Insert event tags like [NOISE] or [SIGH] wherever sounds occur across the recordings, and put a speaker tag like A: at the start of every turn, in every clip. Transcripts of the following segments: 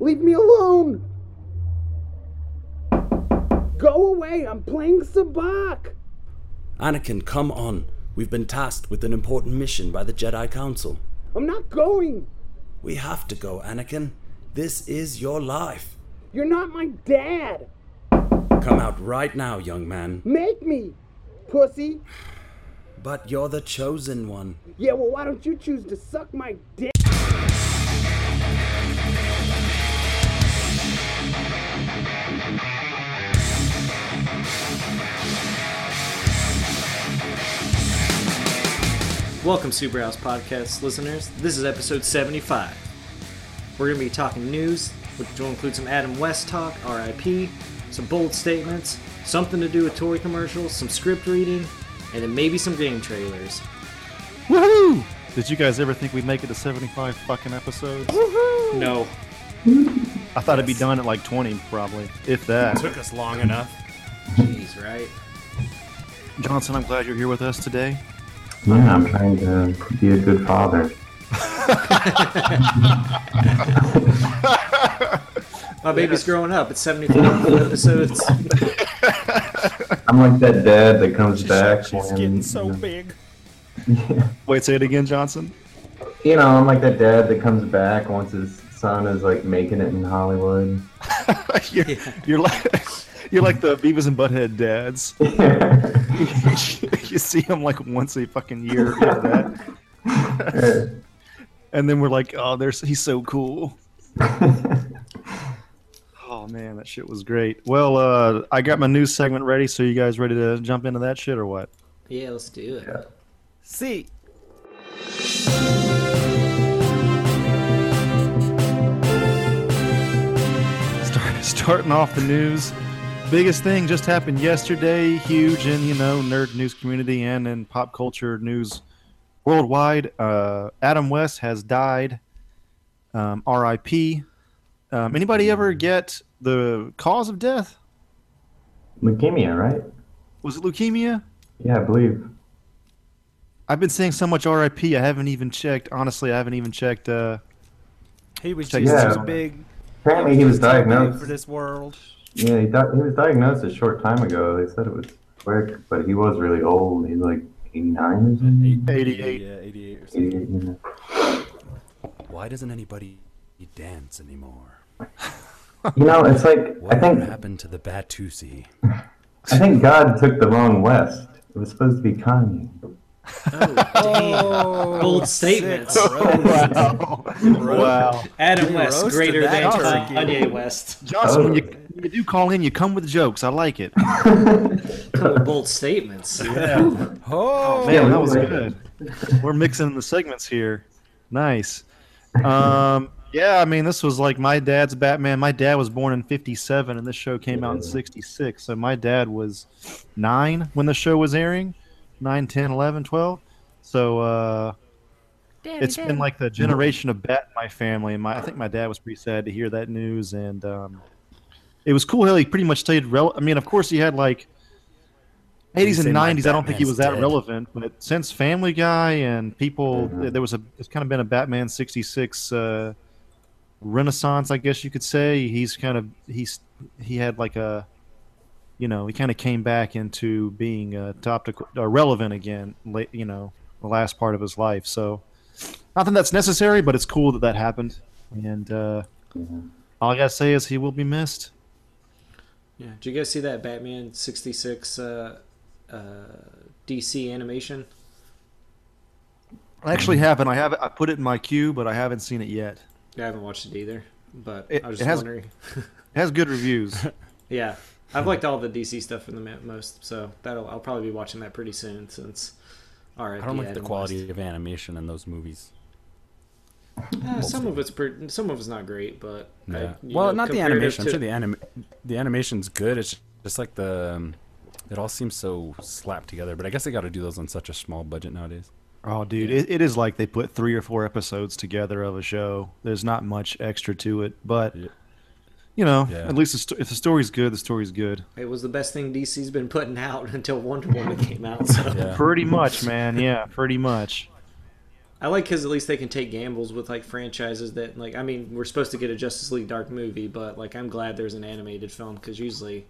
A: Leave me alone! Go away! I'm playing Sabak!
B: Anakin, come on. We've been tasked with an important mission by the Jedi Council.
A: I'm not going!
B: We have to go, Anakin. This is your life.
A: You're not my dad!
B: Come out right now, young man.
A: Make me! Pussy!
B: But you're the chosen one.
A: Yeah, well, why don't you choose to suck my dick?
C: Welcome, Super House Podcast listeners. This is episode 75. We're going to be talking news, which will include some Adam West talk, RIP, some bold statements, something to do with toy commercials, some script reading, and then maybe some game trailers.
D: Woohoo! Did you guys ever think we'd make it to 75 fucking episodes?
C: No.
D: I thought it'd be done at like 20, probably, if that.
E: took us long enough.
C: Jeez, right?
D: Johnson, I'm glad you're here with us today.
F: Yeah, I'm trying to be a good father.
C: My baby's growing up. It's 75 [LAUGHS] episodes.
F: I'm like that dad that comes back.
E: She's
F: when,
E: getting so
F: you know-
E: big.
D: Wait, say it again, Johnson.
F: You know, I'm like that dad that comes back once his son is like making it in Hollywood.
D: [LAUGHS]
E: [LAUGHS]
D: you're, you're like you're like the Beavis and Butthead [LAUGHS] dads. you see them like once a fucking year, if that. [LAUGHS] and then we're like, oh, there's he's so cool. Oh man, that shit was great. Well, uh, I got my news segment ready, so you guys ready to jump into that shit or what?
C: Yeah, let's do it.
E: See,
D: Start, starting off the news. Biggest thing just happened yesterday. Huge in you know nerd news community and in pop culture news worldwide. Uh, Adam West has died. Um, R.I.P. Um, anybody ever get the cause of death?
F: Leukemia, right?
D: Was it leukemia?
F: Yeah, I believe.
D: I've been saying so much R.I.P. I haven't even checked. Honestly, I haven't even checked. Uh,
E: he was
D: Check
E: just
F: it
E: too
F: out.
E: big.
F: Apparently, he was
E: big for
F: diagnosed.
E: this world.
F: Yeah, he, di- he was diagnosed a short time ago. They said it was quick, but he was really old. He's like 89 or something.
D: 88.
E: Yeah, 88 or something.
F: 88, you know.
B: Why doesn't anybody dance anymore?
F: You know, it's like I
B: What
F: think
B: happened to the Batusi?
F: I think God took the wrong West. It was supposed to be Kanye.
C: Bold statements.
D: [LAUGHS] wow! wow!
C: Adam West,
E: roasted
C: greater
E: that
C: than
E: turkey.
C: Kanye West.
D: Johnson, when you,
E: Oh.
D: when you do call in, you come with jokes. I like it.
C: Come with bold statements.
E: Oh,
D: Man,
F: Yeah,
D: that
F: we
D: was
F: were-
D: good. We're mixing the segments here. Nice. Um, yeah, I mean, this was like my dad's Batman. My dad was born in '57, and this show came out in '66. So my dad was nine when the show was airing, nine, 10, 11, 12. So uh, it's been like the generation of Bat in my family. And my, I think my dad was pretty sad to hear that news, and um, it was cool how he pretty much stayed. Rel- I mean, of course, he had like
B: You
D: eighties
B: say
D: and
B: my
D: nineties. I don't think he was
B: Batman's
D: that
B: dead. Mm-hmm.
D: relevant, but since Family Guy and people, there was a it's kind of been a Batman sixty six uh, renaissance, I guess you could say. He's kind of he's he had like a you know he kind of came back into being uh, topical uh, relevant again. Late, you know, the last part of his life. So not that that's necessary, but it's cool that that happened. And uh, all I gotta say is he will be missed.
C: Yeah. Did you guys see that Batman 66 uh, uh, DC animation?
D: I
B: Mm-hmm.
D: actually haven't. I have it. I put it in my queue, but I haven't seen it yet.
C: I haven't watched it either, but
D: It-
C: I was
D: it
C: just
D: has-
C: wondering.
D: It has good
B: [LAUGHS]
D: reviews.
C: Yeah, I've liked all the DC stuff from the mo- most, so that'll I'll probably be watching that pretty soon since. All right,
B: I don't like the quality of animation in those movies.
C: Uh, some of it's pretty, some of it's not great, but I-
B: Yeah.
C: you
B: well,
C: know,
B: not the
C: comparative
B: animation. I'm
C: to-
B: sure the anim- the animation's good. It's just like the um, it all seems so slapped together. But I guess they got to do those on such a small budget nowadays.
D: oh, dude, it, it is like they put three or four episodes together of a show. There's not much extra to it, but
B: Yeah.
D: you know,
B: Yeah.
D: at least the sto- if the story's good, the story's good.
C: it was the best thing DC's been putting [LAUGHS] out until Wonder Woman came out. So
B: Yeah.
D: Pretty much, man. Yeah, pretty much.
C: I like because at least they can take gambles with like franchises that like I mean we're supposed to get a Justice League Dark movie, but like I'm glad there's an animated film because usually,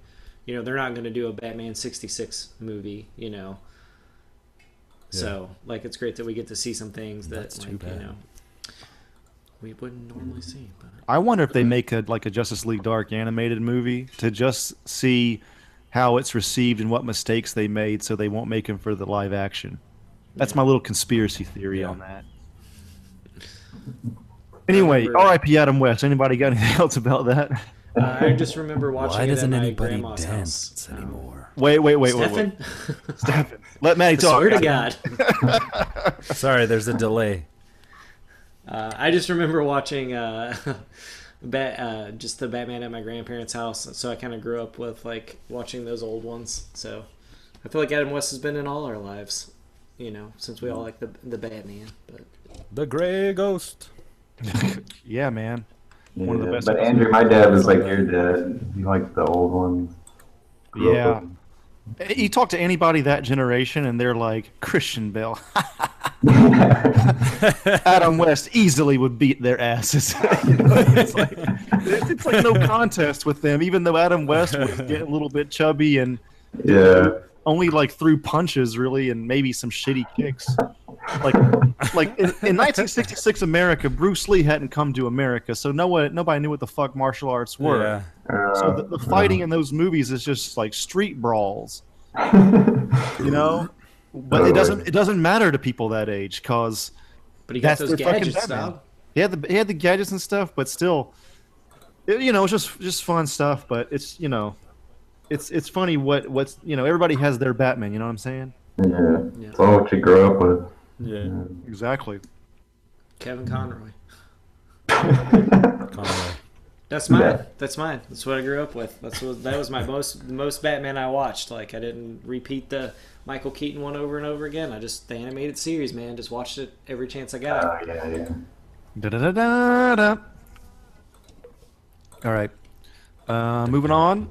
C: you know, they're not going to do a Batman '66 movie, you know. So like it's great that we get to see some things that
B: That's
C: like,
B: too bad.
C: you know we wouldn't normally see. But
D: I wonder if they make a like a Justice League Dark animated movie to just see how it's received and what mistakes they made, so they won't make them for the live action. That's my little conspiracy theory
B: Yeah.
D: on that. Anyway,
C: Remember-
D: R.I.P. Adam West. Anybody got anything [LAUGHS] else about that?
C: uh, I just remember watching
B: Why
C: it
B: doesn't
C: at my
B: anybody
C: grandma's
B: dance
C: house.
B: anymore?
D: Wait, wait, wait, wait, wait.
C: Stefan, [LAUGHS]
D: Stefan, let Maddie talk.
C: swear to God.
B: Sorry, there's a delay.
C: Uh, I just remember watching uh, [LAUGHS] Bat, uh, just the Batman at my grandparents' house, so I kind of grew up with like watching those old ones. So I feel like Adam West has been in all our lives, you know, since we all like the the Batman. But
B: The Gray Ghost.
D: [LAUGHS] Yeah, man.
F: Yeah.
D: One of the best
F: but
D: ones.
F: Andrew, my dad was like your dad. You like the old ones. [LAUGHS] Grew up
D: Yeah.
F: with them.
D: You talk to anybody that generation, and they're like Christian Bell. [LAUGHS] Adam West easily would beat their asses. [LAUGHS] You know, it's, like, it's- it's like no contest with them, even though Adam West was getting a little bit chubby and
F: yeah.
D: only like threw punches really, and maybe some shitty kicks. Like, like in, in 1966 America, Bruce Lee hadn't come to America, so no one, nobody knew what the fuck martial arts were.
B: Yeah.
F: Uh,
D: So the, the fighting in those movies is just like street brawls, you know. But it doesn't it doesn't matter to people that age because
C: but he got
D: that's
C: those
D: their fucking
C: gadgets,
D: Batman.
C: dog.
D: He had the he had the gadgets and stuff, but still, it- you know, it's just just fun stuff. But it's you know, it's it's funny what what's you know everybody has their Batman. You know what I'm saying?
F: yeah. It's all what you grew up with.
B: Yeah.
D: Exactly.
C: Kevin Conroy.
B: Conway.
C: That's mine.
F: Yeah.
C: That's mine. That's what I grew up with. That's what that was my most most Batman I watched. Like I didn't repeat the Michael Keaton one over and over again. I just the animated series, man. Just watched it every chance I got.
F: Oh yeah, yeah.
D: Da da da da da. All right. Uh, moving on.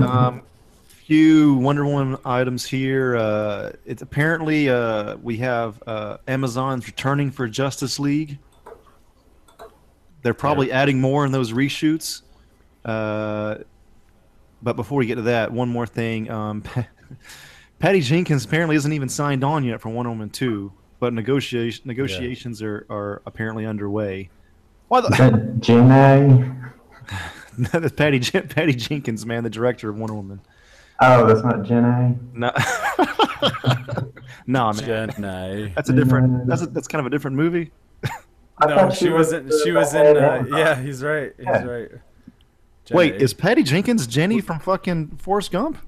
D: Um, few Wonder Woman items here. Uh, it's apparently uh, we have uh, Amazon's returning for Justice League. They're probably adding more in those reshoots. Uh, but before we get to that, one more thing. Um, [LAUGHS] Patty Jenkins apparently isn't even signed on yet for Wonder Woman 2, but negotiation, negotiations are, are apparently underway. Why the,
F: Is that Jenny?
D: [LAUGHS] that's Patty, Jen- Patty Jenkins, man, the director of Wonder Woman.
F: Oh, that's not Jenny.
D: No, [LAUGHS] nah, man.
B: Jenny.
D: [LAUGHS] That's a different. That's a, that's kind of a different movie.
F: I
B: No,
F: thought
B: she
F: was
B: wasn't.
F: the
B: She was in. Uh,
F: Batman.
B: yeah, he's right. He's
F: Yeah.
B: right.
D: Wait,
B: Jenny.
D: is Patty Jenkins Jenny from fucking Forrest Gump?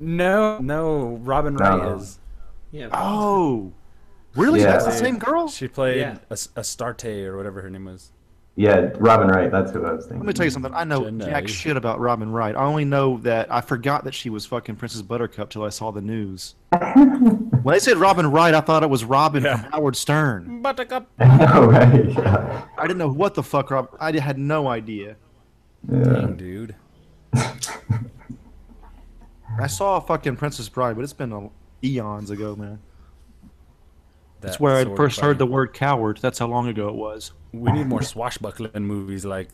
B: no, no. Robin
F: No.
B: Wright is.
C: Yeah.
D: Oh, really?
F: Yeah.
D: That's the same girl.
B: She played
C: Yeah.
B: As- Astarte or whatever her name was.
F: Yeah, Robin Wright. That's who I was thinking.
D: Let me
F: [LAUGHS]
D: tell you something. I know
B: Jenny.
D: jack shit about Robin Wright. I only know that I forgot that she was fucking Princess Buttercup till I saw the news. when they said Robin Wright, I thought it was Robin from Howard Stern.
B: Buttercup.
F: oh right. Yeah.
D: I didn't know what the fuck Rob. I had no idea.
F: yeah.
B: Dude.
D: I saw fucking Princess Bride, but it's been a, eons ago, man. That's
B: That
D: where I
B: sword
D: first heard the
B: fighting.
D: word coward. That's how long ago it was.
B: We need more swashbuckling movies like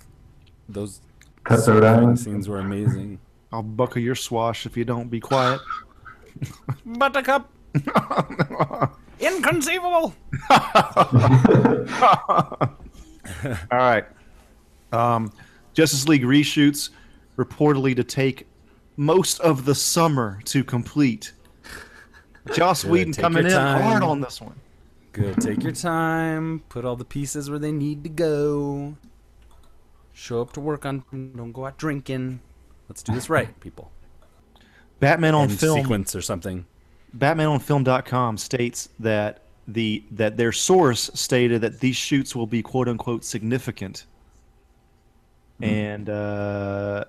B: those.
F: Cutthroat
B: sword fighting
F: Island.
B: scenes were amazing.
D: I'll buckle your swash if you don't be
B: [LAUGHS]
D: quiet.
E: Buttercup.
D: [LAUGHS]
E: Inconceivable.
D: All right. Um, Justice League reshoots reportedly to take most of the summer to complete. Joss
B: Good,
D: Whedon
B: take
D: coming in
B: your time.
D: hard on this one.
B: Good. Take your time. Put all the pieces where they need to go. Show up to work on. Don't go out drinking. Let's do this right, people.
D: Batman on
B: End
D: film.
B: sequence or something.
D: BatmanOnFilm.com states that the that their source stated that these shoots will be quote unquote significant, and uh,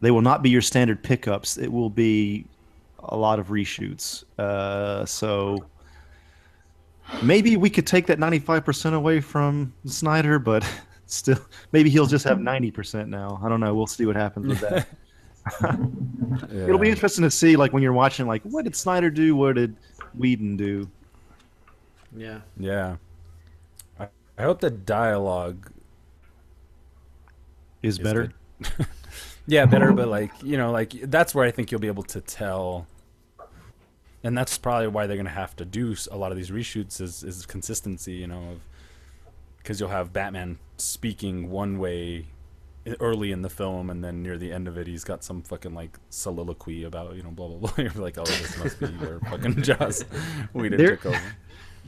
D: they will not be your standard pickups. It will be a lot of reshoots. Uh, so maybe we could take that ninety five percent away from Snyder, but [LAUGHS] still, maybe he'll just have ninety percent now. I don't know. We'll see what happens with that. It'll be
B: Yeah.
D: interesting to see, like when you're watching, like what did Snyder do? What did Whedon do?
C: Yeah.
G: Yeah. I, I hope the dialogue is
D: Is better.
G: good. yeah, better, but like, you know, like that's where I think you'll be able to tell. And that's probably why they're going to have to do s- a lot of these reshoots is, is consistency, you know, of because you'll have Batman speaking one way i- early in the film, and then near the end of it, he's got some fucking like soliloquy about, you know, blah, [LAUGHS] blah, blah. You're like, oh, this must be their
D: [LAUGHS]
G: fucking Jaws. We did
D: There-
G: took over.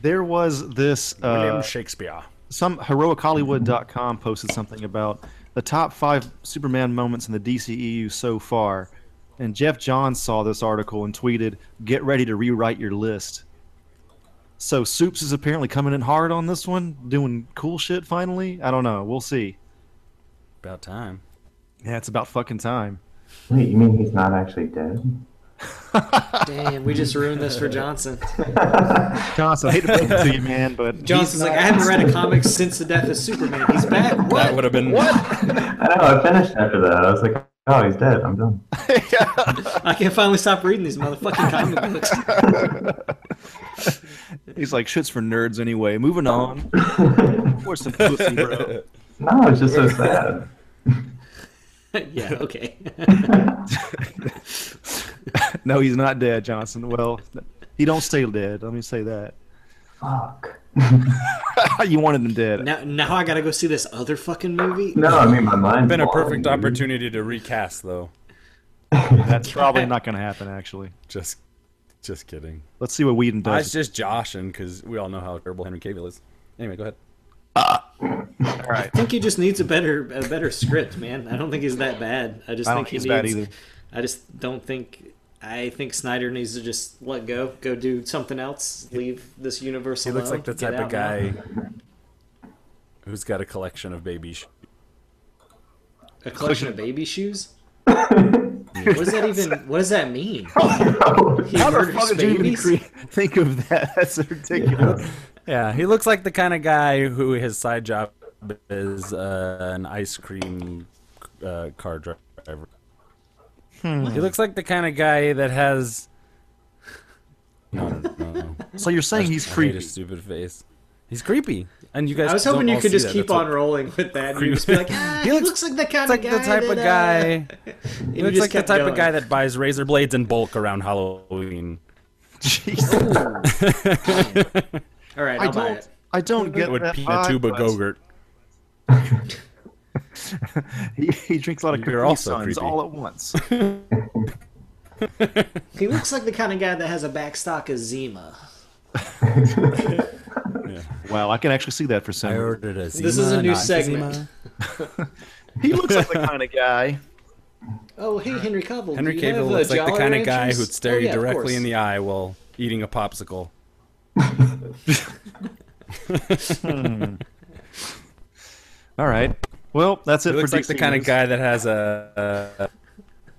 D: There was this
G: William
D: uh,
G: Shakespeare.
D: some heroichollywood.com posted something about the top five Superman moments in the DCEU so far. And Jeff Johns saw this article and tweeted, Get ready to rewrite your list. So Soups is apparently coming in hard on this one, doing cool shit finally. I don't know. We'll see.
G: About time.
D: Yeah, it's about fucking [LAUGHS] time.
F: Wait, you mean he's not actually dead?
C: Damn, we just ruined this for [LAUGHS] Johnson.
D: Johnson, I hate to break it to you, man, but
C: Johnson's like, I haven't [LAUGHS] read a comic since the death of Superman. He's [LAUGHS] back.
G: That would have been. What?
F: I know. I finished after that. I was like, oh, he's dead. I'm done.
C: I can finally stop reading these motherfucking [LAUGHS] comic books.
D: [LAUGHS] he's like, shit's for nerds anyway. Moving on. We're some pussy, bro.
F: [LAUGHS] No, it's just so sad.
C: yeah, [LAUGHS] okay.
D: [LAUGHS] No, he's not dead, Johnson. Well, he don't stay dead. Let me say that. [LAUGHS]
F: Fuck.
D: you wanted him dead.
C: now, now I gotta go see this other fucking movie.
F: No, I mean my mind's
G: Been a
F: blown,
G: perfect
F: dude. [LAUGHS]
G: opportunity to recast, though.
D: That's probably not going to happen, actually.
G: Just, just kidding.
D: Let's see what Whedon
G: I was
D: does.
G: just joshing because we all know how terrible Henry Cavill is. Anyway, go ahead.
D: All [LAUGHS] right.
C: I think he just needs a better a better script, man. I don't think he's that bad. I just
D: I don't
C: think he
D: think
C: needs.
D: he's bad either.
C: I just don't think. I think Snyder needs to just let go, go do something else, leave this universe
G: He
C: alone.
G: looks like the
C: get
G: type of
C: out now.
G: guy [LAUGHS] who's got a collection of baby sh-
C: A collection of baby shoes. what does that even? What does that mean?
F: Oh,
C: He
D: How the
C: murders
D: fuck did you even
C: babies?
D: cre- [LAUGHS] think of that? That's ridiculous.
G: Yeah, he looks like the kind of guy who his side job is uh, an ice cream uh, car dri- driver.
C: Hmm.
G: He looks like the kind of guy that has. No, no,
C: [LAUGHS]
G: no, no.
D: So you're saying he's
G: I hate
D: creepy?
G: his stupid face. He's creepy, and you guys.
C: I was
G: don't
C: hoping you
G: all
C: could
G: see
C: just
G: that.
C: keep
G: That's what-
C: on rolling with that. And you just be like, [LAUGHS] ah, he,
G: He
C: looks,
G: looks-
C: like the
G: It's
C: kind
G: like
C: of guy.
G: the type of
C: that, uh,"
G: guy.
C: [LAUGHS] and
G: He
C: you
G: looks
C: just
G: like the
C: kept
G: type of
C: going.
G: guy that buys razor blades in bulk around Halloween.
D: [LAUGHS] Jesus.
C: All right,
D: I
C: I'll buy
D: don't.
C: it.
D: I don't get
G: It would
D: that
G: pee a
D: vibe,
G: tube of
D: but
G: Gogurt.
D: [LAUGHS] He, he drinks a lot of
G: You're
D: Capri
G: also
D: Suns
G: creepy.
D: all at once.
C: He looks like the kind of guy that has a backstock of Zima.
D: wow, I can actually see that for some. reason.
C: This is a new segment.
D: He looks like the kind of guy.
C: Oh, hey, Henry Cavill. do
G: Henry
C: you have,
G: Cable
C: uh,
G: looks like the
C: Jolly
G: kind of guy
C: Ranchers?
G: who'd stare
C: Oh,
G: you
C: yeah, of
G: directly
C: course.
G: in the eye while eating a popsicle.
D: [LAUGHS] All right. Well, that's it
G: He
D: for
G: looks like the
D: DC
G: kind of
D: news.
G: guy that has a,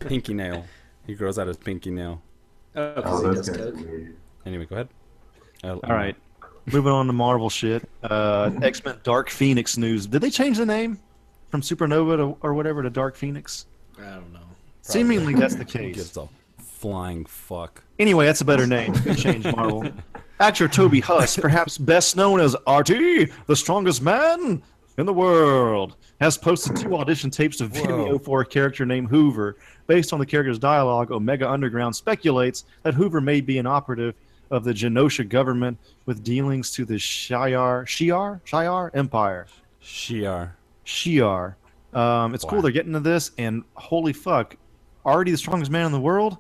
G: a pinky nail. He grows out his pinky nail.
C: Oh, 'cause
F: Oh,
C: he
F: those
C: does
F: guys are
C: coke.
F: weird.
G: Anyway, go ahead. All
D: All right. Moving on to Marvel shit. Uh, [LAUGHS] X Men Dark Phoenix news. Did they change the name from Supernova to, or whatever to Dark Phoenix?
C: I don't know.
D: Seemingly that's the
G: Gives [LAUGHS]
D: case.
G: a flying fuck.
D: Anyway, that's a better name. Good change, Marvel. Actor Toby Huss, perhaps best known as RT, the strongest man in the world, has posted two audition tapes to Vimeo for a character named Hoover. Based on the character's dialogue, Omega Underground speculates that Hoover may be an operative of the Genosha government with dealings to the Shiar, Shiar, Shiar Empire.
G: Shiar.
D: Shiar. Um, it's cool
G: Wow.
D: they're getting to this, and holy fuck, already the strongest man in the world.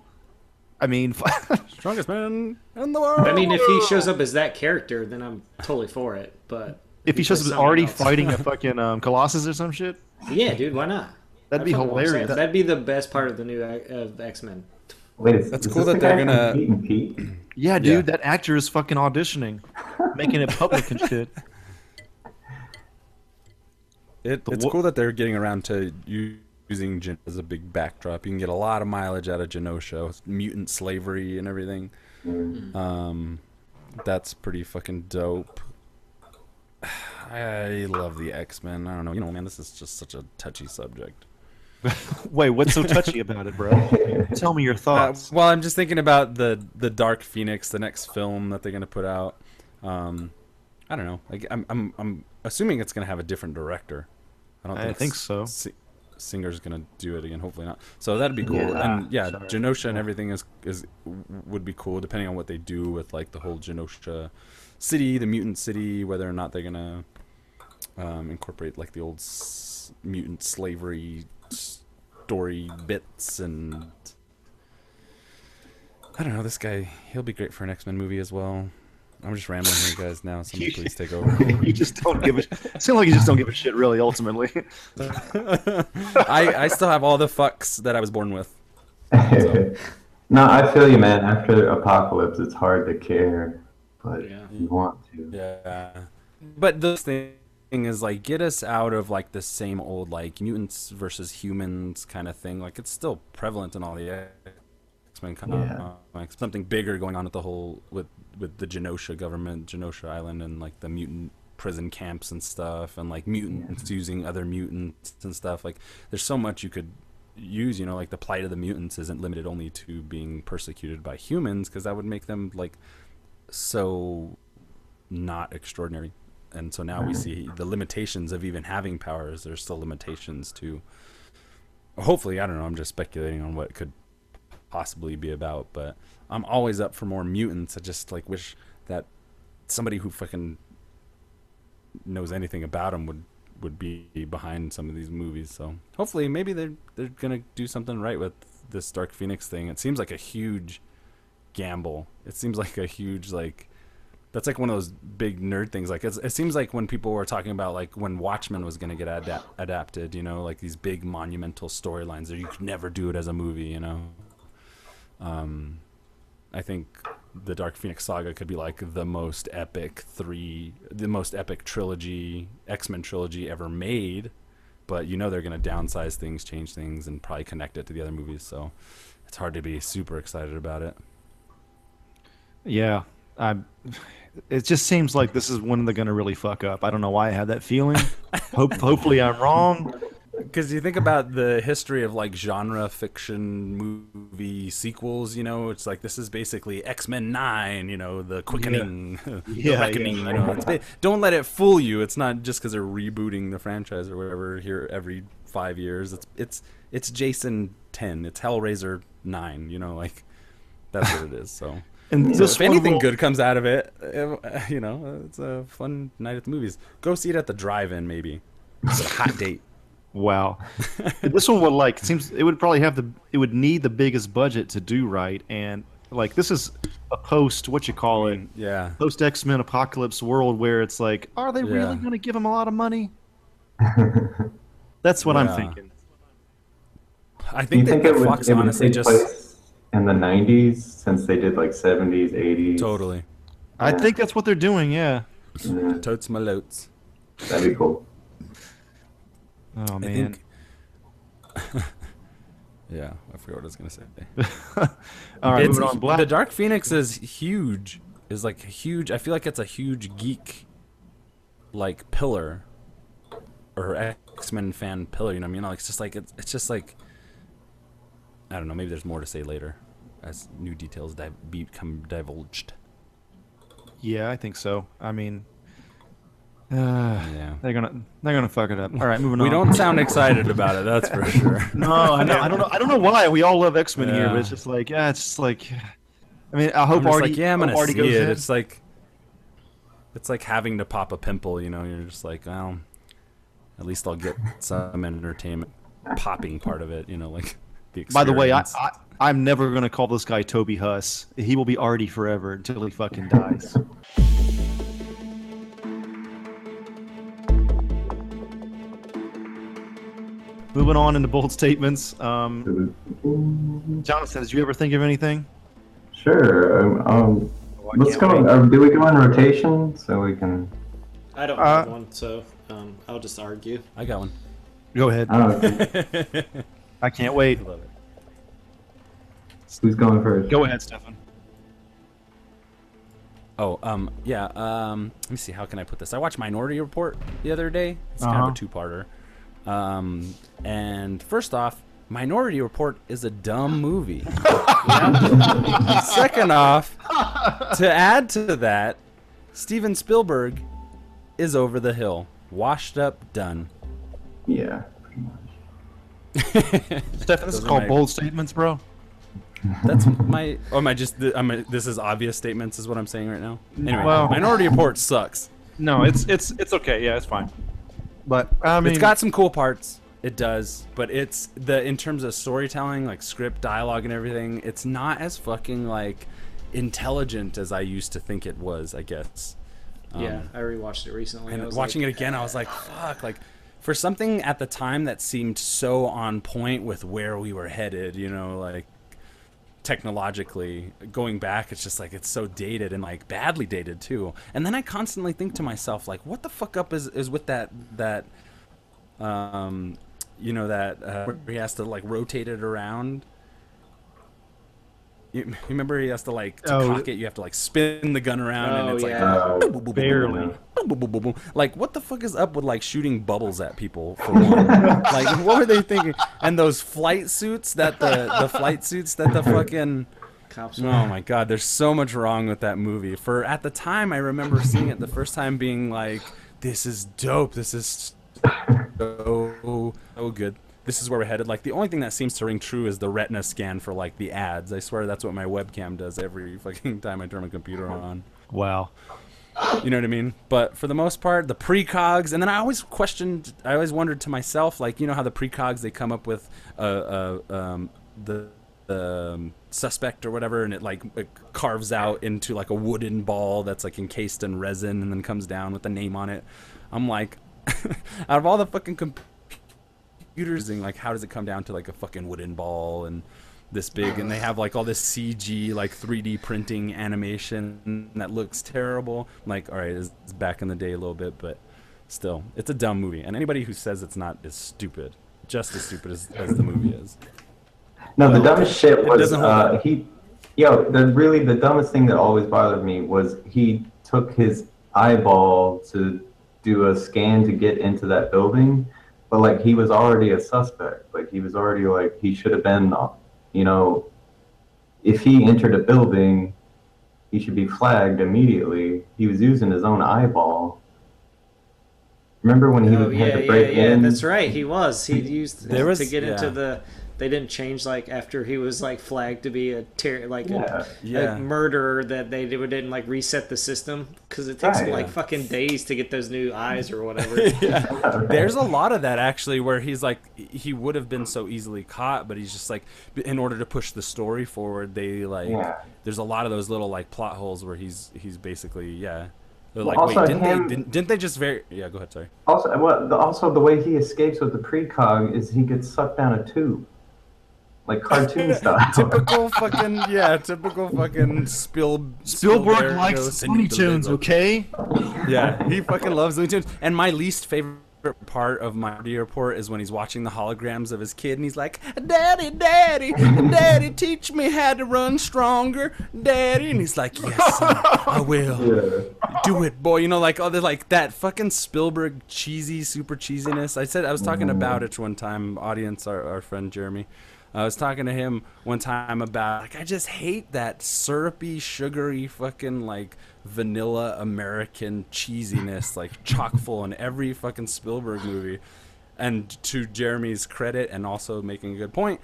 D: I mean, [LAUGHS]
G: Strongest man in the world.
C: I mean, if
G: Oh.
C: he shows up as that character, then I'm totally for it. But
D: if he
C: He's
D: shows
C: just
D: up already
C: something else.
D: fighting [LAUGHS] a fucking um, Colossus or some shit,
C: yeah, dude, why not?
D: that'd be
C: That's what I'm saying.
D: hilarious.
C: That'd be the best part of the new Ac- of X Men.
F: Wait, is,
G: That's
F: is
G: cool
F: this
G: that
F: the
G: they're
F: guy
G: gonna-
F: from Pete and Pete?
D: yeah, dude,
G: Yeah.
D: that actor is fucking auditioning, making it public and shit.
G: It, it's
D: wo-
G: cool that they're getting around to u- using Gen- as a big backdrop. You can get a lot of mileage out of Genosha, with mutant slavery and everything. Um, that's pretty fucking dope. [SIGHS] I love the X Men. I don't know, you know, man, this is just such a touchy subject.
D: [LAUGHS] Wait, what's so touchy about it, bro? Tell me your
G: Uh,
D: thoughts.
G: well, I'm just thinking about the the Dark Phoenix, the next film that they're gonna put out. Um,
B: I don't know. Like I'm I'm I'm assuming it's gonna have a different director. I don't
D: I think so.
B: Si- Singer's gonna do it again. Hopefully not. So that'd be cool.
F: Yeah,
B: and yeah,
D: sorry.
B: Genosha and everything is is w- would be cool depending on what they do with like the whole Genosha city, the mutant city, whether or not they're gonna um, incorporate like the old s- mutant slavery story bits and. I don't know. This guy, he'll be great for an X Men movie as well. I'm just rambling here, guys. Now, somebody please take over.
D: [LAUGHS] you just don't give a. It seems like you just don't give a shit, really. Ultimately, [LAUGHS]
B: I, I still have all the fucks that I was born with.
F: [LAUGHS] no, I feel you, man. After apocalypse, it's hard to care, but
C: Yeah.
F: you want to.
B: Yeah. But the thing is, like, get us out of like the same old like mutants versus humans kind of thing. Like, it's still prevalent in all the X Men
F: Yeah.
B: comics. uh, Something bigger going on with the whole with with the Genosha government, Genosha Island, and like the mutant prison camps and stuff, and like mutants using other mutants and stuff. Like, there's so much you could use you know like the plight of the mutants isn't limited only to being persecuted by humans because that would make them like so not extraordinary. And so now we see the limitations of even having powers. There's still limitations to. Hopefully, I don't know. I'm just speculating on what it could possibly be about, but I'm always up for more mutants. I just like wish that somebody who fucking knows anything about them would would be behind some of these movies. So hopefully, maybe they're they're gonna do something right with this Dark Phoenix thing. It seems like a huge gamble. It seems like a huge like that's like one of those big nerd things. Like it's, it seems like when people were talking about like when Watchmen was going to get adap- adapted, you know, like these big monumental storylines that you could never do it as a movie, you know. Um, I think the Dark Phoenix saga could be like the most epic three, the most epic trilogy, X Men trilogy ever made. But you know they're going to downsize things, change things, and probably connect it to the other movies. So it's hard to be super excited about it.
D: yeah. I. It just seems like this is when they're gonna really fuck up. I don't know why I had that feeling. Hope, hopefully, I'm wrong.
B: Because you think about the history of like genre fiction movie sequels, you know, it's like this is basically X Men Nine, you know, the quickening, [LAUGHS] the
D: Yeah, yeah.
B: reckoning. You know, it's, ba- don't let it fool you. It's not just because they're rebooting the franchise or whatever here every five years. It's it's it's Jason Ten, it's Hellraiser Nine, you know, like that's what it is.
D: [LAUGHS]
B: So
D: And
B: so
D: this
B: if
D: one
B: anything
D: will-
B: good comes out of it, uh, you know, it's a fun night at the movies. Go see it at the drive-in, maybe. It's a hot
D: [LAUGHS]
B: date. [LAUGHS]
D: Wow. this one would like seems it would probably have the it would need the biggest budget to do right and like this is a post what you call it
B: Yeah.
D: post X Men apocalypse world where it's like are they
B: Yeah.
D: really going to give them a lot of
B: [LAUGHS]
D: money? That's what
B: Yeah.
D: I'm thinking.
B: I
F: Do you
B: think
F: think
B: that
F: it would,
B: Fox
F: it would
B: honestly
F: take
B: just
F: place in the 90s since they did like 70s, 80s?
B: totally
D: I think that's what they're doing. Yeah.
F: Yeah,
B: totes my lotes.
F: that'd
G: [LAUGHS]
F: be cool.
D: Oh
B: I
D: man.
B: think. [LAUGHS] yeah, I forgot what I was gonna say.
D: All right,
B: It's-
D: moving on. Black.
B: The Dark Phoenix is huge. Is like huge. I feel like it's a huge geek, like pillar, or X Men fan pillar. You know what I mean? Like, It's just like it's, it's just like. I don't know. Maybe there's more to say later, as new details di- become divulged.
D: Yeah, I think so. I mean uh,
B: Yeah.
D: [SIGHS] they're going to they're going to fuck it up. All right, moving
B: We
D: on. [LAUGHS]
B: don't sound excited about it. That's for sure.
D: No, I know. I don't know. I don't know why we all love X Men here, but it's
B: Yeah.
D: just like, yeah, it's just like. I mean, I hope
B: I'm just
D: Artie.
B: like, yeah, I'm
D: hope
B: gonna
D: Artie
B: see
D: goes
B: it.
D: in.
B: It's like, it's like having to pop a pimple. You know, you're just like, well, at least I'll get some entertainment popping part of it. You know, like [LAUGHS] the. Experience.
D: By the way, I, I I'm never gonna call this guy Toby Huss. He will be Artie forever until he fucking dies. Moving on into bold statements. Um, Jonathan, did you ever think of anything?
F: Sure. Um, um,
D: Oh, I
F: let's
D: can't
F: go.
D: wait.
F: Uh, do we go on rotation so we can?
C: I don't
D: Uh,
C: have one, so um, I'll just argue.
B: I got one.
D: Go ahead.
F: I
D: [LAUGHS]
F: don't know
D: I can't wait.
F: who's going first.
D: Go ahead, Stefan.
B: Oh, um, yeah. Um, let me see. How can I put this? I watched Minority Report the other day. It's kind of
D: Uh-huh.
B: a two-parter. Um, and first off, Minority Report is a
D: [LAUGHS]
B: dumb movie. Second off, to add to that, Steven Spielberg is over the hill. Washed up, done.
F: Yeah, pretty much.
D: Stefan, this is
B: Those are
D: called
B: my-
D: bold statements, bro.
B: That's my. Or am I just? Am I, this is obvious statements, is what I'm saying right now. Anyway,
D: Well-
B: Minority Report sucks.
D: No, it's it's it's okay. Yeah, it's fine. But I mean,
B: it's got some cool parts. It does, but it's the in terms of storytelling, like script, dialogue, and everything. It's not as fucking like intelligent as I used to think it was. I guess.
C: yeah, Um, I rewatched it recently.
B: and watching it again, I was like, "Ah." fuck, like for something at the time that seemed so on point with where we were headed, you know, like technologically going back it's just like it's so dated and like badly dated too and then i constantly think to myself like what the fuck up is is with that that um you know that uh, where he has to like rotate it around you, you remember he has to like to
D: Oh.
B: cock it you have to like spin the gun around and
C: Oh,
B: it's [LAUGHS] like uh,
C: yeah.
F: Oh,
D: Uh, barely.
B: Boom, boom, boom, boom, boom. Like, what the fuck is up with like shooting bubbles at people? For one? like, what were they thinking? And those flight suits that the the flight suits that the fucking
C: cops.
B: oh my god, there's so much wrong with that movie. For at the time, I remember seeing it the first time being like, this is dope. This is so so good. This is where we're headed. Like the only thing that seems to ring true is the retina scan for like the ads. I swear that's what my webcam does every fucking time I turn my computer on.
D: wow.
B: You know what I mean? But for the most part, the precogs, and then I always questioned, I always wondered to myself, like, you know how the precogs they come up with uh, uh, um, the um, suspect or whatever, and it like it carves out into like a wooden ball that's like encased in resin, and then comes down with the name on it. I'm like, [LAUGHS] out of all the fucking computers, and, like, how does it come down to like a fucking wooden ball and this big and they have like all this cg like 3d printing animation that looks terrible I'm like all right it's it's back in the day a little bit but still it's a dumb movie and anybody who says it's not is stupid just as stupid as, as the movie is
F: No, the dumbest shit was
B: doesn't hold
F: uh, he. Yo, the really the dumbest thing that always bothered me was he took his eyeball to do a scan to get into that building, but like he was already a suspect. Like he was already like he should have been, uh, you know, if he entered a building, he should be flagged immediately. He was using his own eyeball. Remember when he
C: Oh
F: had
C: yeah,
F: to
C: yeah,
F: break
C: yeah.
F: in?
C: That's right. He was.
B: [LAUGHS]
C: He used
B: There was-
C: to get
B: yeah.
C: into the. They didn't change like after he was like flagged to be a ter- like
F: Yeah.
C: a,
B: Yeah.
C: a murderer that they did- didn't like reset the system because it takes
F: Right.
C: them like fucking days to get those new eyes or
B: [LAUGHS]
C: whatever. [LAUGHS]
B: There's a lot of that actually where he's like he would have been so easily caught, but he's just like in order to push the story forward, they like
F: Yeah.
B: there's a lot of those little like plot holes where he's he's basically yeah. They're like,
F: also
B: wait, didn't
F: him-
B: they didn't, didn't they just very yeah, go ahead, sorry.
F: Also, well, the, also the way he escapes with the precog is he gets sucked down a tube, like
B: [LAUGHS]
F: cartoon style.
B: typical fucking yeah, typical fucking Spiel
D: Spielberg likes
B: Spielberg-
D: Looney Tunes, okay?
B: Yeah, [LAUGHS] he fucking loves Looney Tunes. And my least favorite part of my report is when he's watching the holograms of his kid and he's like, Daddy, Daddy, Daddy, teach me how to run stronger, Daddy. And he's like, Yes, son, I will.
F: [LAUGHS] Yeah.
B: Do it, boy. You know, like all the like that fucking Spielberg cheesy, super cheesiness. I said I was talking about it one time, audience, our, our friend Jeremy. I was talking to him one time about like I just hate that syrupy, sugary, fucking like vanilla American cheesiness, like chock full in every fucking Spielberg movie. And to Jeremy's credit, and also making a good point,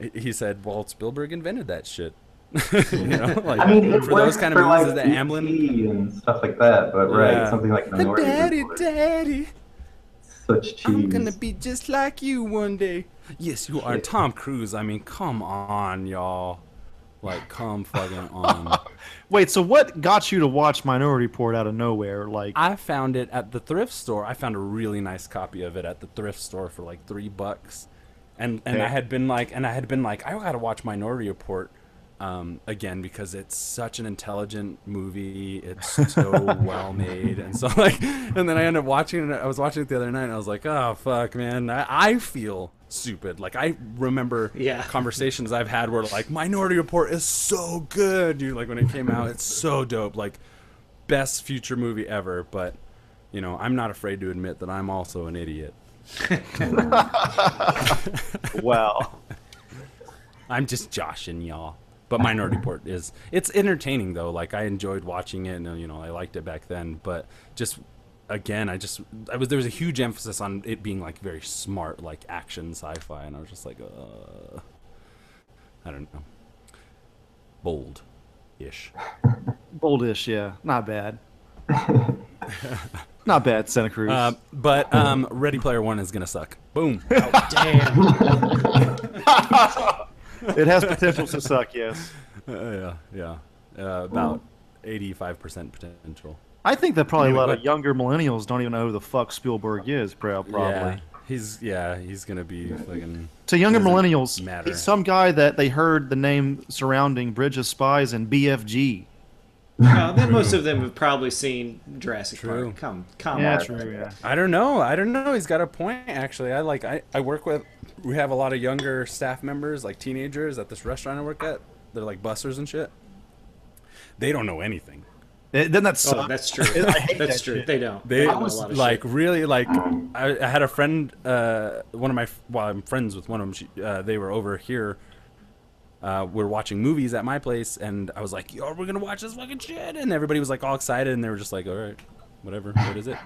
B: he- he said, "Well, Spielberg invented that shit." [LAUGHS] you know,
F: [LAUGHS]
B: like
F: I mean, it
B: for those
F: works
B: kind of
F: for, like,
B: movies, is the
F: E.T.
B: Amblin
F: and stuff like that, but right,
B: Yeah.
F: something like Minority
B: Daddy,
F: Report.
B: daddy,
F: Such cheese.
B: I'm gonna be just like you one day. Yes, you are. Tom Cruise. I mean, come on, y'all. Like, come fucking on.
D: Wait, so what got you to watch Minority Report out of nowhere? Like,
B: I found it at the thrift store. I found a really nice copy of it at the thrift store for like three bucks, and and I
D: Okay.
B: had been like, and I had been like, I gotta watch Minority Report um, again because it's such an intelligent movie. It's so well made, and so like, and then I ended up watching it. I was watching it the other night, and I was like, oh fuck, man, I, I feel stupid. Like I remember
C: Yeah.
B: conversations I've had where like Minority Report is so good, dude. Like when it came out, it's so dope. Like best future movie ever, but you know, I'm not afraid to admit that I'm also an idiot.
D: [LAUGHS] wow.
B: I'm just joshing y'all. But Minority Report is it's entertaining though. Like I enjoyed watching it and you know, I liked it back then, but just again, I just I was there was a huge emphasis on it being like very smart, like action sci-fi, and I was just like, uh, I don't know, bold, ish.
D: Boldish, yeah, not bad. not bad, Santa Cruz.
B: Uh, but um, Ready Player One is gonna suck. Boom.
C: Damn.
D: it has potential to suck, yes.
B: yeah, yeah. Uh, about eighty-five percent potential.
D: I think that probably a lot
B: but-
D: of younger millennials don't even know who the fuck Spielberg is, prob- probably.
B: Yeah, he's yeah, he's gonna be fucking.
D: To younger
B: doesn't
D: millennials,
B: matter.
D: he's some guy that they heard the name surrounding Bridge of Spies and BFG.
C: No, then most of them have probably seen Jurassic
B: True.
C: Park. Come, come
D: Yeah,
C: on.
D: true, yeah.
B: I don't know. I don't know. He's got a point, actually. I like. I, I work with. We have a lot of younger staff members, like teenagers, at this restaurant I work at. They're like bussers and shit. They don't know anything.
D: It, doesn't
C: Oh,
D: that suck?
C: that's
B: [LAUGHS]
C: true. That's
D: hate that
C: true.
D: shit.
C: They don't.
B: They
C: They know a lot of
B: like
C: shit.
B: really like. I, I had a friend. Uh, one of my well, I'm friends with one of them. She, uh, they were over here. Uh, we are watching movies at my place, and I was like, "Yo, we're gonna watch this fucking shit," and everybody was like all excited, and they were just like, "All right, whatever, what is it?"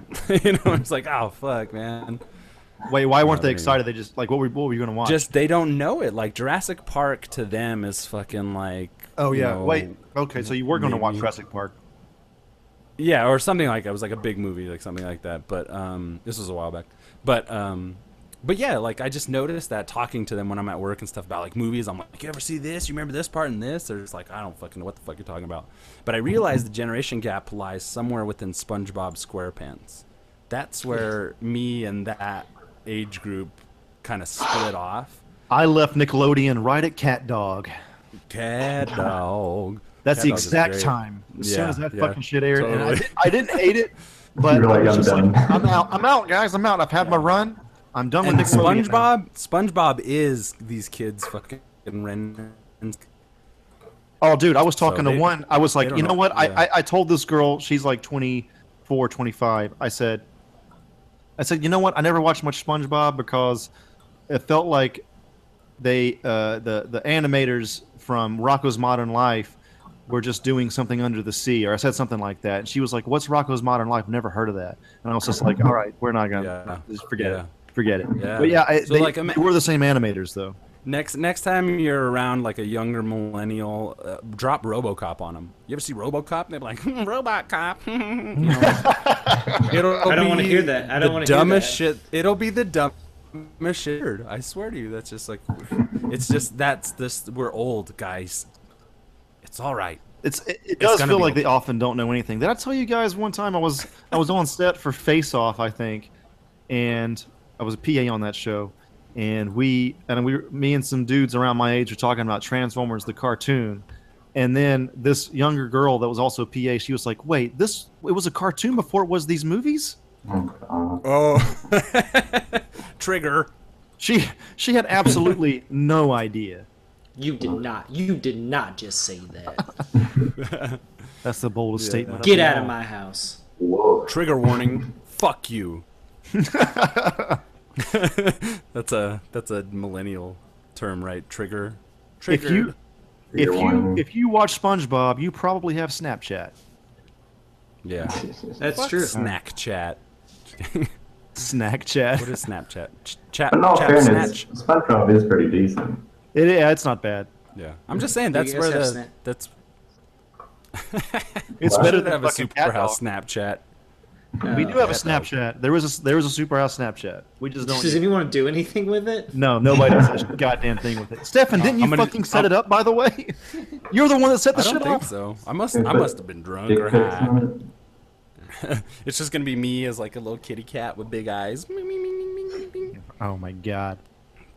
B: [LAUGHS] you know, it's like, "Oh fuck, man."
D: Wait, why weren't
B: I
D: they
B: mean-
D: excited? They just, like, what were, what were you going to watch?
B: just they don't know it. Like Jurassic Park to them is fucking like.
D: oh,
B: you
D: yeah.
B: know,
D: Wait, okay, so you were going to watch
B: maybe-
D: Jurassic Park.
B: Yeah, or something like that. It was like a big movie, like something like that. But um, this was a while back. But um, but yeah, like I just noticed that talking to them when I'm at work and stuff about like movies, I'm like, you ever see this? You remember this part and this? They're just like, I don't fucking know what the fuck you're talking about. But I realized the generation gap lies somewhere within SpongeBob SquarePants. That's where me and that age group kind of split off.
D: I left Nickelodeon right at Cat Dog.
B: Cat dog.
D: That's
B: Cat
D: the
B: Dog is
D: exact
B: great.
D: time. As soon
B: Yeah,
D: as that
B: yeah,
D: fucking shit aired, and I,
B: totally.
D: di- I didn't hate
F: [LAUGHS]
D: it, but
F: You're like,
D: I was
F: "I'm
D: just
F: done."
D: like, I'm out. I'm
F: [LAUGHS]
D: out, guys. I'm out. I've had my run. I'm done
B: And
D: with Nickelodeon. now."
B: SpongeBob, SpongeBob is these kids fucking ren.
D: Oh, dude, I was talking
B: they-
D: to one. I was like,
B: they
D: you
B: don't
D: know
B: know-
D: what?
B: yeah.
D: I, I I told this girl. She's like 24, 25. I said, I said, you know what? I never watched much SpongeBob because it felt like they uh, the the animators from Rocco's Modern Life were just doing something under the sea, or I said something like that. And she was like, "What's Rocco's Modern Life? Never heard of that." And I was just
B: [LAUGHS]
D: like, "All right, we're not gonna
B: Yeah.
D: just forget
B: Yeah.
D: it, forget it."
B: Yeah.
D: But yeah, I,
B: So,
D: they,
B: like, ima-
D: they were the same animators though.
B: Next, next time you're around like a younger millennial, uh, drop RoboCop on them. You ever see RoboCop? They're like, [LAUGHS] hmm, "Robot Cop." you
C: [LAUGHS]
B: know? It'll
C: I don't wanna
B: be
C: hear that. I don't
B: the
C: wanna hear
B: dumbest
C: that.
B: shit. It'll be the dumbest shit. I swear to you, that's just like, [LAUGHS] it's just that's this. We're old guys. It's all right.
D: It's it, it does
B: gonna
D: feel
B: be
D: like
B: okay.
D: they often don't know anything. Did I tell you guys one time I was I was on set for Face Off, I think, and I was a PA on that show, and we and we were- me and some dudes around my age were talking about Transformers the cartoon, and then this younger girl that was also PA, she was like, "Wait, this it was a cartoon before it was these movies."
F: Oh,
B: Oh. [LAUGHS] Trigger.
D: She she had
B: [LAUGHS]
D: absolutely no idea.
C: you did not. You did not just say that.
D: That's the boldest statement.
C: Get out of my house.
F: Whoa.
B: trigger warning fuck you [LAUGHS] that's a that's a millennial term right trigger
D: If
B: trigger
D: you if
F: You're
D: you
F: one.
D: if you watch SpongeBob, you probably have Snapchat.
B: yeah
C: That's true.
B: snack chat
D: Snack chat.
B: what is snapchat Ch- chat
F: In all
B: chat
F: fairness,
B: snatch
F: SpongeBob is pretty decent.
D: It, yeah, it's not bad.
B: yeah i'm just saying that's
C: guys
B: where
C: have
B: the
C: Snap?
B: that's
D: It's
F: Wow.
D: better
B: should
D: than
B: have a
D: fucking
B: super
D: cat
B: house
D: dog.
B: snapchat
D: We do have a
B: Cat dog.
D: Snapchat. There was a there was a super house Snapchat. We just don't.
C: Does
D: use-
C: anyone do anything with it?
D: no, nobody does a goddamn thing with it. [LAUGHS] Stefan, didn't you
B: I'm gonna-
D: fucking set it up? By the way, [LAUGHS] you're the one that set the
B: i don't
D: shit
B: think
D: up.
B: so i must i must have been drunk
F: Dick
B: or
F: pics
B: high
F: on it.
B: it's just gonna be me as like a little kitty cat with big eyes Meow, meow, meow, meow, meow, meow, meow.
D: Oh my god.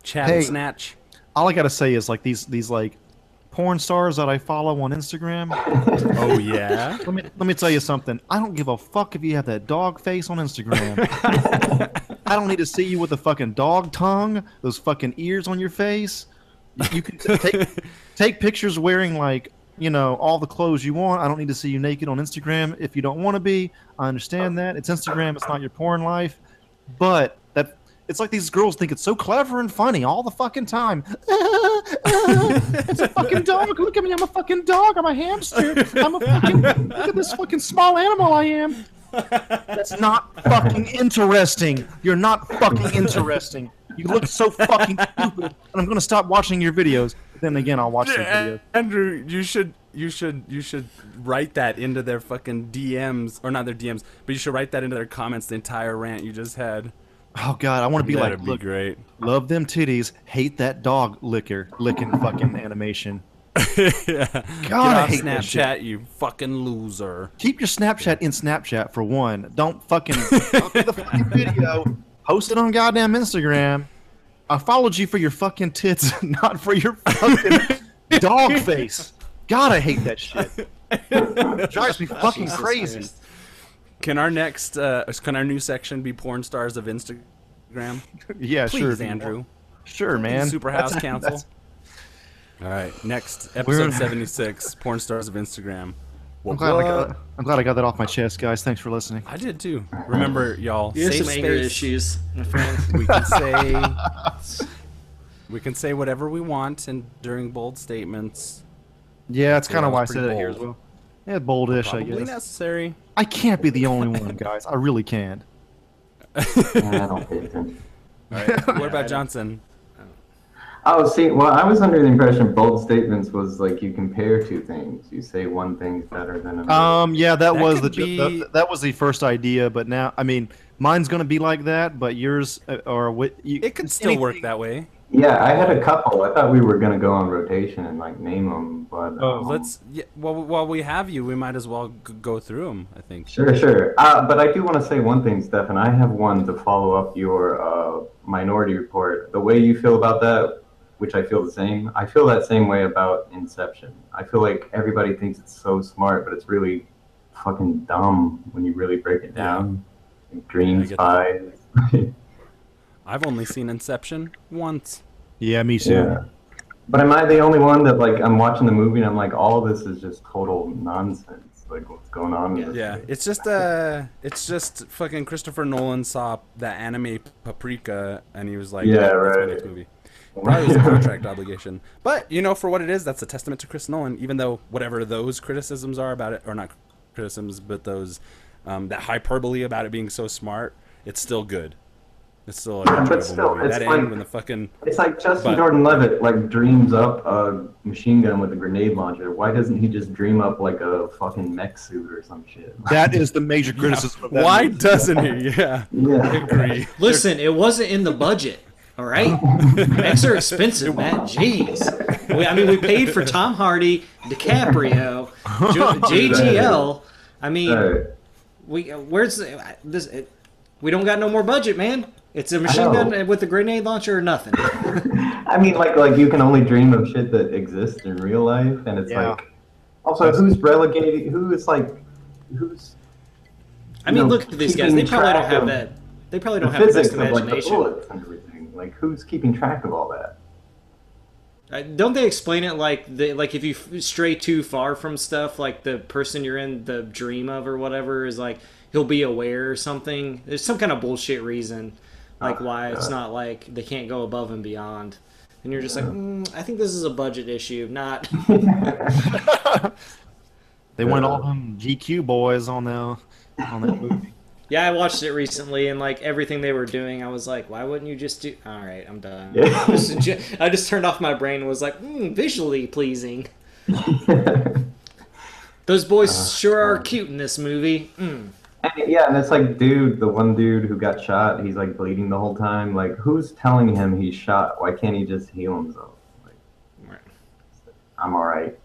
B: chat
D: Hey.
B: and snatch
D: All I gotta say is like these these like porn stars that I follow on Instagram. [LAUGHS]
B: oh yeah
D: Let me let me tell you something. I don't give a fuck if you have that dog face on Instagram. I don't need to see you with a fucking dog tongue, those fucking ears on your face. You can take, take pictures wearing like you know all the clothes you want. I don't need to see you naked on Instagram if you don't want to be. I understand that it's Instagram. It's not your porn life, but that it's like these girls think it's so clever and funny all the fucking time. it's a fucking dog. Look at me. I'm a fucking dog. I'm a hamster. I'm a fucking. Look at this fucking small animal I am. That's not fucking interesting. You're not fucking interesting. You look so fucking stupid. And I'm gonna stop watching your videos. Then again, I'll watch your videos.
B: Andrew, you should you should you should write that into their fucking DMs or not their DMs, but you should write that into their comments. The entire rant you just had.
D: Oh god, I want to be
B: That'd
D: like,
B: be
D: look,
B: great.
D: love them titties, hate that dog licker, licking fucking animation.
B: [LAUGHS] yeah.
D: God,
B: Get
D: I
B: off
D: hate that shit.
B: Snapchat, you fucking loser.
D: Keep your Snapchat in Snapchat for one. Don't fucking don't do the
B: [LAUGHS]
D: fucking video. Post it on goddamn Instagram. I followed you for your fucking tits, [LAUGHS] not for your
B: [LAUGHS]
D: fucking dog face. God, I hate that shit.
B: [LAUGHS]
D: drives me fucking
C: Jesus
D: crazy.
C: Christ.
B: Can our next uh, can our new section be porn stars of Instagram?
D: Yeah,
B: Please,
D: sure, if you
B: Andrew.
D: want. Sure, man. [LAUGHS]
B: Super
D: That's-
B: House Council. All right, next episode
D: We're-
B: 76, porn stars of Instagram.
D: I'm glad, I got, I'm glad I got that off my chest, guys. Thanks for listening.
B: I did too. Remember, y'all,
C: You have
B: safe
C: some anger
B: space.
C: issues, my friend.
B: We can say we can say whatever we want, and during bold statements,
D: Yeah, that's
B: Yeah,
D: kind
B: that
D: of
B: was
D: why I
B: pretty
D: said it here as
B: bold.
D: well. Yeah, boldish, I
B: probably
D: guess. [LAUGHS]
B: necessary.
D: I can't be the only one, guys. I really can't.
F: I don't pay attention.
B: All right.
D: [LAUGHS]
B: What about Johnson?
F: Oh, see, well, I was under the impression bold statements was like you compare two things. You say one thing's better than another.
D: Um, yeah, that,
B: That
D: was the,
B: could be-
D: that, that was the first idea, but now I mean, mine's gonna be like that, but yours uh, or what? You,
B: It could still work that way.
F: yeah, I had a couple. I thought we were gonna go on rotation and like name them, but
D: Oh,
F: um,
B: Let's. Yeah, while while we have you, we might as well g- go through them. I think.
F: Sure, sure. Uh, but I do want to say one thing, Stefan. I have one to follow up your uh, minority report. The way you feel about that, which I feel the same, I feel that same way about Inception. I feel like everybody thinks it's so smart, but it's really fucking dumb when you really break it down. Dreams,
B: Yeah, I
F: spies. [LAUGHS]
B: I've only seen Inception once.
D: Yeah, me too.
F: yeah. But am I the only one that like I'm watching the movie and I'm like, all this is just total nonsense. Like, what's going on? in this
B: Yeah,
F: thing?
B: it's just uh, it's just fucking Christopher Nolan saw that anime Paprika, and he was like,
F: Yeah,
B: "That's my
F: right.
B: next movie."
F: [LAUGHS]
B: Probably was a contract obligation, but you know, for what it is, that's a testament to Chris Nolan. Even though whatever those criticisms are about it, or not criticisms, but those um, that hyperbole about it being so smart, it's still good. It's still an
F: Yeah, but
B: enjoyable
F: still,
B: movie.
F: it's
B: That
F: like-
B: end when the fucking
F: It's like Justin
B: But-
F: Jordan Levitt like dreams up a machine gun with a grenade launcher. Why doesn't he just dream up like a fucking mech suit or some shit?
D: That is the major [LAUGHS] criticism. Of that
B: why
D: movie.
B: doesn't he? [LAUGHS] Yeah, I
F: [LAUGHS] Yeah.
B: agree.
C: [LAUGHS] Listen, it wasn't in the budget. All
D: [LAUGHS]
C: right, Mechs are expensive, Matt. Jeez, we, I mean, we paid for Tom Hardy,
D: [LAUGHS]
C: DiCaprio, Jo- JGL. I mean,
F: So,
C: we where's the- this? It, we don't got no more budget, man. It's a machine
F: know.
C: gun with a grenade launcher or nothing.
F: I mean, like, like you can only dream of shit that exists in real life, and it's
D: Yeah.
F: like, also, who's relegating? Who is like, who's
C: I mean,
F: No,
C: look at these guys. They
F: keeping
C: probably don't
F: track
C: have
F: of
C: that. They probably
F: the
C: don't have the
F: physics
C: best
F: of like the
C: imagination.
F: bullets and everything? Like, who's keeping track of all that?
C: Uh, Don't they explain it like the like if you f- stray too far from stuff, like the person you're in the dream of or whatever is like he'll be aware or something. There's some kind of bullshit reason, like
F: Ah,
C: why it's not like they can't go above and beyond. And you're just like, mm, I think this is a budget issue, not. [LAUGHS]
F: [LAUGHS]
D: they went all them GQ boys on now on that [LAUGHS] movie.
C: yeah, I watched it recently, and like everything they were doing, I was like, why wouldn't you just do? All right, I'm done.
F: Yeah.
C: This is ju- [LAUGHS] I just turned off my brain and was like, mm, visually pleasing. Those boys sure are cute in this movie. Mm.
F: [LAUGHS] And, yeah, and it's like, dude, the one dude who got shot, he's like bleeding the whole time. Like, who's telling him he's shot? Why can't he just heal himself? Like,
C: Right.
F: I'm all
B: [LAUGHS]
F: right.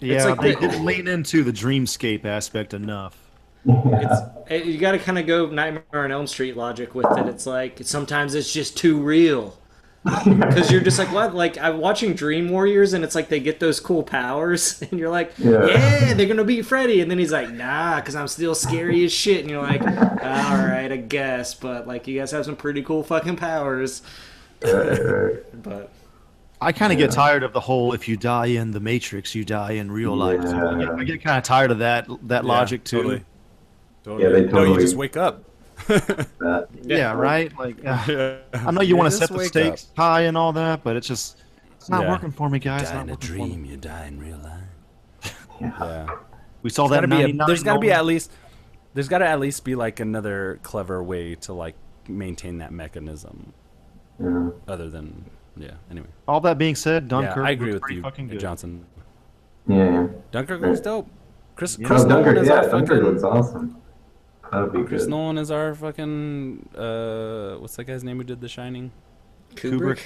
D: Yeah,
C: like
D: they
C: the-
D: didn't lean into the dreamscape aspect enough.
C: It- You got to kind of go Nightmare on Elm Street logic with it. It's like sometimes it's just too real because you're just like what? Like I'm watching Dream Warriors and it's like they get those cool powers [LAUGHS] and you're like, yeah,
F: Yeah.
C: they're gonna beat Freddy, and then he's like, nah, because I'm still scary as shit, and you're like, all right, I guess, but like you guys have some pretty cool fucking powers, but
D: I kind of get tired of the whole "if you die in the Matrix, you die in real life." So I get,
F: Yeah.
D: I get kind of tired of that that
B: Yeah,
D: logic too.
B: Totally. totally.
F: Yeah, they
B: No, you
F: totally-
B: just wake up.
F: That.
D: Yeah, right.
B: [LAUGHS]
D: Like, uh, I know you
B: Yeah,
D: want to
B: just
D: set the
B: wake
D: stakes high and all that, but it's just it's not
B: Yeah.
D: working for me, guys. It's
B: die
D: not
B: in a
D: working for me.
B: dream, you die in real life.
F: Yeah.
B: Yeah.
D: We saw that.
B: Gotta be a-
D: 99
B: there's got to be
D: moment.
B: at least there's got to at least be like another clever way to like maintain that mechanism
F: Yeah.
B: other than yeah. Anyway,
D: All that being said,
B: yeah,
D: Dunkirk.
B: I agree
D: was
B: with
D: pretty
B: you, uh,
D: Fucking good.
B: Johnson.
F: Yeah.
B: Dunkirk looks dope. Chris,
D: Yeah.
B: Chris
F: no,
B: Nolan
F: Dunkirk,
B: is
F: yeah,
B: our
F: Dunkirk
B: fucking-
F: looks awesome. That would be
B: Chris
F: good.
B: Nolan is our fucking uh, what's that guy's name who did The Shining?
C: Kubrick.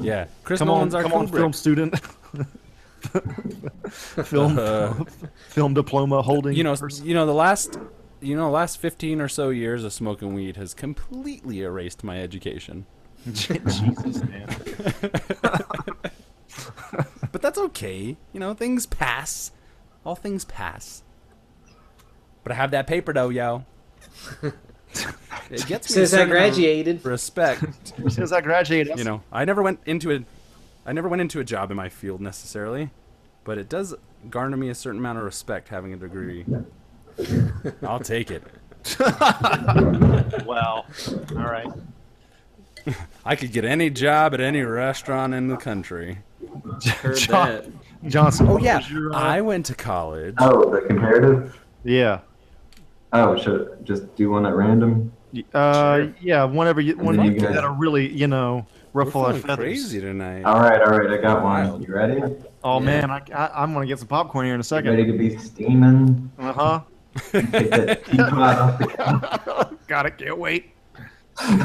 B: Yeah, Chris
D: Come on,
B: Nolan's
D: come
B: our
D: on,
B: Kubrick.
D: film
B: [LAUGHS]
D: student. [LAUGHS] film,
B: Uh,
D: film diploma holding.
B: you know, [LAUGHS]
D: person.
B: you know the last, you know, the last fifteen or so years of smoking weed has completely erased my education.
D: Jesus, man.
B: But that's okay. You know, things pass. All things pass. But I have that paper though, yo. It gets me a
C: Since I
B: certain amount of
C: graduated.
B: Respect.
D: Since I graduated, [LAUGHS]
B: you know, I never went into a, I never went into a job in my field necessarily, but it does garner me a certain amount of respect having a degree. I'll take it.
D: Wow. All right.
B: I could get any job at any restaurant in the country.
C: Heard
D: John-
C: that.
D: Johnson.
B: Oh
D: what
B: yeah,
D: was your, uh,
B: I went to college.
F: Oh, the comparative?
D: yeah.
F: Oh, should I just do one at random?
D: Y- Uh, yeah. Whenever you,
F: then
D: whenever
F: you guys-
D: that are really, you know,
B: We're
D: ruffle our
B: feeling
D: feathers.
B: crazy tonight.
F: All right, all right, I got
B: Wild.
F: one. You ready? You
D: Oh man, I, I, I'm gonna get some popcorn here in a
F: ready
D: second.
F: to be steaming?
D: Uh huh.
F: Take
B: [LAUGHS]
F: that cheap pot off the counter.
D: Got it. Can't wait.
F: All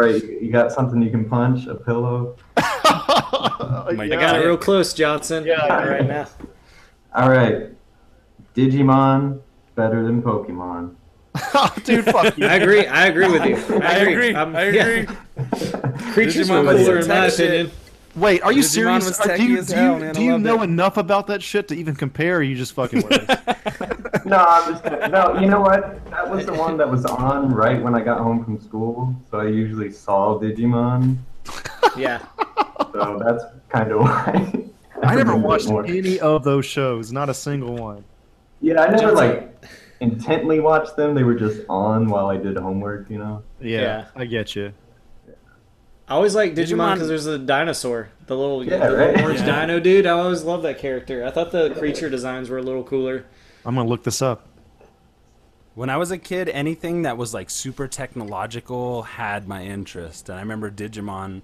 F: right, you you got something you can punch? A pillow?
B: My
D: [LAUGHS] Yeah.
C: I got it real close, Johnson.
D: Yeah, I got
F: it.
C: right now.
F: All right, Digimon better than Pokemon.
D: Oh, dude, [LAUGHS] fuck you.
C: I agree. I agree with you. I agree. I'm-
B: [LAUGHS] I
C: yeah. [LAUGHS]
B: agree.
C: Creatures
B: Digimon
C: were
F: was
C: cooler in
B: tech
C: my
B: shit.
C: opinion.
D: Wait, are you
B: Digimon was
D: serious? Are- do
B: techie
D: you,
B: as
D: do
B: hell,
D: you,
B: man.
D: do
B: I
D: you
B: loved
D: know
B: it.
D: enough about that shit to even compare? Or are you just fucking [LAUGHS] with us?
F: No, I'm just gonna, no. You know what? That was the one that was on right when I got home from school, so I usually saw Digimon.
C: Yeah.
F: So that's kind of [LAUGHS] why.
D: I never
F: remember it
D: watched
F: more.
D: any of those shows, not a single one.
F: Yeah, I never like intently watched them. They were just on while I did homework. You know.
D: Yeah,
C: Yeah.
D: I get you.
C: I always like Digimon
B: Digimon-
C: because there's a dinosaur, the little,
F: Yeah,
C: the
F: right?
C: little orange
B: Yeah.
C: dino dude. I always loved that character. I thought the creature designs were a little cooler.
D: I'm gonna look this up.
B: When I was a kid, anything that was like super technological had my interest, and I remember Digimon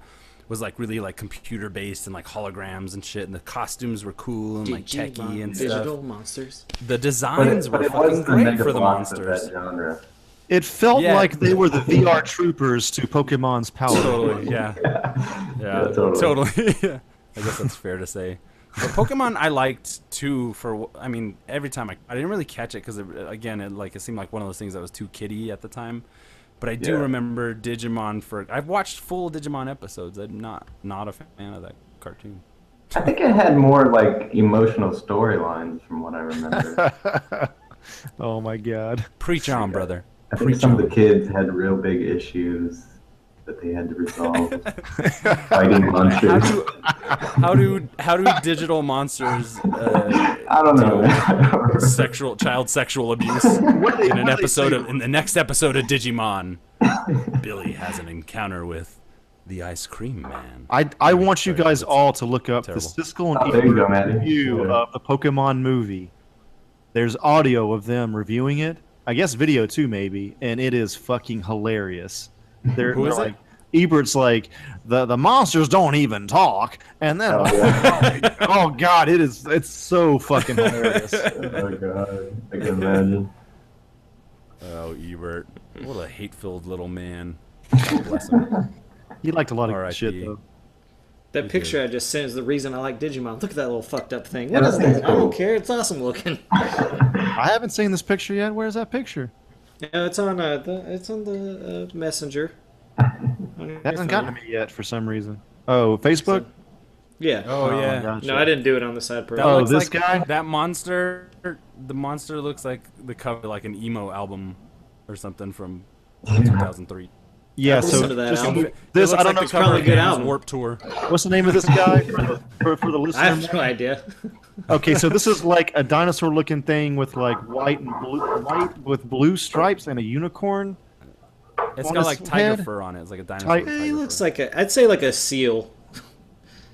B: was like really like computer based and like holograms and shit, and the costumes were cool and like techie and
C: digital
B: stuff.
C: monsters.
B: The designs were fucking great for
F: Megalobox
B: the monsters.
F: Of that genre.
D: It felt
B: Yeah.
D: like they were the VR troopers to Pokemon's power.
B: Totally, yeah, yeah,
F: totally.
B: totally. yeah. [LAUGHS] I guess that's fair to say. But Pokemon, I liked too. For wh- I mean, every time I I didn't really catch it because again, it like it seemed like one of those things that was too kiddie at the time. But I do
F: Yeah.
B: remember Digimon for I've watched full Digimon episodes. I'm not not a fan of that cartoon.
F: I think it had more like emotional storylines from what I remember.
D: oh my god.
B: Preach on, brother.
F: I think some of the kids had real big issues that they had to resolve. Fighting
B: How
F: monsters.
B: do how do how do digital monsters uh,
F: I don't know. [LAUGHS]
B: sexual child sexual abuse?
D: What they,
B: in an episode of in the next episode of Digimon, Billy has an encounter with the ice cream man.
D: I, I want you
B: Sorry,
D: guys
B: that's
D: all to look up
B: terrible.
D: the Siskel
F: Oh,
D: and
F: there you go,
D: Ebert
F: Matthew.
D: review
F: Yeah.
D: of the Pokemon movie. There's audio of them reviewing it. I guess video too, maybe, and it is fucking hilarious. They're,
B: Who
D: they're
B: is it?
D: like, Ebert's like the the monsters don't even talk, and then [LAUGHS]
F: Oh, yeah.
D: oh god, it is it's so fucking hilarious.
F: [LAUGHS] oh god, I can imagine.
B: Oh, Ebert, what a hate-filled little [LAUGHS] man.
D: Oh,
B: God bless him.
D: He liked a lot of
B: R.I.P..
D: shit though.
C: That picture I just sent is the reason I like Digimon. Look at that little fucked up thing.
F: Yeah,
C: What
F: that
C: is
F: thing's
C: that? I don't
F: cool.
C: care. It's awesome looking. [LAUGHS]
D: I haven't seen this picture yet. Where's that picture?
C: No, it's on uh, the it's on the uh,
F: [LAUGHS]
C: messenger. On your
D: That hasn't
C: phone.
D: gotten to me yet for some reason. Oh, Facebook.
C: Yeah.
B: Oh yeah.
D: gotcha.
C: no, I didn't do it on the side
B: That
C: program.
D: Oh,
B: looks
D: this
B: like-
D: guy?
B: That monster. The monster looks like the cover, of, like an emo album, or something from 2003.
D: Yeah. So
C: listened to that
D: just-
C: album.
D: this
B: It
D: I
B: looks
D: don't
B: like
D: know.
B: the cover
C: probably a
B: of
C: good
B: Van's
C: album.
B: Warped Tour.
D: What's the name of this
B: [LAUGHS]
D: guy for the, for, for the
C: I
D: [LAUGHS]
C: have no
D: listener?
C: idea.
D: Okay, so this is like a dinosaur-looking thing with like white and blue, white with blue stripes and a unicorn.
B: It's
D: On
B: got
D: his
B: like tiger
D: head?
B: fur on it. It's like a dinosaur.
D: Ti-
B: with
D: He
C: He
B: tiger
C: looks
B: fur.
C: like a. I'd say like a seal.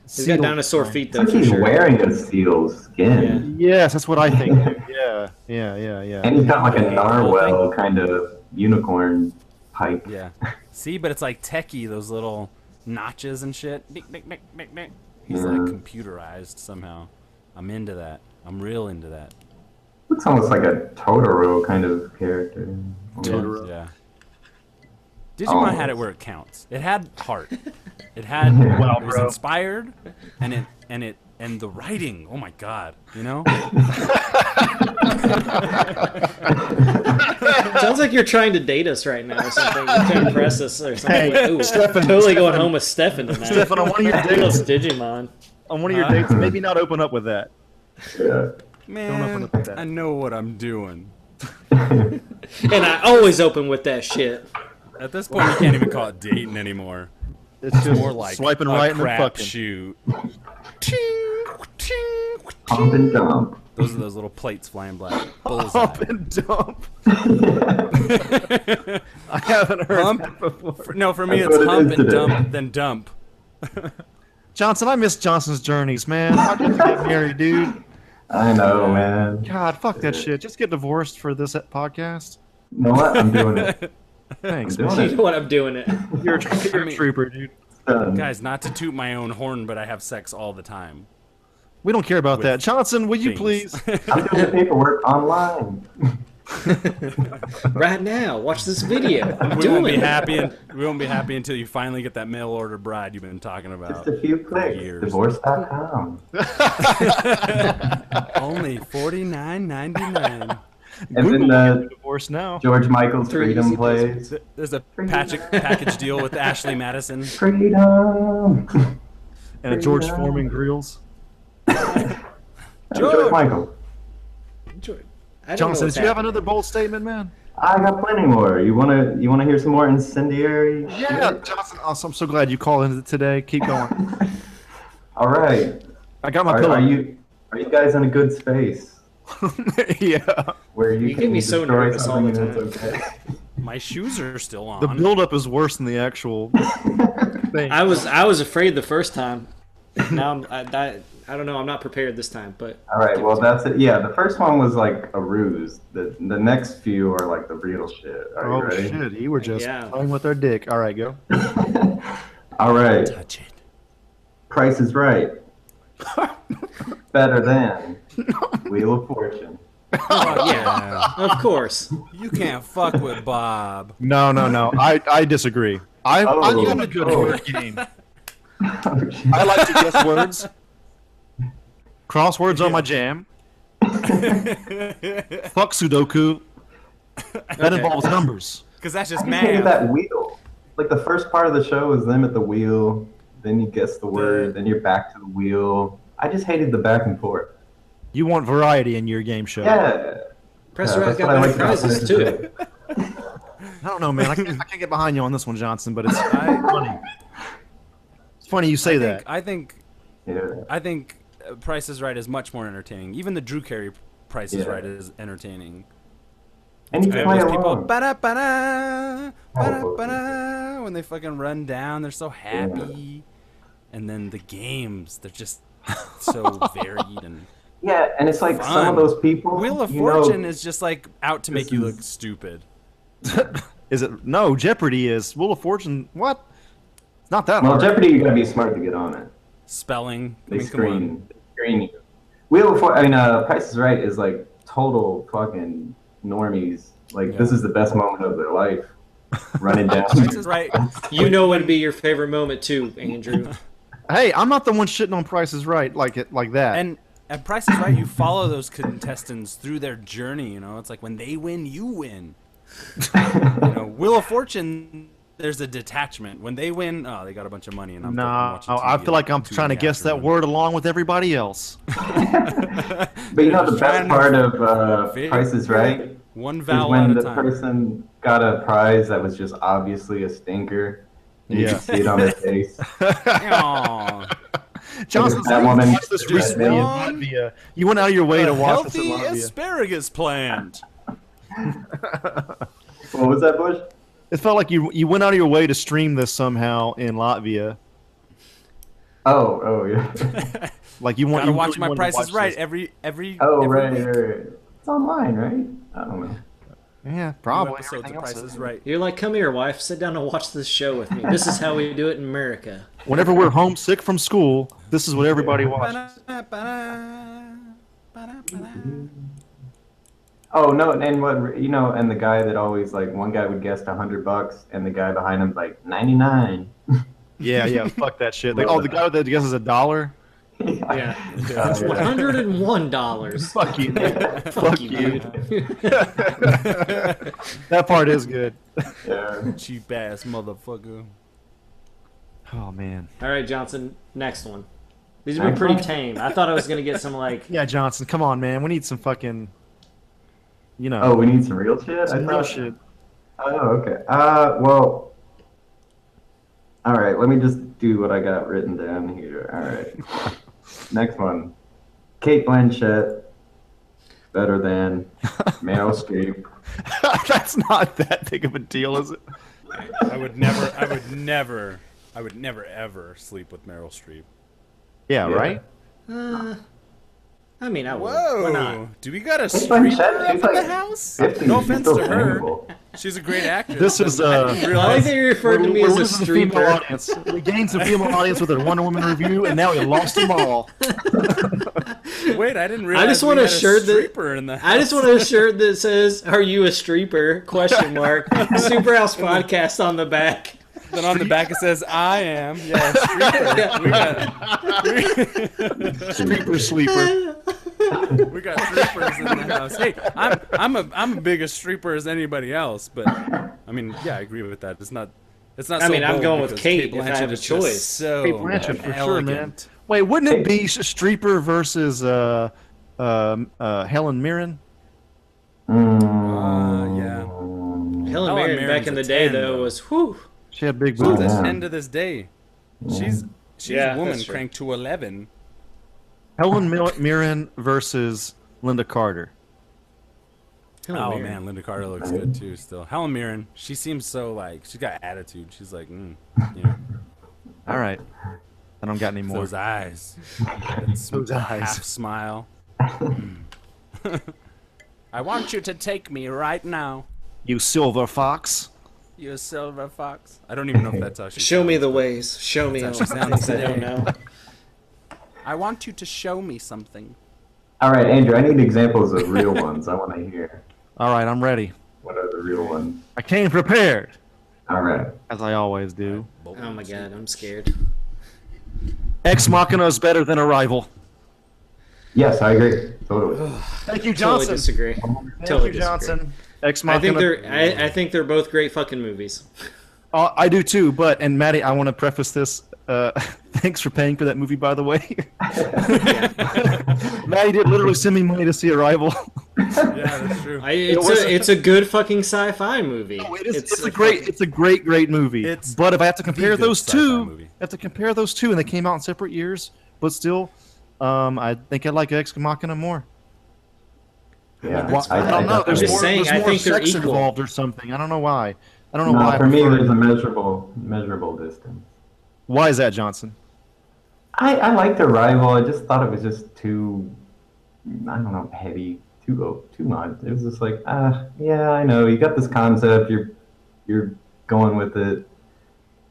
C: He's got
D: Seal.
C: dinosaur feet though. for
F: Somebody's
C: sure.
F: wearing a seal skin.
D: Yes, that's what I think. yeah, yeah, yeah, yeah, yeah.
F: And he's got like a narwhal kind of unicorn pike.
B: Yeah. See, but it's like techie, those little notches and shit. Nick, nick, nick, nick, nick. He's like
F: Yeah.
B: computerized somehow. I'm into that. I'm real into that.
F: Looks almost like a Totoro kind of character.
C: Totoro.
B: Yeah. Digimon
F: Oh.
B: had it where it counts. It had heart. It had
D: Wow,
B: it was
D: bro.
B: inspired and it and it and the writing. Oh my god, you know?
C: Sounds like you're trying to date us right now or something. You're trying to impress us or something.
D: Hey,
C: Ooh,
D: Stefan,
C: totally going
D: Stefan.
C: home with Stefan tonight.
D: Stefan, on one of your
C: He loves
D: dates,
C: Digimon.
D: on one of your
B: Huh?
D: dates, maybe not open up with that.
F: Yeah.
B: Man,
D: up with that.
B: I know what I'm doing.
C: And I always open with that shit.
B: At this point, you can't even call it dating anymore.
D: It's just
B: More like
D: swiping
B: a
D: right and then
B: crap
D: fucking.
B: shoot. Ting, ting,
F: Pump and dump. [LAUGHS]
B: Those are those little plates flying black.
D: [LAUGHS]
B: Bullseye.
D: Pump and dump. I haven't heard
B: Pump?
D: that before.
B: For- no, for me,
F: That's
B: it's
F: what it
B: hump
F: is
B: and
F: today.
B: dump, then dump.
D: Johnson, I miss Johnson's journeys, man. I just get married, dude.
F: I know, man.
D: God, fuck that shit. Just get divorced for this podcast.
F: You know what? I'm doing it.
C: [LAUGHS]
D: Thanks,
F: I'm
D: man.
F: doing
C: You
F: it.
C: know what? I'm doing it.
D: You're, a- you're a trooper, dude.
F: Done.
B: Guys, not to toot my own horn, but I have sex all the time.
D: We don't care about
B: With
D: that. Johnson, will you
B: things.
D: please?
F: I'm doing the paperwork online.
C: Right now, watch this video. I'm
B: We won't be
C: doing it.
B: happy. And, we won't be happy until you finally get that mail order bride you've been talking about.
F: Just a few clicks.
B: Years.
F: Divorce.com.
B: Only forty nine ninety nine.
F: And then uh, the
D: Divorce now.
F: George Michael's
C: Three
F: Freedom
C: easy
F: plays.
B: There's a package package deal with Ashley
C: [LAUGHS]
B: Madison.
F: Freedom. [LAUGHS]
D: And a George Foreman grills.
F: George Michael.
C: I don't know
D: Johnson,
C: what's
D: did you have
C: happening.
D: another bold statement, man?
F: I got plenty more. You wanna you wanna hear some more incendiary?
D: Yeah, Johnson. Awesome. I'm so glad you called in today. Keep going.
F: [LAUGHS] All right.
D: I got
C: Oh,
D: my
F: Are,
D: pillow.
F: are you are you guys in a good space
D: [LAUGHS] yeah.
F: where you,
C: You
F: can
C: get me so
F: destroy
C: nervous all the
F: something and it's okay?
B: My shoes are still on.
D: The buildup is worse than the
C: [LAUGHS]
D: actual
F: [LAUGHS]
D: thing.
C: I was I was afraid the first time. Now I'm, I, I I don't know. I'm not prepared this time, but
F: All right. Well, that's it. Yeah, the first one was like a ruse. The the next few are like the real shit. Are you
D: Oh
F: ready?
D: shit! You were just
C: Yeah.
D: playing with our dick. All right, go.
F: [LAUGHS] All right.
B: Touch it.
F: Price is right. Better than Wheel of Fortune.
B: Oh, yeah.
C: of course,
B: You can't fuck with Bob. [LAUGHS]
D: No, no, no. I, I disagree. I,
F: Oh.
D: I love a good
F: Oh.
D: word game. [LAUGHS] I like to guess words. Crosswords are my jam.
F: [LAUGHS]
D: Fuck
B: [LAUGHS]
D: Sudoku. That involves numbers.
B: Because that's just
F: Think of
B: math.
F: that wheel. Like the first part of the show is them at the wheel. Then you guess the word. Then you're back to the wheel. I just hated the back and forth.
D: You want variety in your game show.
F: Yeah.
C: Press
F: Yeah,
C: Rock's
F: that's what
C: got
F: I
C: many
F: like about
C: prizes
F: this
C: too.
D: I don't know, man. I can't, I can't get behind you on this one, Johnson,
B: [LAUGHS]
D: but it's funny. It's funny you say that.
B: I think
F: Yeah.
B: I think uh, Price is Right is much more entertaining. Even the Drew Carey Price is
F: Yeah.
B: Right is entertaining.
F: And you
B: I
F: can play
B: have those people
F: along.
B: ba-da, ba-da, ba-da,
F: Oh,
B: ba-da, when they fucking run down, they're so happy. And then the games,
F: [LAUGHS]
B: they're just so varied and
F: Yeah, and it's like some
B: Fun.
F: of those people.
B: Wheel of
F: you
B: Fortune
F: know,
B: is just like out to make
F: This
B: you
F: is-
B: look stupid.
D: Is it? No, Jeopardy is. Wheel of Fortune. What? It's not that
F: Well,
D: hard.
F: Jeopardy, you gotta be smart to get on it.
B: Spelling. I
F: They
B: mean, come on.
F: screen, they screen you. Wheel of Fortune. I mean, uh, Price is Right is like total fucking normies. Like this is the best moment of their life.
B: [LAUGHS]
F: Running down.
B: Price is Right.
C: You know what'd be your favorite moment too, Andrew.
D: Hey, I'm not the one shitting on Price is Right like it like that.
B: And at Price is Right, you follow those contestants through their journey. You know, it's like when they win, you win. you know,
F: [LAUGHS]
B: Wheel of Fortune. There's a detachment. When they win, oh, they got a bunch of money, and I'm
D: Nah,
B: fucking watching
D: I
B: TV
D: feel like I'm
B: two
D: trying to
B: days
D: guess
B: after
D: that
B: one.
D: word along with everybody else.
F: But you know the
B: Just
F: best
B: trying to
F: part of uh,
B: figure-
F: Price is Right
B: One
F: is
B: vowel at
F: when
B: a
F: the
B: time.
F: person got a prize that was just obviously a stinker. and You
D: Yeah.
F: could see it on
B: [LAUGHS]
F: their face.
B: [LAUGHS]
D: [LAUGHS]
B: Aw, [LAUGHS]
D: Johnson's
F: That
D: like,
F: woman-
D: watch this
F: that
D: recently in
B: woman-
D: Latvia. You went out of your way to
B: a
D: watch this in
B: healthy
D: Latvia. [LAUGHS]
B: asparagus plant.
F: What was that, Bush?
D: it felt like you you went out of your way to stream this somehow in Latvia.
F: Oh, oh yeah.
B: [LAUGHS]
D: Like you want
B: Gotta
D: you
B: watch
D: really
B: my
D: wanted to
B: Price
D: watch
B: is Right
D: this.
B: every every.
F: Oh
B: every
F: right,
B: week.
F: right, right. It's online, right? I don't know.
D: Yeah,
B: New
D: probably.
B: episodes of
D: Everything else
B: Price
D: is-
B: is Right.
C: You're like, come here, wife, sit down and watch this show with me. This is how we do it in America.
D: Whenever we're homesick from school, this is what everybody watches.
F: Oh no, and what you know, and the guy that always like one guy would guess hundred bucks, and the guy behind him's like ninety nine.
D: Yeah, yeah, fuck that shit. Like, oh, the guy that guesses a [LAUGHS] dollar?
C: Yeah.
F: [LAUGHS] Uh, yeah.
C: $101.
D: [LAUGHS] Fuck you. Fuck you.
C: dude.
D: That part is good.
F: Yeah.
B: Cheap ass motherfucker.
D: Oh, man.
C: [LAUGHS] All right, Johnson, next one. These have been pretty tame. I thought I was going to get some, like,
D: Yeah, Johnson, come on, man. We need some fucking, you know,
F: Oh, we need some real shit.
D: some real
F: thought-
D: shit. [LAUGHS]
F: Oh, okay. Uh, well. All right. Let me just do what I got written down here. All right. Next one. Kate Blanchett. Better than Meryl Streep.
D: That's not that big of a deal, is it?
B: I would never. I would never. I would never ever sleep with Meryl Streep.
D: Yeah,
F: Yeah.
D: right?
C: uh, I mean, I would.
B: Whoa!
C: Why not?
B: Do we got a
F: Kate Blanchett,
B: streamer up in
F: she's
B: the
F: like
B: house?
F: 50,
B: No
F: she's
B: offense
F: still
B: to her.
F: singable.
B: She's a great actress.
D: This is, uh,
B: I didn't
C: I
B: realize
C: think you referred to me as a
D: losing the female
C: streamer.
D: audience. We gained some female audience with a Wonder Woman review, and now we lost them all.
B: Wait, I didn't realize.
C: just
B: we
C: want a
B: had
C: shirt that-
B: stripper in the.
C: I just want a shirt that says, "Are you a streeper?" Question
D: [LAUGHS]
C: mark. Superhouse podcast on the back.
B: Then on the back it says, "I
C: [LAUGHS]
B: am." Yeah, stripper. We got.
D: Sleeper, sleeper.
B: We got strippers in the house. Hey, I'm I'm a I'm a bigger stripper as anybody else, but I mean, yeah, I agree with that. It's not. It's not.
C: I
B: so
C: mean, I'm
B: bold
C: going with
B: because
C: Kate if I
B: Blanchett
C: have a
B: is just
C: choice.
B: So
D: Kate Blanchett, for sure, man.
B: elegant.
D: Wait, wouldn't it be Streeper versus uh, um uh, Helen Mirren?
B: Uh, yeah.
C: Helen
B: Helen
C: Mirren back
B: Mirren's
C: in the
B: a
C: day
B: 10,
C: though
B: though.
C: was whew.
D: She had big
B: To
D: boobs.
B: this
F: Yeah.
B: end of this day,
D: Oh.
B: she's she's
C: Yeah,
B: a woman
C: that's true.
B: cranked to eleven.
D: Helen Mil- Mirren versus Linda Carter.
C: Helen
B: oh
C: Mirren.
B: man, Linda Carter looks good too. Still, Helen Mirren, she seems so like she's got attitude. She's like, mm, you know,
D: All right. I don't got any more. [LAUGHS]
B: those eyes, that sm-
D: Those eyes. [LAUGHS]
B: half smile. Mm. [LAUGHS] I want you to take me right now,
D: You silver fox.
B: you silver fox. I don't even know if that's how she.
C: Show me
B: sounds.
C: the ways. Show me.
B: That's
C: all
B: how she
C: the things I
B: sounds
C: don't
B: today.
C: know.
B: I want you to show me something.
F: All right, Andrew. I need examples of real ones. I want to hear
D: All right, I'm ready.
F: what are the real ones.
D: I came prepared,
F: All right.
D: as I always do.
C: Oh my god, I'm scared.
D: Ex Machina is better than Arrival.
F: Yes, I agree. Totally.
D: Thank you,
C: Totally
D: Johnson.
C: disagree.
D: Thank
C: Totally disagree.
D: you, Johnson. Ex
C: I think
D: Machina.
C: they're. I, I think they're both great fucking movies.
D: Uh, I do too, but and Maddie, I want to preface this. Uh, [LAUGHS] thanks for paying for that movie, by the
C: [LAUGHS]
D: way. Maddie did literally send me money to
C: [LAUGHS]
D: see Arrival.
B: Yeah, that's true.
C: I, it's
D: was-
C: a. It's a good fucking sci-fi movie.
D: It is, it's, a great, it's a great, great movie.
B: It's
D: but if I have to compare
B: good
D: those
B: sci-fi
D: two,
B: movie.
D: I have to compare those two, and they came out in separate years, but still, um, I think I like Ex Machina more.
F: Yeah.
D: Why- I, don't know. There's
C: I'm just
D: more,
C: saying,
D: there's
C: I
D: more
C: think they're
D: sex
C: equal.
D: involved or something. I don't know why. I don't know why.
F: No,
D: I
F: for me,
D: prefer-
F: there's a measurable, measurable distance.
D: why is that, Johnson?
F: I, I liked Arrival. I just thought it was just too, I don't know, heavy, too oh, too much. It was just like, ah, yeah, I know. You got this concept. You're, you're going with it.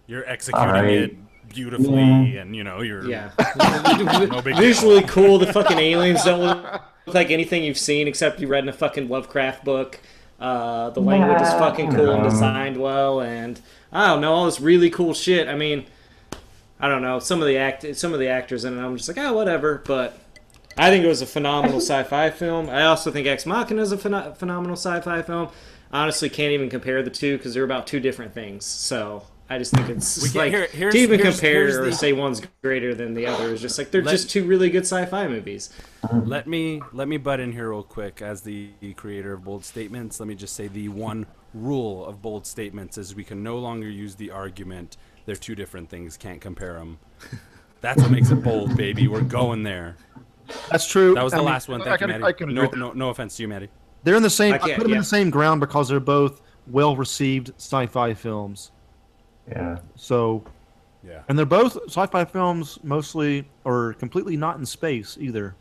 B: You're executing
F: All right.
B: it beautifully,
F: Yeah.
B: and you know you're.
C: Yeah.
B: [LAUGHS] big deal.
C: Visually cool. The fucking aliens don't look like anything you've seen except you read in a fucking Lovecraft book. Uh, the language is
F: Yeah,
C: fucking
F: you
C: cool and
F: know.
C: designed well, and I don't know all this really cool shit. I mean, I don't know some of the act, some of the actors in it. I'm just like, oh, whatever. But I think it was a phenomenal sci-fi film. I also think Ex Machina is a pheno- phenomenal sci-fi film. Honestly, can't even compare the two because they're about two different things. So I just think it's
B: We can't-
C: like
B: here- here's-
C: to even
B: here's-
C: compare
B: here's
C: or
B: the-
C: say one's greater than the other is just like they're
B: Let-
C: just two really good sci-fi movies.
B: Let me let me butt in here real quick as the creator of bold statements. Let me just say the one rule of bold statements is we can no longer use the argument they're two different things, can't compare them. That's what makes it bold, baby. We're going there.
D: That's true.
B: That was the
D: I mean,
B: last one. Thank
D: I can,
B: you, Maddie.
D: I can
B: no,
D: agree with
B: no, no offense to you, Maddie.
D: They're in the same. I,
C: I can't,
D: put them
C: yeah.
D: in the same ground because they're both well-received sci-fi films.
F: Yeah.
D: So,
B: Yeah.
D: and they're both sci-fi films, mostly or completely not in space either.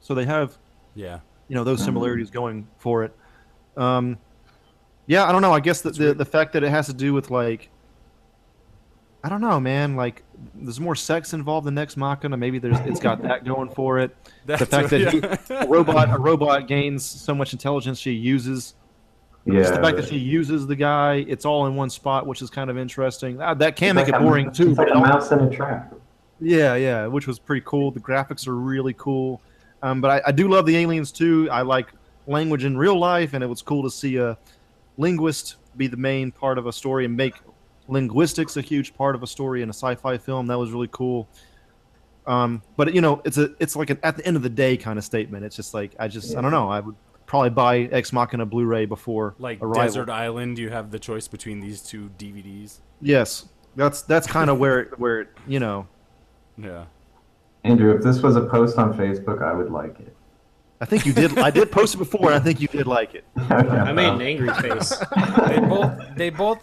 D: So they have
B: Yeah.
D: you know those similarities going for it. Um, yeah, I don't know. I guess the, the the fact that it has to do with like, I don't know, man. Like, there's more sex involved in Ex Machina. Maybe there's it's got that going for it. the
B: That's
D: fact
B: what-
D: that he, a robot a robot gains so much intelligence she uses
F: Yeah.
D: just the fact that
F: but-
D: she uses the guy, it's all in one spot, which is kind of interesting. Uh, that can
F: it's
D: make
F: like
D: it
F: a-
D: boring too.
F: It's like
D: But
F: a mouse in a trap.
D: yeah, yeah, which was pretty cool. The graphics are really cool. Um, but I, I do love the aliens too. I like language in real life, and it was cool to see a linguist be the main part of a story and make linguistics a huge part of a story in a sci-fi film. That was really cool. Um, but you know, it's a it's like an at the end of the day kind of statement. It's just like I just I don't know. I would probably buy Ex Machina Blu-ray before
B: like
D: Arrival.
B: Desert Island, you have the choice between these two DVDs.
D: Yes, that's that's kind of where it, where it, you know.
B: Yeah.
F: Andrew, if this was a post on Facebook, I would like it. [LAUGHS]
D: I think you did. I did post it before, and I think you did like it.
C: I made an angry
B: [LAUGHS]
C: face.
B: They both they both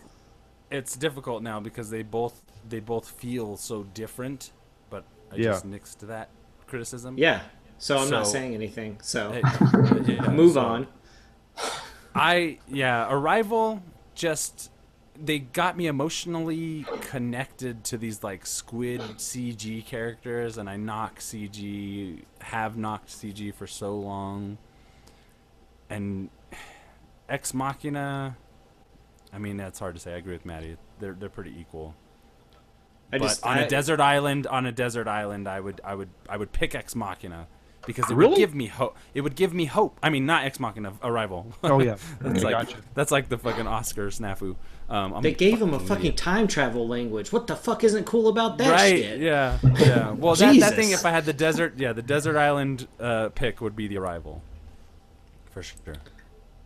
B: it's difficult now because they both they both feel so different, but I
D: Yeah.
B: just nixed that criticism.
C: Yeah. So I'm not
B: So-
C: saying anything. So
B: Hey, yeah,
C: [LAUGHS] move
B: so-
C: on.
B: I yeah, Arrival just they got me emotionally connected to these like squid CG characters and I knock CG have knocked CG for so long. And Ex Machina I mean that's hard to say. I agree with Maddie. They're they're pretty equal.
C: I
B: But
C: just
B: on
C: I-
B: a desert island, on a desert island, I would, I would, I would pick Ex Machina because it would
D: Really?
B: give me hope. It would give me hope. I mean, not Ex Machina, Arrival.
D: Oh, yeah.
B: [LAUGHS] that's
D: I
B: like
D: gotcha.
B: that's like the fucking Oscar snafu. Um, I'm
C: They gave him a fucking
B: idiot.
C: time travel language. What the fuck isn't cool about that
B: right.
C: shit?
B: Yeah,
C: [LAUGHS]
B: yeah. Well, that, that thing.
C: Jesus.
B: If I had the desert, yeah, the desert island uh, pick would be the Arrival, for sure.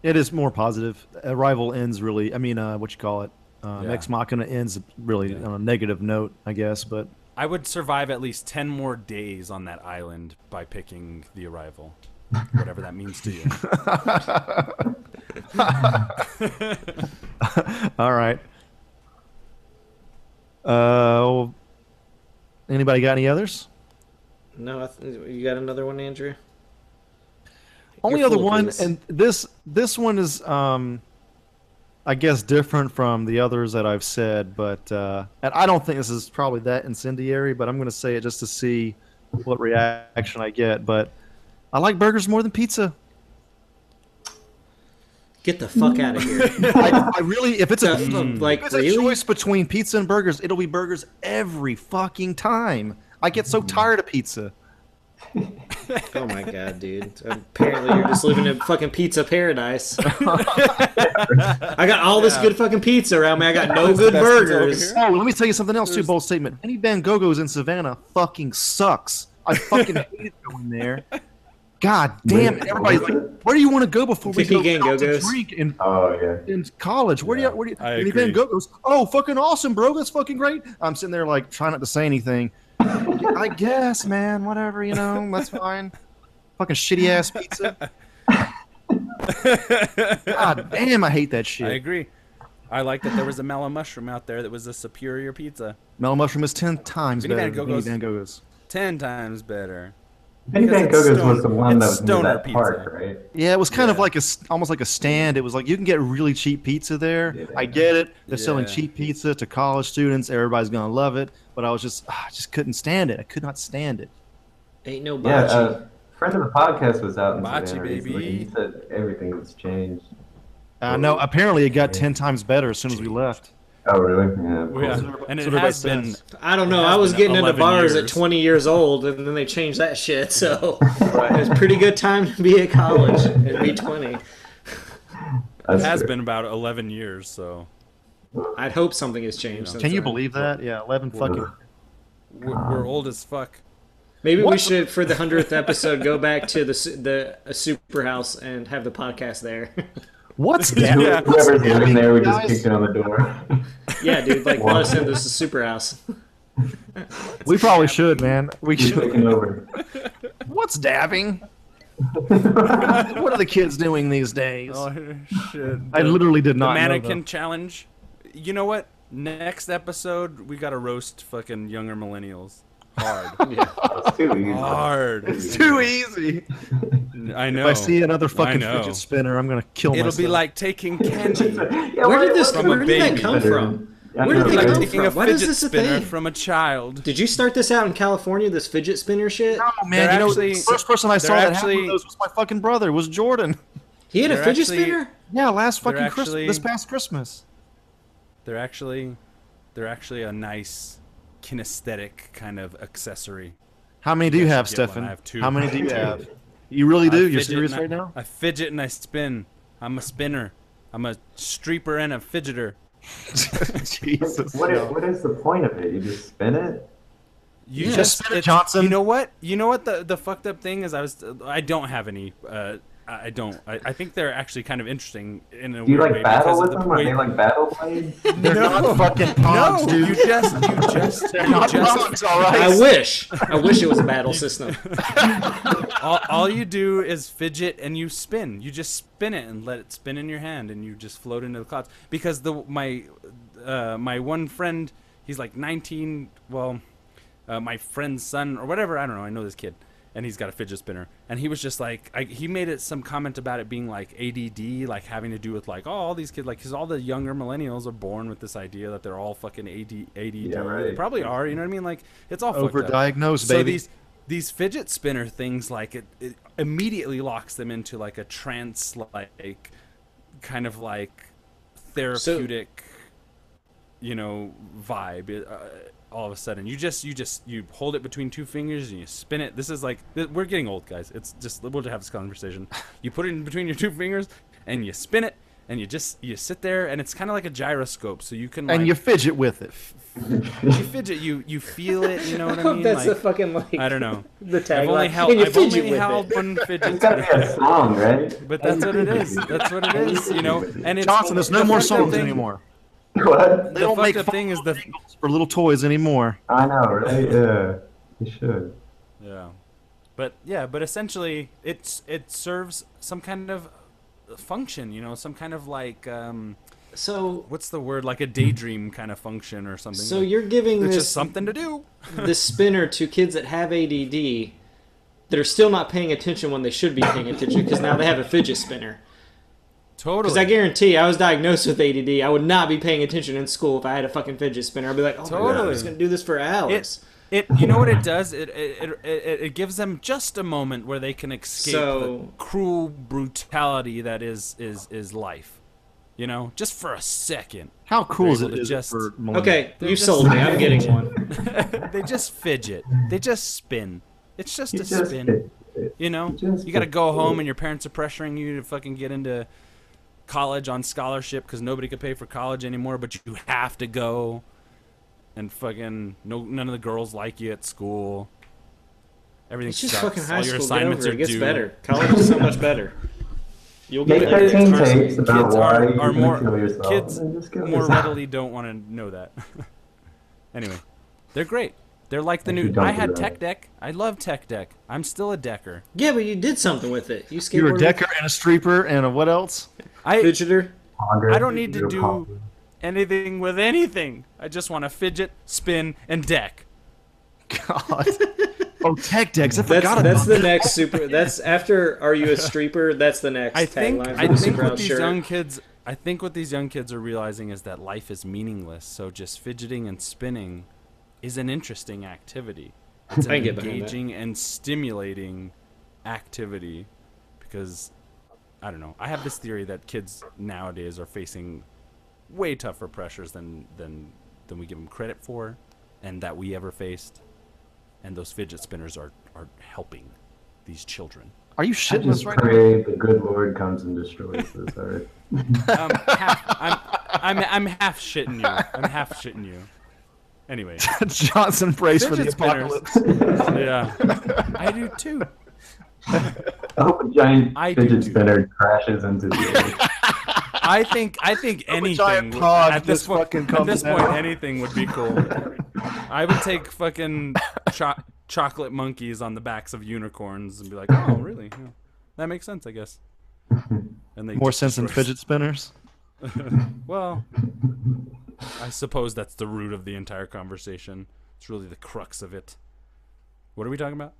D: It is more positive. Arrival ends really. I mean, uh, what you call it? Um,
B: Yeah.
D: Ex Machina ends really on a negative note, I guess. But [LAUGHS]
B: I would survive at least ten more days on that island by picking the Arrival, whatever that means to you.
D: all right. Uh, anybody got any others?
C: No, I th- you got another one, Andrew?
D: only
C: You're
D: other
C: full of
D: one
C: these.
D: and this this one is um i guess different from the others that i've said but uh and i don't think this is probably that incendiary but i'm gonna say it just to see what reaction i get but i like burgers more than pizza
C: Get the fuck out of here.
D: I, I really if it's a,
B: Mm.
C: The fuck,
D: if
C: like
D: it's a
C: really?
D: choice between pizza and burgers it'll be burgers every fucking time i get so tired of pizza
C: Oh my god, dude. Apparently you're just living in fucking pizza
B: [LAUGHS]
C: paradise. I got all this good fucking pizza around me. I got no good burgers.
D: Oh, let me tell you something else too. Bold statement. Any Van Goghs in Savannah fucking sucks. I fucking hated going there. God damn it!
F: Wait,
D: Everybody's
F: what was it?
D: like, "Where do you want to go before we
C: Vicky
D: go
C: Gang
D: out to
C: Go-Go's.
D: drink in,
F: Oh yeah.
D: in college? Where
B: Yeah,
D: do you? Where do you?"
B: I
D: any Van
B: agree.
D: Goghs? Oh, fucking awesome, bro. That's fucking great. I'm sitting there like trying not to say anything. [LAUGHS] I guess, man. Whatever, you know. That's fine. Fucking shitty ass
B: [LAUGHS]
D: pizza. God damn, I hate that
B: I
D: shit.
B: agree. I like that there was a mellow mushroom out there that was a superior pizza.
D: Mellow mushroom is ten times
B: Vinnie
D: better
B: Van
D: than any
B: Goghs.
D: Van Goghs.
B: Ten times better.
F: Vinny
B: Because
F: Van
B: it's
F: Gogh's
B: stone-
F: was the one that
B: it's
F: was near
B: stoner
F: that
B: pizza.
F: park, right?
D: Yeah, it was kind of
B: Yeah.
D: like a s- almost like a stand. It was like you can get really cheap pizza there.
F: Yeah.
D: I get it. They're selling
B: Yeah.
D: cheap pizza to college students. Everybody's gonna love it. But I was just, ah, I just couldn't stand it. I could not stand it.
C: Ain't no
F: Yeah,
C: bocce.
F: uh, friend of the podcast was out in
B: Bocce,
F: Savannah recently, and
B: baby.
F: He said everything was changed.
D: Uh, no, apparently it got ten times better as soon as we left.
F: Oh, really? Yeah. of course.
B: Yeah. And
D: So
B: it
D: did I
B: has been.
D: sense.
C: I don't know.
B: It has
C: I was
B: been
C: getting into
B: 11
C: bars at
B: years.
C: 20 years old, and then they changed that shit.
B: [LAUGHS]
C: So it was a pretty good time to be at college and be 20.
F: That's
B: It has
F: true.
B: been about 11 years, so
C: I'd hope something has changed. since
D: Can you
C: then.
D: believe that? Yeah, eleven fucking.
B: we're, we're old as fuck.
C: Maybe we should, for the hundredth episode, go back to the su- the uh, super house and have the podcast there.
D: [LAUGHS]
C: [LAUGHS]
D: [LAUGHS] What's that?
B: Yeah.
F: Whoever's living there, we just
D: Guys.
F: kicked it on the
B: [LAUGHS]
F: door. [LAUGHS]
C: yeah, dude. Like, want to send us to super house?
D: We probably should, man. We
F: He's
D: should.
F: taking over.
D: What's dabbing?
F: [LAUGHS]
D: what are the kids doing these days?
B: shit.
D: I literally did not. know, though.
B: Mannequin challenge. You know what? Next episode, we got to roast fucking younger millennials.
D: [LAUGHS]
B: hard,
F: It's too easy. [LAUGHS]
B: hard.
D: It's [LAUGHS] too easy.
B: I know.
D: If I see another fucking
B: know.
D: fidget spinner, I'm gonna kill
B: It'll
D: myself.
B: be like
D: [LAUGHS]
B: taking candy.
F: uh, Yeah,
C: Where
F: what-
C: did this?
F: what-
B: from a
C: Where did that
B: baby.
C: come from?
F: I
C: Where
F: know,
C: did they
F: right?
C: come
B: taking a
C: from? Why is
B: fidget
C: this a
B: spinner
C: thing?
B: from a child.
C: Did you start this out in California? This fidget spinner shit.
D: No, man,
B: They're
D: you know,
B: actually-
D: the first person I saw
B: they're
D: that actually,
B: actually-
D: those was my fucking brother. Was Jordan? [LAUGHS]
C: He had a
B: They're
C: fidget
B: actually- [LAUGHS]
C: spinner.
D: Yeah, last
B: They're
D: fucking
B: actually-
D: Christmas, this past Christmas.
B: They're actually, they're actually a nice kinesthetic kind of accessory.
D: How many do you
B: I should
D: have,
B: get one.
D: Stefan?
B: I have two.
D: How many do you have? You really do?
B: I
D: You're
B: fidget
D: serious
B: and I-
D: right now?
B: I fidget and I spin. I'm a spinner. I'm a streeper and a fidgeter.
D: Jesus.
F: What is,
D: no.
F: what is the point of it? You just spin it?
B: You
C: Yeah.
D: Just spin it,
B: it's-
D: Johnson.
B: You know what? You know what the the fucked up thing is? I was I don't have any. Uh, I I don't. I, I think they're actually kind of interesting in a
F: Do you
B: weird
F: like
B: way because
F: battle
B: of
F: with
B: the
F: them? Are
B: way-
F: they like battle blades?
D: They're not fucking pogs,
B: no,
D: dude.
B: you just you just you
D: not
B: just
D: pogs, all right?
C: I wish. I wish it was a battle
B: [LAUGHS]
C: system.
B: all, all you do is fidget and you spin. You just spin it and let it spin in your hand, and you just float into the clouds. Because the my uh, my one friend, he's like 19. Well, uh, my friend's son or whatever. I don't know. I know this kid, and he's got a fidget spinner. And he was just like, I, he made it some comment about it being like ADD, like having to do with like, oh, all these kids, like, because all the younger millennials are born with this idea that they're all fucking AD, ADD.
F: Yeah,
B: They
F: right.
B: probably are. You know what I mean? Like, it's all fucked up.
D: Overdiagnosed,
B: So
D: baby.
B: these these fidget spinner things, like it, it immediately locks them into like a trance, like kind of like therapeutic, you know, vibe. It, uh, all of a sudden, you just you just you hold it between two fingers and you spin it. This is like th- we're getting old, guys. It's just we'll just have
C: [LAUGHS]
B: this conversation. You put it in between your two fingers and you spin it. And you just you sit there, and it's kind of like a gyroscope, so you can like
D: and you fidget with it.
B: you fidget, you you feel it, you know what I
C: [LAUGHS]
B: mean?
C: That's
B: like,
C: the fucking like.
B: I
C: [LAUGHS]
B: don't know.
C: The
B: I've only
C: tagline.
B: held,
C: And you
B: I've only
C: fidget with
B: held
C: it. [LAUGHS]
B: one
F: It's
B: fidget
F: got to be a
B: [LAUGHS] spinner.
F: song, right? [LAUGHS]
B: But that's what it is. That's what it is, you know. And it's
D: Johnson, there's no
B: the
D: more
B: fucked up
D: songs
B: thing-
D: anymore. They
F: What?
B: The
D: don't make
B: fucked up thing is the
D: for little toys anymore.
F: I know,
B: [LAUGHS]
F: right? Yeah, you should.
B: yeah, but yeah, but essentially, it's it serves some kind of function, you know, some kind of like um,
C: So,
B: what's the word, like a daydream kind of function or something.
C: so
B: like,
C: you're giving
B: it's
C: this
B: just something to do.
C: this spinner to kids that have ADD that are still not paying attention when they should be paying attention because now they have a fidget spinner.
B: Totally.
C: Because I guarantee I was diagnosed with ADD. I would not be paying attention in school if I had a fucking fidget spinner. I'd be like, oh my god, I'm
B: Totally.
C: just gonna do this for hours.
B: It, it you know what it does it it, it it it gives them just a moment where they can escape
C: So-
B: the cruel brutality that is is is life you know just for a second
D: How cool is
B: able
D: it
B: to
D: is
B: just-
D: for millennials?
C: okay,
B: They're
C: you
B: just-
C: sold me. I'm getting one.
B: they just fidget they just spin it's just
F: You
B: a
F: just
B: spin
F: did it.
B: you know
F: just
B: you got to go
F: a-
B: home and your parents are pressuring you to fucking get into college on scholarship because nobody could pay for college anymore but you have to go and fucking no none of the girls like you at school
C: [LAUGHS]
B: everything
C: It's just
B: sucks
C: fucking high
B: all your
C: school. Get
B: assignments
C: over it. It
B: are
C: gets
B: due
C: better. College is so much
B: [LAUGHS]
C: better. You'll
F: Make
C: get there.
F: 13
C: Trust me.
F: tapes about
B: kids
F: why
B: are,
F: you
B: are
F: can
B: more
F: kill yourself.
B: kids
F: and just kill
B: more
F: yourself.
B: readily don't want to know that [LAUGHS] anyway they're great they're like the
F: If you
B: new
F: don't
B: i
F: do
B: had
F: that.
B: tech deck i love tech deck i'm still a decker
C: Yeah, but you did something with it. You skateboarded.
D: You're a decker and a streeper and a what else?
B: i
C: Fidgeter.
F: Ponder,
B: I don't need to
F: you're
B: do-
F: ponder.
B: anything with anything. I just want to fidget, spin, and deck.
D: God. oh, tech decks. I
C: That's
D: forgot
C: that's
D: about
C: the next super. That's after. Are [LAUGHS] you a streeper? That's the next
B: I think
C: tagline for the
B: I think
C: super
B: what
C: out
B: these
C: shirt.
B: young kids I think what these young kids are realizing is that life is meaningless. So just fidgeting and spinning is an interesting activity. It's an
C: [LAUGHS] I can get behind that.
B: engaging and stimulating activity because I don't know. I have this theory that kids nowadays are facing way tougher pressures than than than we give them credit for and that we ever faced. And those fidget spinners are are helping these children.
D: Are you
F: I
D: shitting us
F: just
D: right now? [LAUGHS]
F: pray the good Lord comes and
B: [LAUGHS]
F: destroys this earth.
B: um, half, I'm, I'm, I'm half shitting you. I'm half shitting you. Anyway,
D: Johnson prays for the
B: Fidget spinners.
D: apocalypse.
B: yeah, I do too.
F: I hope a giant
B: I do
F: fidget
B: too.
F: spinner crashes into the earth.
B: I think I think anything
D: giant
B: would-
D: pod
B: at this
D: just
B: point,
D: fucking
B: at
D: comes
B: this point,
D: out.
B: anything would be cool. I would take fucking cho- chocolate monkeys on the backs of unicorns and be like, oh, really? Yeah. That makes sense, I guess. And they
D: More
B: just
D: sense than
B: destroy-
D: fidget spinners.
B: Well, I suppose that's the root of the entire conversation. It's really the crux of it. What are we talking about?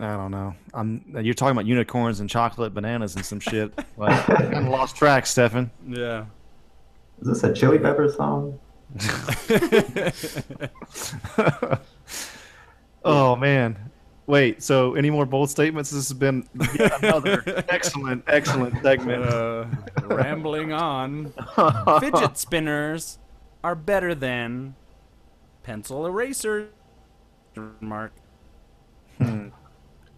D: I don't know. I'm. You're talking about unicorns and chocolate bananas and some shit.
B: [LAUGHS]
D: Like, I kinda lost track, Stefan.
B: Yeah.
F: Is this a Chili Pepper song?
D: [LAUGHS] Oh man. Wait. So, any more bold statements? This has been yet [LAUGHS] another excellent, excellent segment.
B: Uh, rambling on. Fidget spinners are better than pencil erasers. Mark.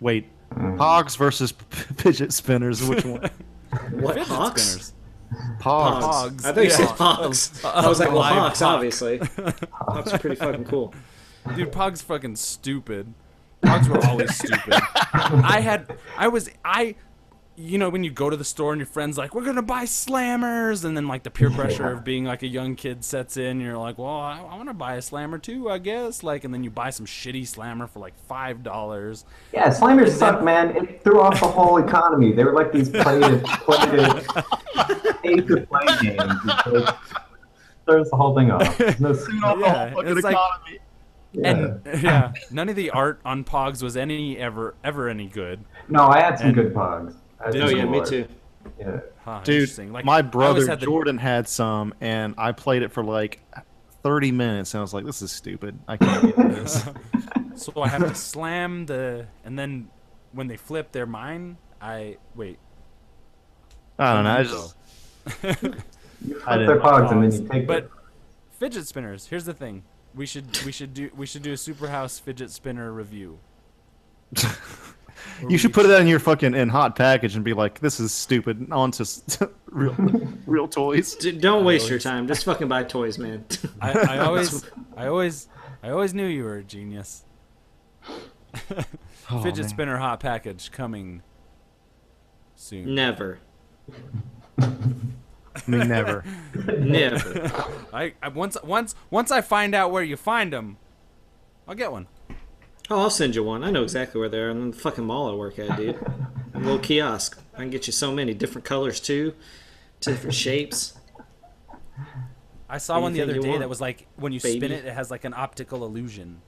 D: Wait. Pogs versus p- fidget spinners. Which one?
C: What
B: Fidget
C: hawks?
B: spinners.
D: [LAUGHS] Pogs.
B: Pogs.
C: I thought you said
B: Yeah. [LAUGHS]
C: hawks. I was like, well,
B: Live
C: hawks,
B: hawk.
C: obviously. Hawks are pretty fucking cool.
B: Dude, Pog's fucking stupid. Pogs were always stupid. I had, I was, I, you know, when you go to the store and your friend's like, we're gonna buy slammers, and then like the peer pressure of being like a young kid sets in, and you're like, well, I, I want to buy a slammer too, I guess. Like, and then you buy some shitty slammer for like five dollars.
F: Yeah, slammers suck, man. It threw off the whole economy. They were like these plated, plated, paid to play games. It's like, throws the whole thing off. There's
B: [LAUGHS]
F: no
B: Yeah, it's like,
F: yeah.
B: and
D: [LAUGHS]
B: yeah, none of the art on Pogs was any ever ever any good.
F: no, I had some good pogs. I had
C: No,
F: some
C: Oh, yeah, me
F: good
C: too.
F: ones. Yeah.
B: Huh,
D: Dude,
B: interesting. I
D: my
B: always
D: brother
B: had the-
D: Jordan had some, and I played it for like 30 minutes, and I was like, "This is stupid. I can't get into this." [LAUGHS]
B: So I have to slam the, and then when they flip their mine, I wait.
D: I don't know. I just
F: You
D: I
F: flip
D: didn't
F: their pogs and then
B: Pogs.
F: you take
B: but
F: it.
B: fidget spinners. Here's the thing: we should we should do we should do a Superhouse fidget spinner review.
D: you should put that in your fucking in hot package and be like, "This is stupid." and On to s- [LAUGHS] real real toys.
C: D- don't waste your time. Just fucking buy toys, man. [LAUGHS]
D: [LAUGHS]
B: I, I always I always I always knew you were a genius. [LAUGHS]
D: Oh,
B: fidget
D: man.
B: spinner hot package coming soon.
C: Never.
D: Me never.
B: [LAUGHS]
C: Never.
B: I, I once once once I find out where you find them, I'll get one.
C: Oh, I'll send you one. I know exactly where they are. I'm in the fucking mall I work at, dude. A little kiosk. I can get you so many different colors, too. Different shapes.
B: I saw
C: What do
B: one
C: you
B: the other
C: think you
B: day
C: want,
B: that was like when you spin
C: baby?
B: it, it has like an optical illusion.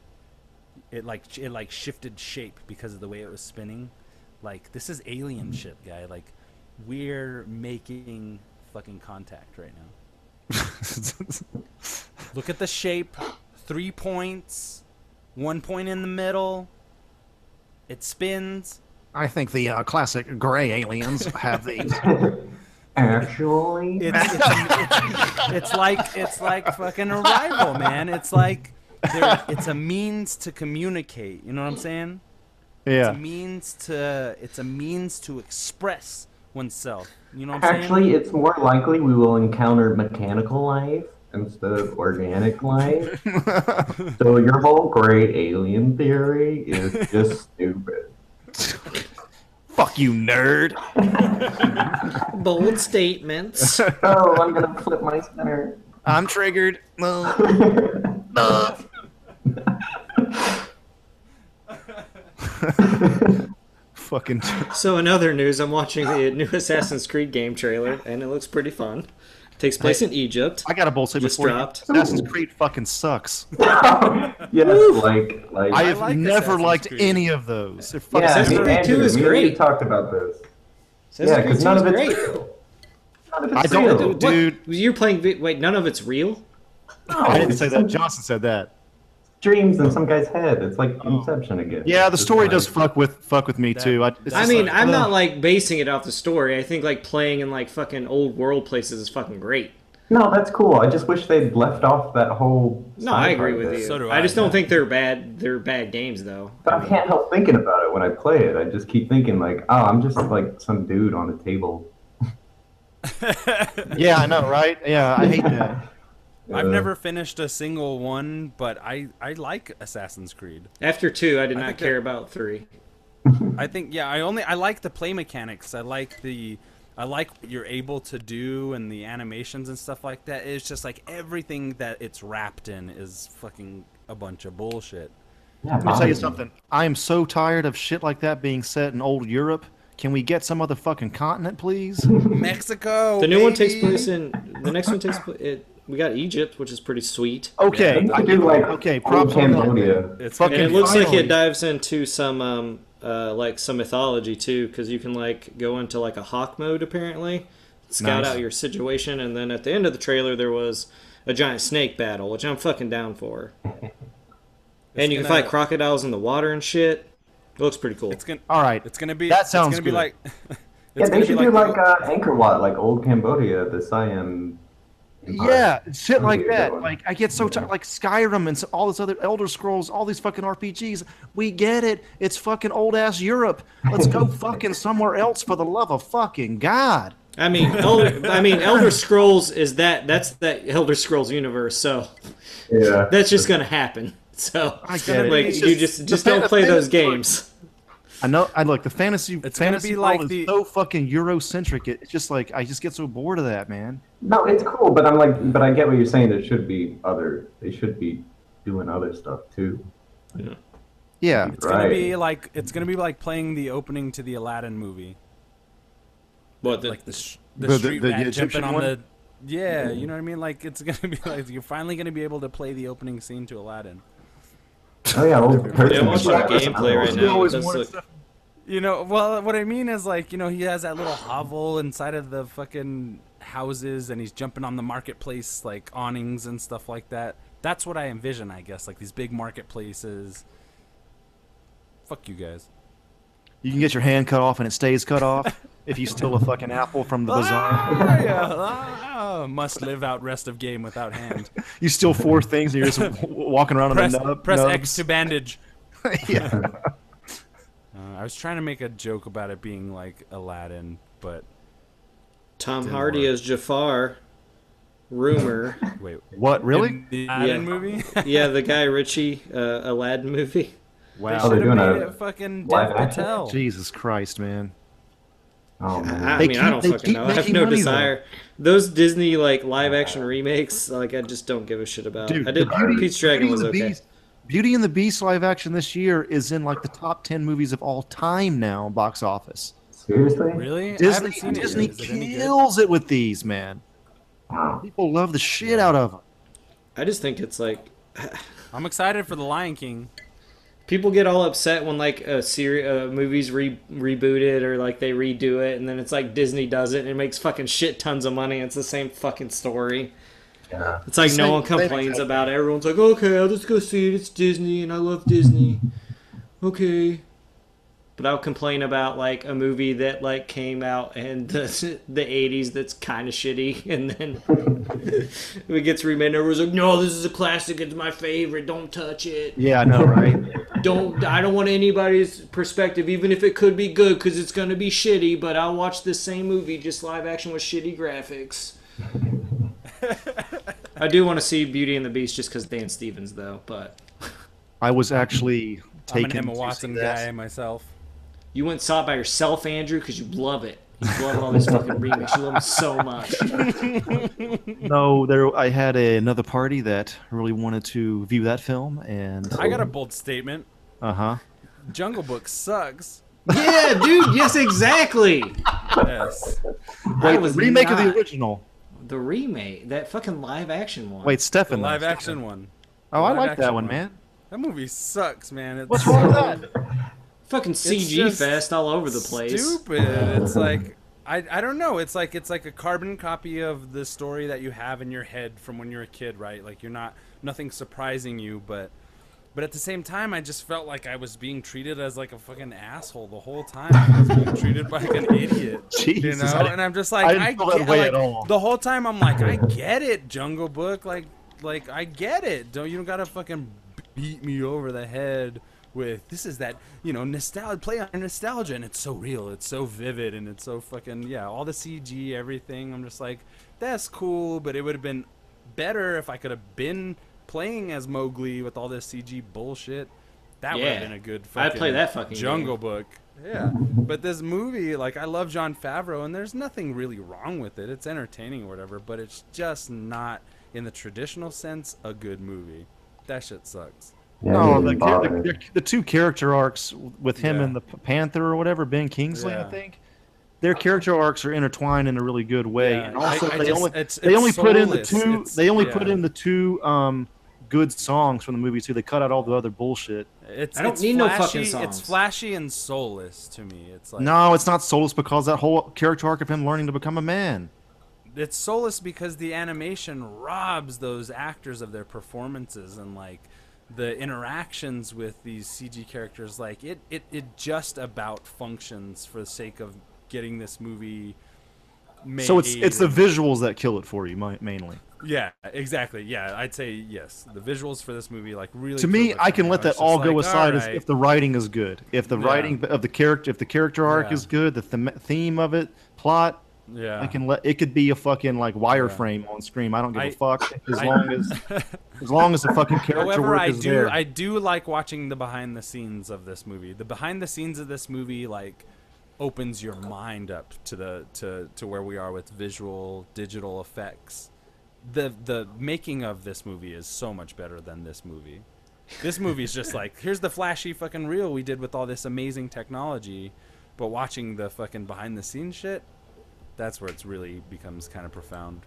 B: It like ch- it like shifted shape because of the way it was spinning. Like this is
C: Mm.
B: alien shit, guy. Like we're making fucking contact right now.
C: [LAUGHS]
B: Look at the shape. Three points, one point in the middle. It spins.
D: I think the uh, classic gray aliens have these.
F: Actually,
B: It's, it's, it's like it's like fucking arrival, man. It's like there, it's a means to communicate. You know what I'm saying? It's a
D: [LAUGHS] Yeah.
B: means to it's a means to express oneself. You know what I'm
F: actually, it's more likely we will encounter mechanical life instead of organic life. so your whole great alien theory is just stupid.
D: Fuck you, nerd.
C: Bold statements.
F: Oh, I'm gonna flip my spinner.
D: I'm triggered. No. No. [LAUGHS] Fucking.
C: So, in other news, I'm watching the new Assassin's Creed game trailer, and it looks pretty fun. takes place in Egypt.
D: I got a bold statement
C: Just
D: for you.
C: dropped.
D: Assassin's Creed fucking sucks.
F: [LAUGHS] Yes, like like
D: I have
B: like
D: never
B: Assassin's
D: liked
B: Creed.
D: any of those. It fucking
F: yeah,
D: sucks.
C: Assassin's
F: me,
C: Creed
F: Andrew,
C: 2 is
F: me and you
C: great.
F: talked about this.
C: Assassin's
F: yeah,
C: Creed
F: because none
C: 2
F: of
C: is
F: it's
C: great.
F: real. None of it's
D: I don't,
F: real.
D: dude.
C: You're playing. vi- Wait, none of it's real?
D: I didn't say that. Johnson said that.
F: Dreams in some guy's head. It's like Inception again.
D: Yeah, the
F: It's
D: story
F: like-
D: does fuck with fuck with me too. I, it's
C: I
D: just
C: mean,
D: like,
C: I'm
D: ugh.
C: not like basing it off the story. I think like playing in like fucking old world places is fucking great.
F: No, that's cool. I just wish they'd left off that whole.
C: No,
F: side
C: I agree
F: part
C: with
F: bit.
C: you.
B: So do
C: I
B: I,
C: just don't
B: yeah.
C: think they're bad. They're bad games though.
F: But I can't help thinking about it when I play it. I just keep thinking like, oh, I'm just like some dude on a table.
D: Yeah, I know, right? Yeah, I
C: [LAUGHS]
D: hate that.
B: saying? I've
F: Uh,
B: never finished a single one, but I I like Assassin's Creed.
C: After two, I did
B: I
C: not
B: think
C: care
B: they're-
C: about three.
B: I think yeah, I only I like the play mechanics. I like the I like what you're able to do and the animations and stuff like that. It's just like everything that it's wrapped in is fucking a bunch of bullshit.
F: Yeah,
D: Let me tell you something. I am so tired of shit like that being set in old Europe. Can we get some other fucking continent, please?
B: Mexico.
C: The new one
B: baby!
C: takes place in. The next one takes place. It We got Egypt, which is pretty sweet.
B: Oh,
D: Okay,
F: They
D: I
F: could
D: give
F: do like
D: okay.
F: old
D: Props on that.
F: Cambodia.
B: It's
D: Fucking-
C: And it looks like
D: finally.
C: it dives into some um, uh, like some mythology too, because you can like go into like a hawk mode apparently, scout
B: Nice.
C: out your situation, and then at the end of the trailer there was a giant snake battle, which I'm fucking down
B: [LAUGHS]
C: for. and you can
B: gonna-
C: fight crocodiles in the water and shit. It looks pretty cool.
B: it's gonna
D: All right,
B: it's gonna be
D: That
B: it's
D: sounds
B: gonna be
D: good.
B: like it's
F: Yeah,
B: gonna
F: they
B: be
F: should do
B: like
F: like uh, Angkor Wat, like old Cambodia, the Siam. Empire.
D: Yeah, shit
F: That'd
D: like
F: be a good
D: that.
F: one.
D: Like I get so tired. Like Skyrim and s- all this other Elder Scrolls, all these fucking RPGs. We get it. It's fucking old ass Europe. Let's go fucking somewhere else for the love of fucking God.
C: I mean,
B: [LAUGHS]
C: Elder, I mean, Elder Scrolls is that that's that Elder Scrolls universe, so
F: Yeah.
C: that's just gonna happen. [LAUGHS] So
D: I get it.
C: like
D: It's
C: you
D: just-
C: just just
D: the fa-
C: don't
D: the
C: play those
D: fantasy part-
C: games.
D: I know. I look the fantasy.
B: It's gonna
D: fantasy
B: be
D: world
B: like
D: is
B: the-
D: so fucking Eurocentric. It, it's just like I just get so bored of that, man.
F: No, it's cool, but I'm like, but I get what you're saying. There should be other. They should be doing other stuff too.
D: Yeah.
B: it's gonna
F: Right.
B: be like it's gonna be like playing the opening to the Aladdin movie.
C: What the,
B: like the sh- the,
D: The- the-
B: street
D: the
B: rat
D: Egyptian
B: jumping on
D: one?
B: the yeah, you know what I mean. Like it's gonna be [LAUGHS] like you're finally gonna be able to play the opening scene to Aladdin.
F: Oh
D: [LAUGHS]
F: yeah, old person.
C: watch
F: yeah,
C: that
F: person-
C: gameplay right
F: I
C: now.
F: don't know.
C: That's like-
B: You know, well, what I mean is like you know he has that little hovel inside of the fucking houses, and he's jumping on the marketplace like awnings and stuff like that. That's what I envision, I guess, like these big marketplaces. Fuck you guys.
D: You can get your hand cut off and it stays cut
B: [LAUGHS]
D: off if you steal a fucking apple from the bazaar.
B: Ah, yeah, [LAUGHS] ah, must live out rest of game
D: [LAUGHS]
B: without hand.
D: You steal four things and you're
B: [LAUGHS]
D: just w- w- walking around
B: press
D: in the nub,
B: press
D: nubs.
B: X to bandage.
D: [LAUGHS]
B: [LAUGHS]
D: yeah.
B: Uh, I was trying to make a joke about it being like Aladdin, but
C: Tom Hardy
B: work.
C: as Jafar. Rumor,
D: [LAUGHS]
B: wait,
D: What really?
B: in the Aladdin
C: Yeah.
B: [LAUGHS] movie?
C: yeah, the Guy Ritchie uh, Aladdin movie.
D: Oh,
B: wow,
F: they're
B: should have
F: doing
B: made
F: a
B: it fucking
F: live
B: Dev
F: action?
B: Patel.
D: Jesus Christ, man.
F: Oh man.
C: I, I
D: They
C: mean, I
D: keep-
C: don't
D: they
C: fucking
D: keep
C: know. I have
D: making
C: no
D: money, though.
C: desire. Those Disney like live action remakes, like I just don't give a shit about.
D: Dude,
C: Uh, I did.
D: the Beauty,
C: Pete's Dragon
D: Beauty
C: was
D: and the
C: okay.
D: Beast, Beauty and the Beast live action this year is in like the top ten movies of all time now, box office.
F: Seriously?
B: Really? I
D: Disney,
B: haven't seen it
D: Disney
B: yet. Is it any good?
D: kills it with these, man.
F: Wow.
D: People love the shit out of them.
C: I just think it's like
B: I'm excited for the Lion King.
C: people get all upset when like a series, uh, movies re- rebooted or like they redo it, and then it's like Disney does it and it makes fucking shit tons of money. and It's the same fucking story.
F: Yeah.
C: It's like
D: Same-
C: no one
D: same
C: complains
D: exact-
C: about it. Everyone's like, okay, I'll just go see it. It's Disney, and I love Disney. Okay. But I'll complain about like a movie that like came out in the [LAUGHS] the '80s that's kind of shitty, [LAUGHS] and then it gets remade. and Everyone's like, "No, this is a classic. It's my favorite. Don't touch it.
D: Yeah, I know, right?
C: Don't. I don't want anybody's perspective, even if it could be good, because it's gonna be shitty. But I'll watch the same movie, just live action with shitty [LAUGHS] graphics." I do want to see Beauty and the Beast just because Dan Stevens, though. But
D: [LAUGHS] I was actually
B: I'm
D: taken.
B: an Emma
D: to see
B: Watson
D: that.
B: guy myself.
C: you went and saw it by yourself, Andrew, because you love it. You love all these fucking [LAUGHS] remakes. You love them so much.
D: No, there. I had a, another party that really wanted to view that film, and
B: I got a bold statement.
D: uh huh.
B: Jungle
D: [LAUGHS]
B: Book sucks.
C: Yeah, dude. Yes, exactly.
B: Yes.
C: I
D: Wait,
C: was
D: remake of
C: not-
D: the original.
C: The remake, that fucking live action one.
D: Wait, Stefan.
B: Live
D: that's-
B: action one.
D: Oh, I
B: live
D: like that
B: action
D: one,
B: one.
D: man.
B: That movie sucks, man. It's
D: What's wrong with that?
C: fucking CG
B: just
C: fest all over the place.
B: Stupid. It's like I, I don't know. It's like it's like a carbon copy of the story that you have in your head from when you're a kid, right? Like you're not nothing surprising you, but but at the same time, I just felt like I was being treated as like a fucking asshole the whole time. I was being treated [LAUGHS] like an idiot. You
D: [LAUGHS] Jesus,
B: know,
D: I didn't-
B: and I'm just like,
D: I
B: I,
D: didn't feel that
B: get,
D: way
B: like,
D: at all.
B: The whole time, I'm like,
D: [LAUGHS]
B: I get it, Jungle Book. Like, like I get it. Don't you don't gotta fucking beat me over the head with this is that you know nostalgia play on nostalgia and it's so real, it's so vivid, and it's so fucking yeah. All the CG, everything. I'm just like, that's cool, but it would have been better if I could have been playing as Mowgli with all this CG bullshit. That would
C: Yeah.
B: have been a good
C: I'd
B: fucking
C: play that fucking
B: Jungle
C: game.
B: Book. Yeah, but this movie, like, I love John Favreau, and there's nothing really wrong with it. It's entertaining or whatever, but it's just not, in the traditional sense, a good movie. That shit sucks.
F: Yeah,
D: No,
F: it
D: Oh, the,
F: didn't
D: char- the,
F: bother.
D: the, the two character arcs with him
B: Yeah.
D: and the P- Panther or whatever, Ben Kingsley,
B: Yeah.
D: I think. their character arcs are intertwined in a really good way.
B: Yeah.
D: And also,
B: I- I
D: they
B: just-
D: only
B: it's-
D: they
B: it's
D: only put in the
B: soulless.
D: two
B: It's-
D: they only
B: yeah.
D: put in the two um, good songs from the movie too. They cut out all the other bullshit.
B: It's,
C: I don't
B: it's
C: need no
B: flashy,
C: fucking songs.
B: It's flashy and soulless to me. It's like
D: No, it's not soulless because that whole character arc of him learning to become a man.
B: it's soulless because the animation robs those actors of their performances and like the interactions with these CG characters like it it, it just about functions for the sake of getting this movie made.
D: So it's it's the visuals that kill it for you mi- mainly.
B: yeah exactly yeah I'd say yes the visuals for this movie like really
D: to me,
B: killed it
D: I
B: for
D: can let
B: was
D: that
B: just
D: all go
B: like,
D: aside
B: alright.
D: if the writing is good, if the
B: Yeah.
D: writing of the character, if the character arc
B: Yeah.
D: is good, the them theme of it, plot.
B: yeah
D: I can let it could be a fucking like wireframe on screen. I don't give a
B: I- [LAUGHS]
D: fuck as
B: I-
D: long as as long as the fucking character
B: However,
D: work
B: I
D: is
B: do
D: there.
B: I do like watching the behind the scenes of this movie. The behind the scenes of this movie like opens your mind up to the to to where we are with visual digital effects. The the making of this movie is so much better than this movie. This movie
D: [LAUGHS]
B: is just like here's the flashy fucking reel we did with all this amazing technology, but watching the fucking behind the scenes shit, that's where it's really becomes kind of profound.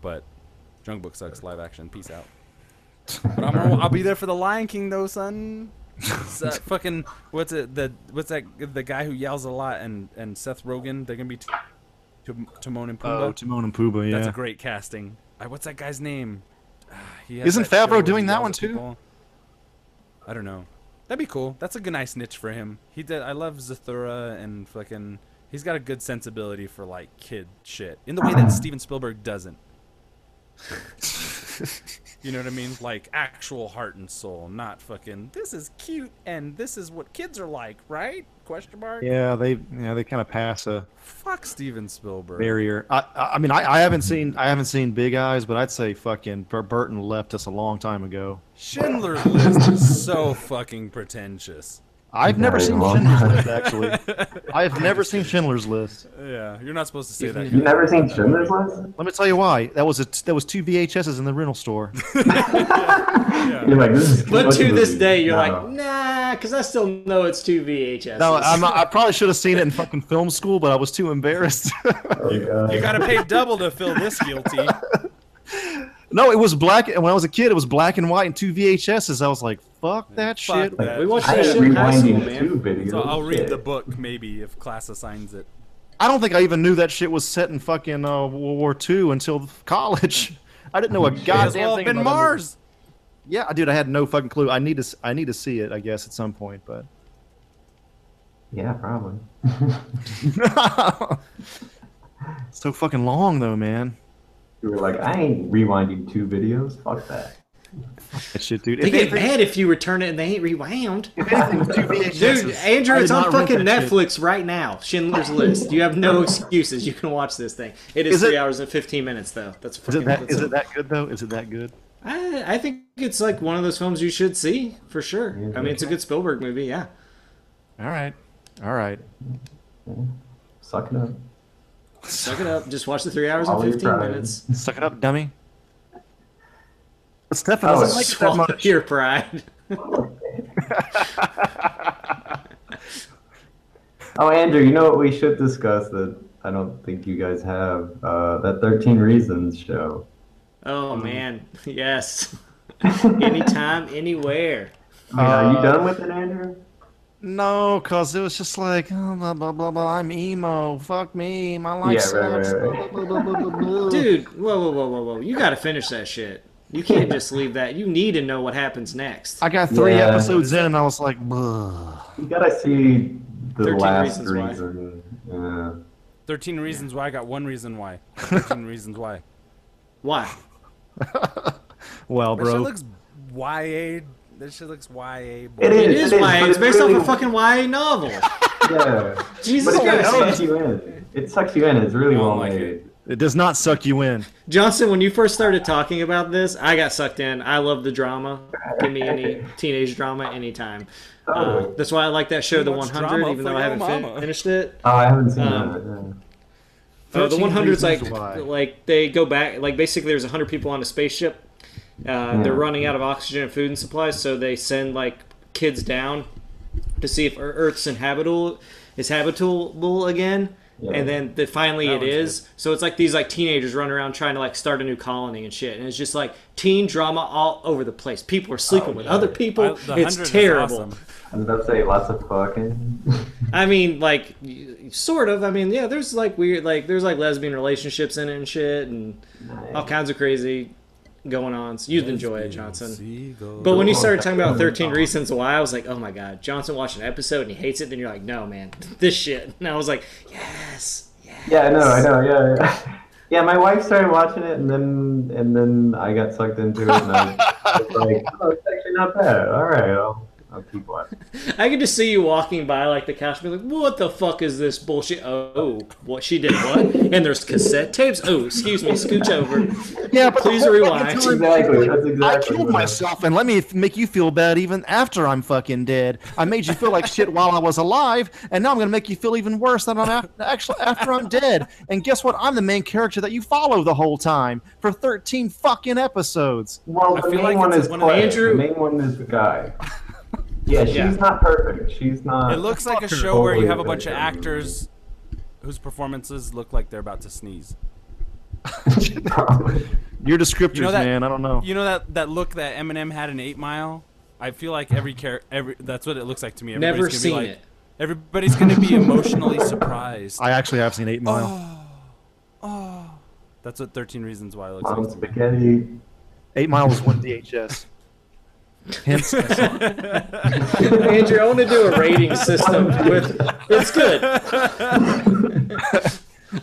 B: But Drunk Book sucks. Live action. Peace out. But I'm, I'll be there for the Lion King though, son. It's, uh, fucking what's it? The what's that? The guy who yells a lot and and Seth Rogen. They're gonna be t- Tim- Timon and Pumbaa.
D: Oh, Timon and Pumbaa, yeah.
B: That's a great casting. Uh, what's that guy's name? Ah, he has
D: Isn't
B: that
D: Favreau
B: show where
D: doing
B: he
D: that
B: yells
D: one
B: at
D: too?
B: people. I don't know. That'd be cool. That's a good nice niche for him. He did. I love Zathura and fucking. He's got a good sensibility for like kid shit in the way that Steven
D: [LAUGHS]
B: Spielberg doesn't. You know what I mean? Like actual heart and soul, not fucking. This is cute, and this is what kids are like, right? Question mark.
D: Yeah, they yeah they kind of pass a
B: Fuck Steven Spielberg.
D: barrier. I I I mean I, I haven't
B: Mm-hmm.
D: seen I haven't seen Big Eyes, but I'd say fucking Bur- Burton left us a long time ago.
B: Schindler's List is so fucking pretentious.
D: I've never
F: Right,
D: seen
F: well.
D: Schindler's List actually.
B: [LAUGHS]
D: I've never seen Schindler's List.
B: Yeah, you're not supposed to say that.
F: You've never seen Schindler's List?
D: Let me tell you why. That was a that was two VHSs in the rental store.
F: You're like, this is
C: But to
F: Schindler's
C: this
F: List.
C: day, you're
F: No.
C: like, nah, because I still know it's two VHS.
B: [LAUGHS]
D: No, I'm not, I probably should have seen it in fucking film school, but I was too embarrassed. [LAUGHS]
F: Oh, God.
B: [LAUGHS] You gotta pay double to
C: [LAUGHS]
B: feel this guilty.
D: no, it was black. And when I was a kid, it was black and white and two VHSs. I was like, fuck that
B: Fuck
D: shit.
B: that.
C: we watched
F: I
C: that
F: ain't
C: shit in high school,
F: rewinding
C: man.
F: two videos.
B: So I'll read the
F: Shit.
B: book maybe if class assigns it.
D: I don't think I even knew that shit was set in fucking uh, World War II until college. [LAUGHS] I didn't know a
B: It's
D: goddamn
B: all
D: thing.
B: been
D: about that movie.
B: Mars.
D: Yeah, dude, I had no fucking clue. I need to, s- I need to see it, I guess, at some point. But
F: Yeah, probably.
D: [LAUGHS] so fucking long though, man.
F: You were like, I ain't rewinding two videos. Fuck that.
D: That shit, dude.
C: They
D: If
C: get
D: anything,
C: mad if you return it and they ain't rewound.
D: [LAUGHS] anything was two VHSs.
C: Dude, Andrew,
D: I did
C: it's
D: not
C: on
D: rent
C: fucking
D: that shit.
C: Netflix right now. Schindler's List. You have
D: [LAUGHS]
C: no excuses. You can watch this thing. It is,
D: Is it-
C: three hours and fifteen minutes though. That's
D: Is
C: fucking.
D: it that?
C: that's
D: Is
C: a-
D: it that good though? Is it that good?
C: I, I think it's like one of those films you should see for sure. I mean, it's a good Spielberg movie. Yeah.
D: All right, all right.
F: Suck it up.
C: Suck it up. Just watch the three hours and
F: While you're
C: fifteen
F: driving.
D: [LAUGHS]
C: minutes.
D: Suck it up, dummy. But Stefan
F: Oh,
D: doesn't like it that
C: Swallow
D: much.
C: your pride. [LAUGHS]
F: [LAUGHS] Oh, Andrew, you know what we should discuss that I don't think you guys have? Uh, that 13 Reasons show.
C: Oh
D: Um,
C: man, yes. [LAUGHS]
F: [LAUGHS]
C: Anytime, anywhere.
F: I mean, are you
D: Uh,
F: done with it, Andrew?
D: No, cause it was just like oh, blah blah blah blah. I'm emo. Fuck me. My life
F: Yeah, right, right,
D: sucks.
F: right.
D: Blah, blah, blah, blah, blah, blah.
C: Dude, whoa, whoa, whoa, whoa, whoa! You gotta finish that shit. You can't just leave that. You need to know what happens next.
D: I got three
F: Yeah.
D: episodes in, and I was like, Bleh.
F: You gotta see the
C: 13
F: last
C: Reasons Why.
F: reason. Yeah.
B: Thirteen reasons why I got one reason why. Thirteen reasons why.
C: Why?
D: well,
B: That shit
D: bro.
B: looks YA. That shit looks YA. boy.
C: It
F: It
C: is
F: is. it is,
C: YA.
F: but
C: It's based off
F: really-
C: a fucking YA
F: [LAUGHS]
C: novel. [LAUGHS]
F: Yeah.
C: Jesus
F: But it
C: Christ.
F: sucks you in. It sucks you in. It's really well
B: like it.
F: made.
D: It does not suck you in.
C: Johnson, when you first started talking about this, I got sucked in. I love the drama. Give me any teenage drama anytime. Uh,
F: Oh.
C: that's why I like that show, The
B: much
C: 100,
B: drama
C: even
B: for
C: though I
B: your
C: haven't fin-
B: mama.
C: finished it.
F: Oh, I haven't seen
C: Um,
F: that. yeah.
C: Uh, the
D: 13
C: 100's like
D: Reasons Why.
C: like they go back like basically there's 100 people on a spaceship. Uh, They're running out of oxygen and food and supplies, so they send like kids down to see if Ear- Earth's inhabitable. is habitable again.
F: Yeah.
C: And then the, finally
B: That
C: it
B: one's
C: is. So it's like these like teenagers running around trying to like start a new colony and shit. And it's just like teen drama all over the place. People are sleeping with other people.
B: Oh, I- the
C: it's
B: 100 is
C: terrible.
B: awesome.
F: I was about to say lots of fucking. [LAUGHS]
C: I mean, like, y- sort of. I mean, yeah, there's like weird, like, there's like lesbian relationships in it and shit, and all kinds of crazy going on. So you'd enjoy it, Johnson.
B: Seagull.
C: But when you started talking about 13 Reasons Why, I was like, oh my god, Johnson watched an episode and he hates it, then you're like, no, man, [LAUGHS] this shit. And I was like, yes, yes.
F: Yeah, I know, I know, yeah, yeah. [LAUGHS] Yeah, my wife started watching it, and then and then I got sucked into it, and I was
D: [LAUGHS]
F: like, "Oh, it's actually not bad. All right, I'll, I'll keep watching."
C: I could just see you walking by like the couch, and be like, "What the fuck is this bullshit?" Oh, what she did what? And there's cassette tapes. Oh, excuse me, scooch over.
D: [LAUGHS] Yeah, but
C: Please
D: the whole fucking
C: rewind.
D: time-
F: Exactly, that's exactly.
D: I
F: what
D: killed
F: it-
D: myself, and let me f- make you feel bad even after I'm fucking dead. I made you feel like shit while I was alive, and now I'm gonna make you feel even worse than I'm af- actually after I'm dead. And guess what? I'm the main character that you follow the whole time for 13 fucking episodes.
F: Well, the
B: feel
F: main
B: like
F: one
B: it's
F: is
B: one of the-
F: Clay.
C: Andrew-
F: The main one is the guy. Yeah, she's
C: Yeah.
F: not perfect. She's not.
B: It looks like a
D: Fucker.
B: show where you have a
F: Totally
B: bunch of
F: right.
B: actors whose performances look like they're about to sneeze.
F: probably.
D: [LAUGHS] Your descriptors,
B: You know that-
D: man. I don't know.
B: You know that, that look that Eminem had in Eight Mile? I feel like every care every that's what it looks like to me. Everybody's
C: Never
B: gonna
C: seen
B: be like, [LAUGHS]
C: it.
B: Everybody's gonna be emotionally surprised.
D: I actually have seen Eight Mile.
B: Oh. That's what Thirteen Reasons Why looks
F: Mom's
B: like. To me.
F: spaghetti.
D: Eight Mile was one DHS. Hence,
C: Andrew, I want to do a rating [LAUGHS] system with. It's good.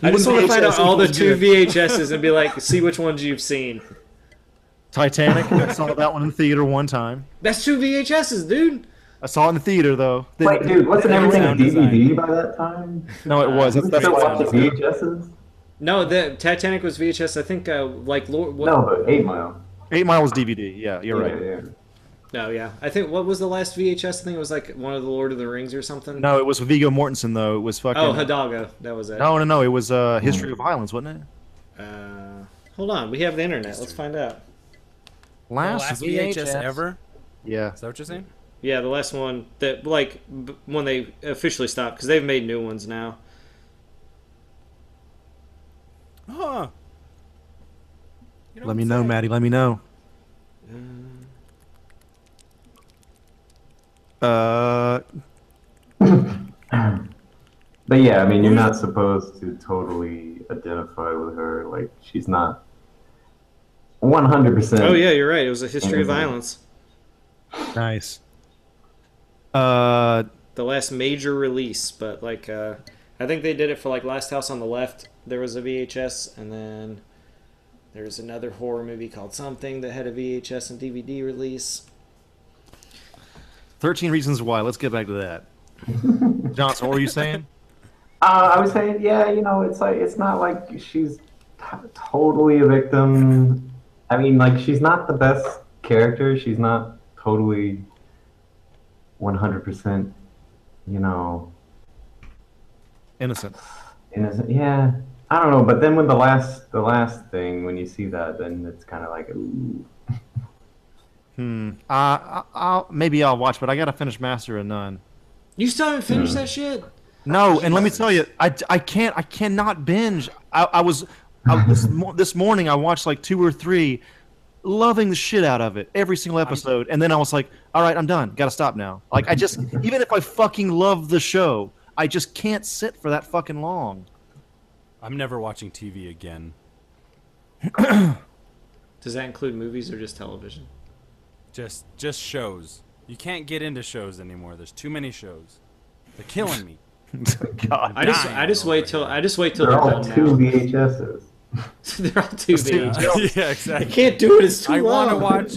C: I just want to find out all the two VHSs and be like, see which ones you've seen.
D: Titanic. I saw that one in the theater one time.
C: That's two VHSs, dude.
D: I saw it in the theater though.
F: Wait, dude, wasn't
B: Every
F: everything
B: sound
F: DVD by that time?
D: no, it was. That's,
F: Didn't
D: that's
F: you
D: why
F: watch
D: I
F: the
D: was there.
F: VHSs?
C: No, the Titanic was VHS. I think, uh, like, Lord. What,
F: No, but Eight Mile.
D: Eight Mile was DVD. Yeah, you're right.
F: Yeah, yeah.
C: No, yeah. I think what was the last VHS thing? It was like one of the Lord of the Rings or something.
D: No, it was Vigo Mortensen though. It was fucking.
C: Oh, Hidalgo. That was it.
D: no, no, no. It was uh, History of Violence, wasn't it?
C: Uh, hold on, we have the internet. Let's find out.
B: The
D: Last, [LAUGHS]
B: last VHS, ever?
D: Yeah.
B: Is that what you're saying?
C: Yeah, the last one that like b- when they officially stopped because they've made new ones now.
B: Huh.
D: Let me know, Maddie. Let me know. Uh,
F: But yeah, I mean, you're not supposed to totally identify with her. Like, she's not 100%.
C: Oh yeah, you're right. It was a history of
F: Mhm.
C: violence.
D: nice. Uh,
C: The last major release, but like uh, I think they did it for like Last House on the Left. There was a VHS, and then there's another horror movie called Something that had a VHS and DVD release.
D: thirteen reasons why. Let's get back to that. Johnson, what were you saying?
F: Uh, I was saying, yeah, you know, it's like, it's not like she's t- totally a victim. I mean, like, she's not the best character. She's not totally 100%, you know,
D: Innocent.
F: innocent. Yeah. I don't know, but then when the last the last thing when you see that, then it's kind of like, ooh,
D: Hmm. Uh, I, I'll maybe I'll watch, but I gotta finish Master of None.
C: You still haven't finished that shit?
D: No, and let me tell you, I, I can't I cannot binge. I, I was I, this mo- this morning I watched like two or three, loving the shit out of it every single episode, and then I was like, all right, I'm done. Got to stop now. Like I just even if I fucking love the show, I just can't sit for that fucking long.
B: I'm never watching TV again.
C: Does that include movies or just television?
B: Just just shows. You can't get into shows anymore. There's too many shows. They're killing me.
D: God,
C: I just
B: Dying
C: I just
B: over
C: wait till
B: here.
C: I just wait till
F: they're
C: they're,
F: all
C: done
F: two
C: now.
F: VHSs.
C: [LAUGHS] they're all too big. [LAUGHS]
B: [LAUGHS] yeah,
C: I
B: exactly.
C: can't do it. It's too
B: I want to
C: long.
B: watch.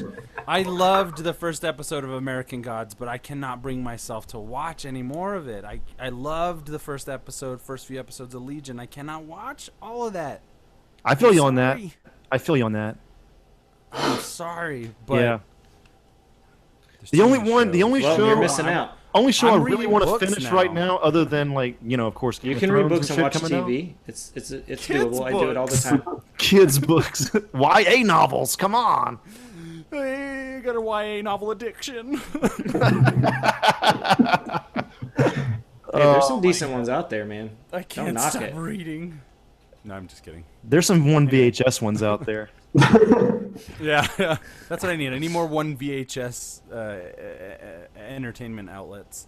B: I loved the first episode of American Gods, but I cannot bring myself to watch any more of it. I, I loved the first episode, first few episodes of Legion. I cannot watch all of that.
D: I feel you on that.
B: Sorry.
D: I feel you on that.
B: I'm sorry, but
D: yeah.
B: there's
D: The
B: too
D: only
B: many
D: one, the
B: shows.
D: only
C: Well,
D: show,
C: you're missing
B: I'm-
C: out.
D: only show
B: I'm
D: I really
B: reading
D: want to
B: books
D: finish
B: now.
D: right now, other than like you know, of course, Game
C: You
D: of
C: can read
D: Thrones
C: books and
D: shit
C: watch
D: coming out.
C: TV. It's it's it's
B: Kids'
C: doable. I do it all the [LAUGHS] time.
D: kids books [LAUGHS] ya novels come on
B: Hey, I got [LAUGHS] a YA novel addiction.
C: Hey, there's
D: Oh
C: some decent ones out there, man.
G: I
C: can't knock stop it.
G: reading. No, I'm just
B: [LAUGHS]
G: kidding.
D: There's some one VHS ones
C: [LAUGHS]
D: out there.
B: [LAUGHS]
G: Yeah, yeah. that's what I need. I need more one VHS uh, uh, uh, entertainment outlets.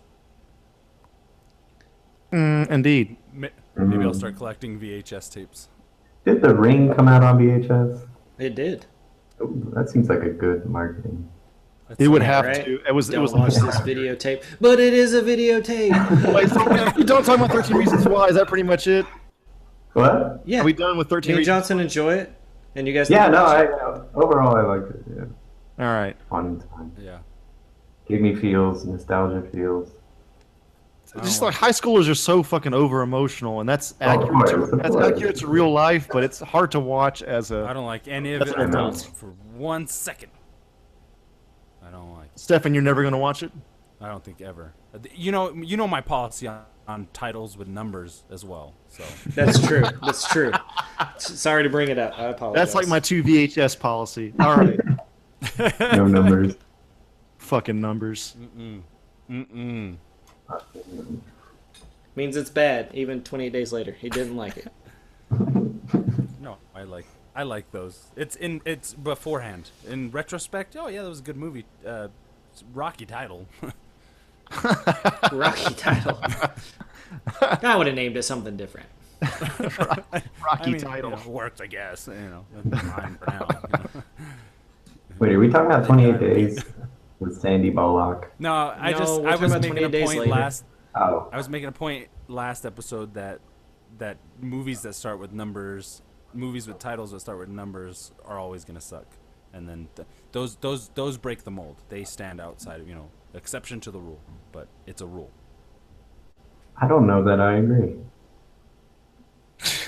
D: Mm, indeed.
G: Ma- Maybe I'll start collecting VHS tapes.
F: Did The Ring come out on VHS?
C: It did.
F: Ooh, that seems like a good marketing.
D: It would have
C: right?
D: to. It was.
C: Don't
D: it was.
C: watch this videotape, but it is a
D: [LAUGHS]
C: videotape.
D: Wait, so if we don't talk about 13 Reasons Why. Is that pretty much it?
F: What?
C: yeah,
D: Are we done with
C: me
D: 13
C: and
D: Reasons?
C: Johnson enjoy it, and you guys.
F: Yeah,
C: can
F: no,
C: watch
F: I
C: it.
F: overall I liked it. Yeah,
D: All right.
F: fun time.
G: Yeah.
F: Gave me feels, nostalgia feels.
D: Just like high schoolers are so fucking over emotional, and that's accurate.
F: course,
D: To,
F: of
D: that's
F: course.
D: accurate to real life, but it's hard to watch as
G: I
D: a.
G: don't like any of
D: That's
G: it
D: what I
G: at all
D: meant.
G: for one second. I don't like. it.
D: Stefan, you're never gonna watch it.
G: I don't think ever. Uh, You know, you know my policy on, on titles with numbers as well. So
C: That's true. That's true. S- Sorry to bring it up. I apologize.
D: That's like my two VHS policy.
C: [LAUGHS]
D: All right.
G: [LAUGHS]
F: No numbers.
D: fucking numbers.
G: Mm-mm.
C: means it's bad. Even 28 days later, he didn't like it.
G: no, I like I like those. It's in it's beforehand. In retrospect, oh yeah, that was a good movie. Uh, it's a rocky title.
C: Rocky
D: [LAUGHS]
C: title. I would have named it something different.
D: Rocky
G: I mean,
D: title.
G: you know, works, I guess. You know, that's mine for now. you [LAUGHS] know.
F: Wait, are we talking about 28 Days with Sandy Balak?
G: No, I
C: No,
G: just
C: we're
G: I
C: talking
G: was
C: about
G: making
C: 28
G: a
C: days
G: point
C: later.
G: last
F: Oh,
G: I was making a point last episode that that movies that start with numbers, movies with titles that start with numbers, are always gonna suck. And then th- those those those break the mold. They stand outside of you know exception to the rule, but it's a rule.
F: I don't know that I agree. [LAUGHS]
D: [LAUGHS]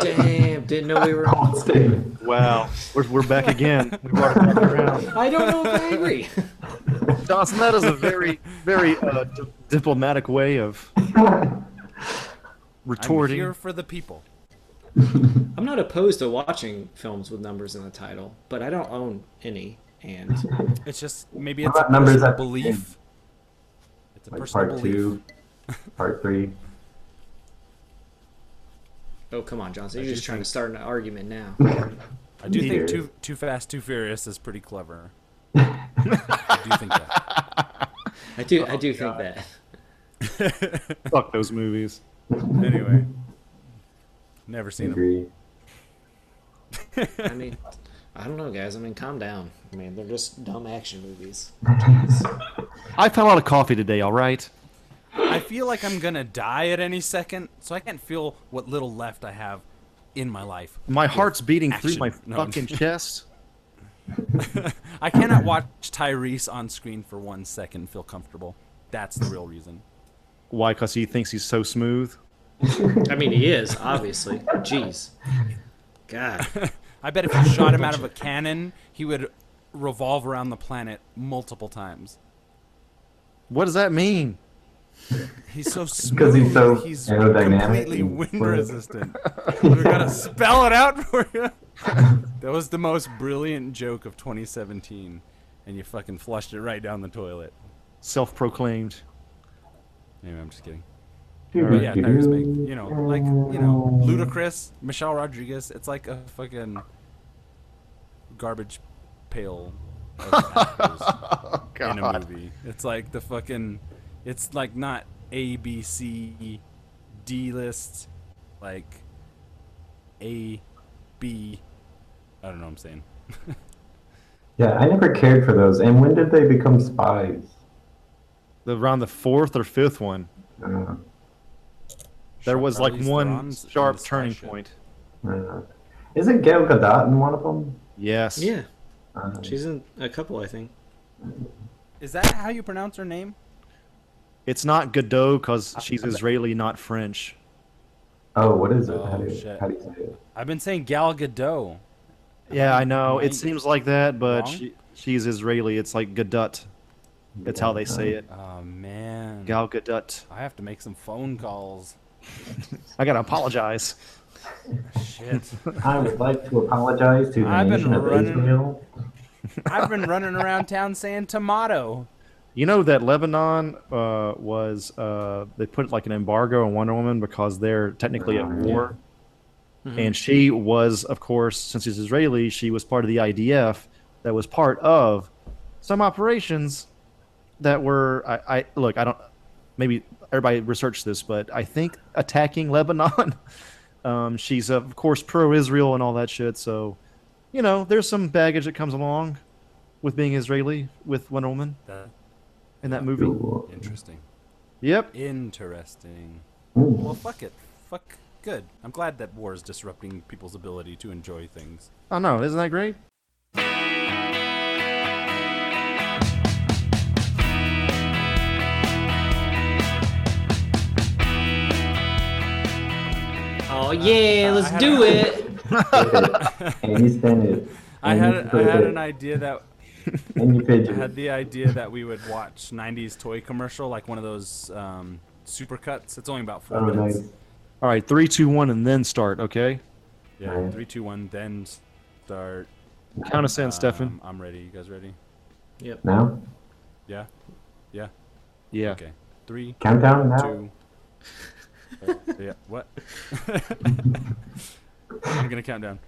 C: Damn, didn't know we were.
F: Bold statement.
D: Wow. We're, we're back again. We brought it back around.
C: I don't know if I agree. [LAUGHS]
D: Johnson, that is a very, very uh, di- diplomatic way of
G: I'm
D: retorting.
G: here for the people.
C: I'm not opposed to watching films with numbers in the title, but I don't own any. And
G: It's just maybe
F: What
G: it's a
F: about numbers
G: personal
F: at the
G: belief. It's a
F: Like
G: personal
F: part
G: belief.
F: two,
G: [LAUGHS]
F: part three.
C: oh, come on, Johnson, you're
G: do
C: just trying to start an argument now.
D: [LAUGHS]
G: I do
F: Neither.
G: think too too fast, too furious is pretty
B: [LAUGHS]
G: clever. I do think that.
C: I do,
D: Oh,
C: I do think that.
D: [LAUGHS] Fuck those movies.
G: Anyway, never seen them.
F: Agree.
C: I mean, I don't know, guys. I mean, calm down. I mean, they're just dumb action movies.
D: I've had a lot of coffee today, all right?
G: I feel like I'm gonna die at any second, so I can't feel what little left I have in my life.
D: My heart's beating through
G: Action.
D: my
G: No.
D: fucking chest.
G: I cannot watch Tyrese on screen for one second and feel comfortable. That's the real reason.
D: Why? Because he thinks he's so smooth.
C: I mean, he is obviously. Jeez, God.
G: I bet if you shot him out of a cannon, he would revolve around the planet multiple times.
D: What does that mean?
G: He's so smooth.
F: 'cause he's so aerodynamic
G: completely
F: and
G: wind
F: fluid.
G: resistant. We're
F: [LAUGHS]
G: gonna spell it out for you. That was the most brilliant joke of 2017, and you fucking flushed it right down the toilet.
D: Self proclaimed.
G: Anyway, I'm just kidding. But yeah, Tyrese Banks. You know, like you know, Ludacris, Michelle Rodriguez. It's like a fucking garbage pail of actors
D: [LAUGHS]
G: in a movie. It's like the fucking. It's like not A B C D list, like A B. I don't know. what I'm saying.
F: Yeah, I never cared for those. And when did they become spies?
D: Around the fourth or fifth one,
F: I don't know.
D: there was like
G: Charlize
D: one
G: Theron's in
D: sharp
G: the spy
D: turning
G: ship.
D: point.
F: I don't know. Uh, Isn't Gail Gadot in one of them?
D: Yes.
C: [LAUGHS] Yeah,
F: Uh,
C: she's in a couple, I think.
G: Is that how you pronounce her name?
D: It's not Godot because she's Israeli, not French.
F: oh, what is it?
G: Oh,
F: how, do you,
G: shit.
F: how do you say it?
G: I've been saying Gal Gadot.
D: Yeah, I know.
G: Right.
D: It seems like that, but
G: Wrong?
D: she, she's Israeli. It's like Gadot. That's how they say it.
G: Oh man.
D: Gal Gadot.
G: I have to make some phone calls.
D: I gotta apologize.
G: Shit.
F: I would like to apologize to the
G: I've been
F: nation of
G: running-
F: Israel.
G: I've been running around town saying tomato.
D: You know that Lebanon uh, was uh, they put like an embargo on Wonder Woman because they're technically at war,
B: Mm-hmm.
D: and she was, of course, since she's Israeli, she was part of the IDF that was part of some operations that were. I, I look, I don't. Maybe everybody researched this, but I think attacking Lebanon. [LAUGHS] um, she's of course pro-Israel and all that shit. So, you know, there's some baggage that comes along with being Israeli with Wonder Woman
B: That,
D: in that movie.
F: Cool.
B: interesting.
D: Yep.
B: Interesting.
F: Ooh.
B: Well, fuck it. Fuck. Good. I'm glad that war is disrupting people's ability to enjoy things.
D: I know. Isn't that great?
C: Oh yeah, let's do it.
F: and you spend it.
B: I
F: And
B: had
F: you
B: I
F: put
B: had
F: it
B: an idea that
F: in your
B: I had
F: picture.
B: the idea that we would watch '90s toy commercial, like one of those um, supercuts. It's only about four
F: Oh,
B: minutes.
F: nice.
D: All right, three, two, one, and then start. Okay.
B: Yeah,
F: Alright.
B: three, two, one, then start.
D: Count us in, Stefan.
B: Um, I'm ready. You guys ready?
F: Now?
B: Yeah. Yeah.
D: Yeah.
B: Okay. Three,
F: Countdown now?
B: two. uh, yeah. What? [LAUGHS] I'm gonna count down.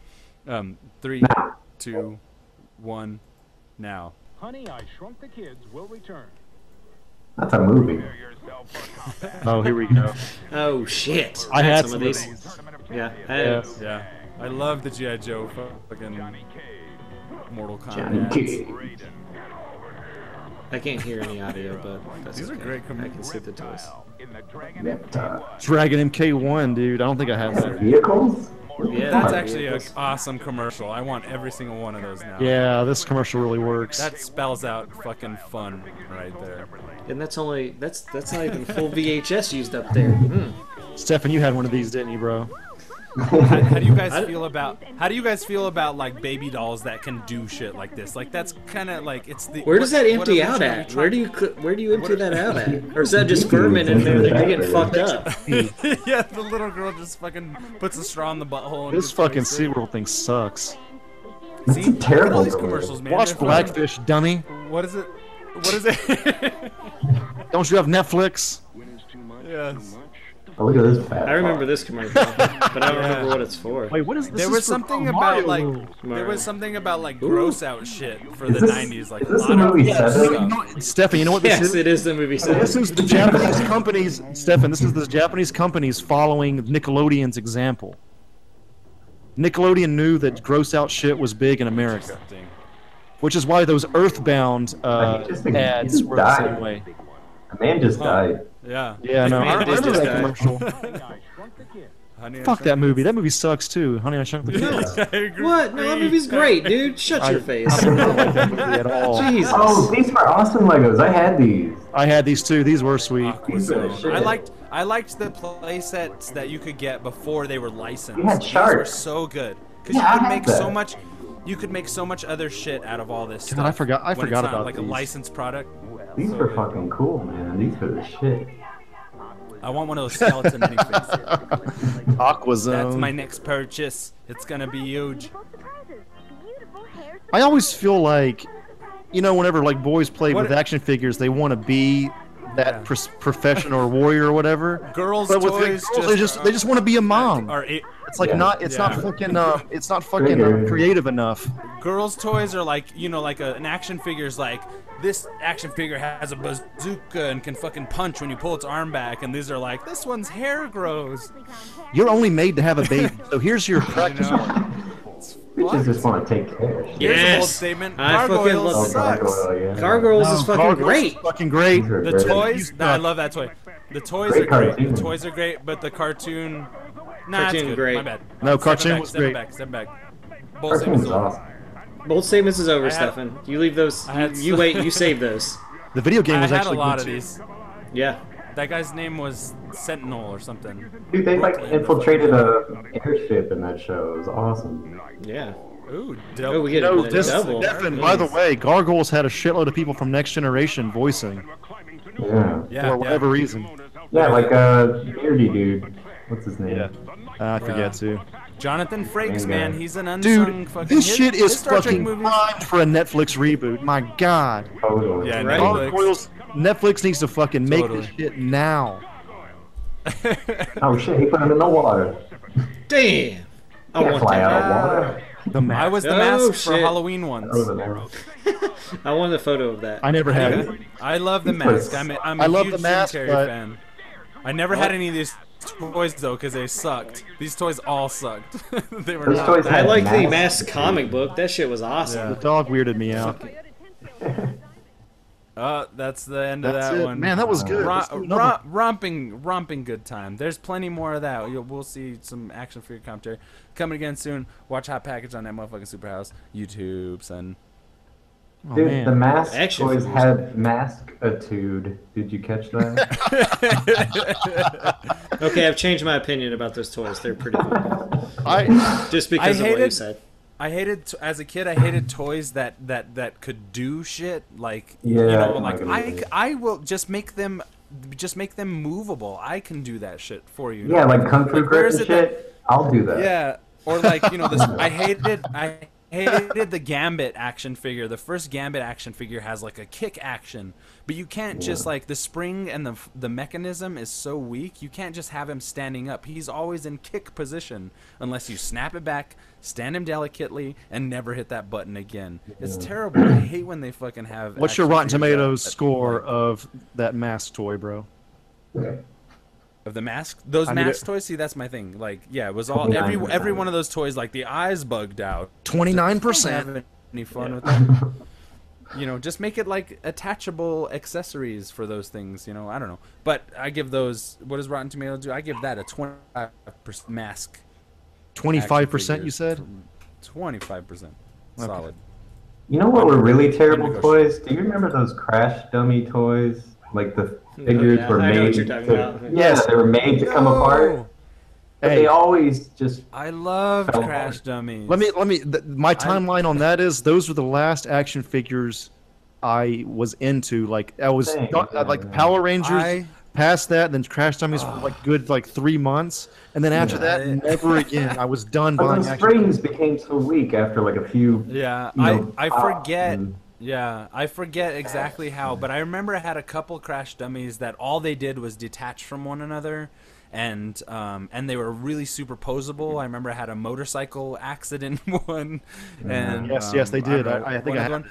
B: Um, three, two, one. Now.
H: Honey, I Shrunk the Kids will return.
F: That's a movie.
H: Yourself for
D: Oh, here we
B: [LAUGHS]
D: go.
C: Oh shit.
D: I had
C: some of
D: some of
C: these.
H: Tournament of
C: Yeah. I
D: Yeah.
C: had-
B: Yeah. I love the GI Joe fucking
H: Cave,
B: Mortal Kombat. ads.
F: Johnny
H: Raiden, and
C: I can't hear any audio, but that's
B: These are
C: okay.
B: great
C: I
B: commercials.
C: can see the toys.
H: Kyle in the Dragon
F: Reptile.
D: Dragon MK1, dude. I don't think I have that.
F: uh, Vehicles?
C: Yeah,
B: That's
C: my
B: actually an
C: vehicles.
B: awesome commercial. I want every single one of those now.
D: Yeah, this commercial really works.
B: That spells out fucking fun right there.
C: And that's only that's that's not even full VHS used up there. Mm.
D: Stefan, you had one of these, didn't you, bro?
B: How do you guys
C: I-
B: feel about how do you guys feel about like baby dolls that can do shit like this? Like that's kind of like it's the
C: Where does
B: what-
C: that
B: what
C: empty out
B: originally
C: at?
B: tried-
C: Where do you cl- where do you empty
B: are-
C: that out
B: [LAUGHS]
C: at? Or is that just vermin in there? They're getting fucked up.
B: [LAUGHS] yeah, the little girl just fucking puts a straw in the butthole. And
D: This
B: just
D: fucking
B: drinks it.
D: SeaWorld thing sucks.
F: That's
B: See,
F: a terrible
B: all these
F: story.
B: commercials, man.
D: Watch
B: they're fucking-
D: Blackfish, dummy.
B: What is it? What is it? [LAUGHS]
D: Don't you have Netflix?
B: yes.
F: Oh, look at this fat
C: I remember
F: fuck.
C: this commercial, but I don't remember what it's for.
D: Wait, what is this?
B: There
D: is
B: was
D: for-
B: something
D: oh, Mario
B: about like
D: moves.
B: there was something about like gross out shit for
F: Is
B: the
F: this-
B: '90s, like
F: is
B: a
F: this
B: lot
F: the movie
B: of gross
F: Seven?
B: stuff.
D: Stefan, you know what this
C: Yes,
D: is?
C: it is the movie.
D: This
C: Seven.
D: is the Japanese companies, Stefan. This is the Japanese companies following Nickelodeon's example. Nickelodeon knew that gross out shit was big in America,
B: Interesting.
D: which is why those Earthbound uh,
F: Like, just think-
D: ads
F: just
D: were the same
F: die.
D: way.
F: A man just died.
B: Yeah.
D: Yeah, no, I
C: It is
D: remember
C: just
D: that
C: die.
D: commercial.
B: [LAUGHS]
H: I Shrunk the Kids.
B: Honey, I
D: Fuck
B: Shrunk
D: that movie. That movie sucks too. Honey, I Shrunk the Kids.
B: [LAUGHS] the- I agree.
C: What? No, that movie's great, dude. Shut
D: I,
C: your face.
D: I don't like that movie at all.
C: Jesus.
F: Oh, these were awesome Legos. I had these.
D: [LAUGHS] I had these two. These were sweet.
B: Aquazone.
F: Shit.
B: I liked I liked the play sets that you could get before they were licensed.
F: You had
B: These were
F: sharks.
B: so good because
F: Yeah, I
B: you could
F: had
B: make so
F: that.
B: much. You could make so much other shit out of all this
D: God,
B: stuff.
D: I forgot- I
B: when
D: forgot
B: it's not
D: about
B: like
D: these.
B: a licensed product.
F: These were fucking cool, man. These were the shit.
B: I want one of those
D: [LAUGHS]
B: skeleton minifigs. That's
D: Aquazone.
B: my next purchase. It's gonna be huge.
D: I always feel like, you know, whenever like boys play
B: What-
D: with action figures, they want to be that
B: Yeah.
D: pros- profession or warrior or whatever.
B: Girls'
D: But with the
B: toys
D: girls, they
B: just uh,
D: just they just want to be a mom.
B: are a-
D: It's like
F: Yeah.
D: not it's
B: Yeah.
D: not fucking uh, it's not fucking uh,
F: Bigger.
D: creative enough.
B: girls' toys are like you know like a, an action figure is like this action figure has a bazooka and can fucking punch when you pull its arm back and these are like this one's hair grows
D: You're only made to have a baby. So here's
B: [LAUGHS]
D: your practice.
F: Bitches just want to take care. of shit.
B: Here's an old
C: Yes.
B: statement
C: I fucking
B: gargoyles
C: love
F: Oh,
B: sucks.
F: Gargoyle, yeah.
C: Gargoyles is fucking
D: Oh, Gargoyles
C: great.
D: is Fucking great.
F: These were
B: the
F: great.
B: toys nah, i love that toy the toys
F: Great
B: are great
F: cartoon.
B: the toys are great but the cartoon nah it's
C: Cartoon
B: good.
C: great.
B: my bad
D: No,
B: Step it
D: cartoon
B: back,
D: was
B: step it
D: great.
B: back step it back Bold
F: Cartoon
B: statements
F: was
B: over.
F: awesome.
C: Bold statements is over,
B: had-
C: Stefan. You leave those.
B: I had
C: You, you
B: some-
C: wait. You save those.
D: The video game
B: i
D: was
B: had a
D: actually
B: lot
D: good
B: of
D: too.
B: these
C: Yeah.
B: that guy's name was sentinel or something
F: Dude, they like infiltrated a airship in that show. It was awesome.
C: Yeah.
B: Ooh,
C: Oh, we get
D: No,
C: a
D: this
C: double.
D: Devin, by the way, Gargoyles had a shitload of people from Next Generation voicing
H: Climbing to
F: Yeah.
B: yeah,
D: for
B: yeah.
D: whatever reason.
F: Yeah, like uh, beardy dude. What's his name?
D: Yeah, Uh, I forget
B: Yeah.
D: too.
B: Jonathan Frakes,
F: Hang
B: man,
F: on.
B: he's an unsung
D: Dude,
B: fucking.
D: this
B: hit-
D: shit
B: his
D: is
B: Star Trek
D: fucking
B: movies-
D: primed for a Netflix reboot. My God,
F: Totally.
B: Yeah,
C: Right. [LAUGHS]
B: Netflix.
D: Gargoyles Netflix needs to fucking make this
B: Totally.
D: shit now.
F: Oh shit, he put him in the water.
C: Damn. I
F: Can't
C: want
F: fly out
C: that.
F: of water.
D: The mask.
B: I was the
C: Oh,
B: mask for
C: shit.
B: Halloween
F: That was
B: once.
F: an arrow.
C: I wanted a photo of that.
D: I never had it.
B: I love the
F: Because
B: mask. I'm a, I'm a
D: I love
B: huge
D: the mask,
B: Jim Carrey
D: but-
B: fan. I never had any of these toys though, because they sucked. These toys all sucked. [LAUGHS] they were
F: Those
B: not.
F: toys
C: I
F: had
C: like the
F: masks.
C: mask comic book. That shit was awesome.
D: The dog weirded me out.
B: Uh, that's the end of
D: That's
B: that
D: it.
B: one.
D: Man, that was good.
B: Ro-
D: Let's do another
B: ro- romping, romping good time. There's plenty more of that. You'll, we'll see some action figure commentary coming again soon. Watch Hot Package on that motherfucking Superhouse YouTube, son.
D: Oh,
F: Dude,
D: man.
F: the mask
C: Action
F: toys
C: figures.
F: had maskitude. Did you catch that?
C: Okay, I've changed my opinion about those toys. They're pretty cool.
D: I,
B: [LAUGHS]
C: Just because of what you
B: hated-
C: said.
B: I hated t- as a kid. I hated toys that that that could do shit. Like
F: Yeah,
B: you
F: I
B: know,
F: don't
B: like
F: like
B: I
F: it
B: c- I will just make them just make them movable. I can do that shit for you.
F: yeah, like kung fu
B: Like, where
F: grip
B: is
F: and shit.
B: it
F: I'll do that.
B: Yeah, or like you know
D: [LAUGHS]
B: this. I hated I hated the Gambit action figure. The first Gambit action figure has like a kick action, but you can't just like the spring and the f- the mechanism is so weak. You can't just have him standing up. He's always in kick position unless you snap it back, stand him delicately, and never hit that button again. It's terrible. I hate when they fucking have.
D: what's your
B: action
D: Rotten
B: figures that-
D: Tomatoes
B: that-
D: score of that mask toy, bro?
B: of the mask those
D: I need
B: mask
D: it.
B: toys see that's my thing like yeah it was all every
F: Nine.
B: every one of those toys like the eyes bugged out
D: Twenty nine
B: having any fun with them. [LAUGHS] you know, just make it like attachable accessories for those things. You know, I don't know, but I give those. What does Rotten Tomato do? I give that a twenty-five percent mask.
D: Twenty five percent. You said.
B: Twenty-five percent,
D: Okay.
B: solid.
F: You know what were really terrible
B: Indigo
F: toys? Do you remember those crash dummy toys? Like the figures
C: yeah,
F: were
C: I know what
F: made.
C: you're talking
F: to,
C: about.
F: yeah, they were made to come apart. But
D: Hey.
F: they always just
B: Oh, I loved
F: Fell
B: Crash
F: apart.
B: Dummies.
D: Let me let me. Th- my timeline on that is those were the last action figures I was into. Like I was
F: Same,
D: not-
F: yeah,
D: like
F: yeah.
D: Power Rangers.
B: I- Ah.
D: Past that, then Crash Dummies for like good like three months, and then after that,
B: Yeah.
D: never again. I was done
F: [LAUGHS] But
D: buying
F: those
D: action. figures.
F: springs became so weak after like a few.
B: Yeah,
F: you
B: I
F: know, uh, mm.
B: I
F: pops
B: forget.
F: and-
B: Yeah, I forget exactly how, but I remember I had a couple crash dummies that all they did was detach from one another, and um, and they were really superposable. I remember I had a motorcycle accident [LAUGHS] one,
F: Mm-hmm.
B: and
D: Yes, yes, they
B: um,
D: did.
B: don't know,
D: I- I think
B: one
D: I
B: other
D: had
B: one.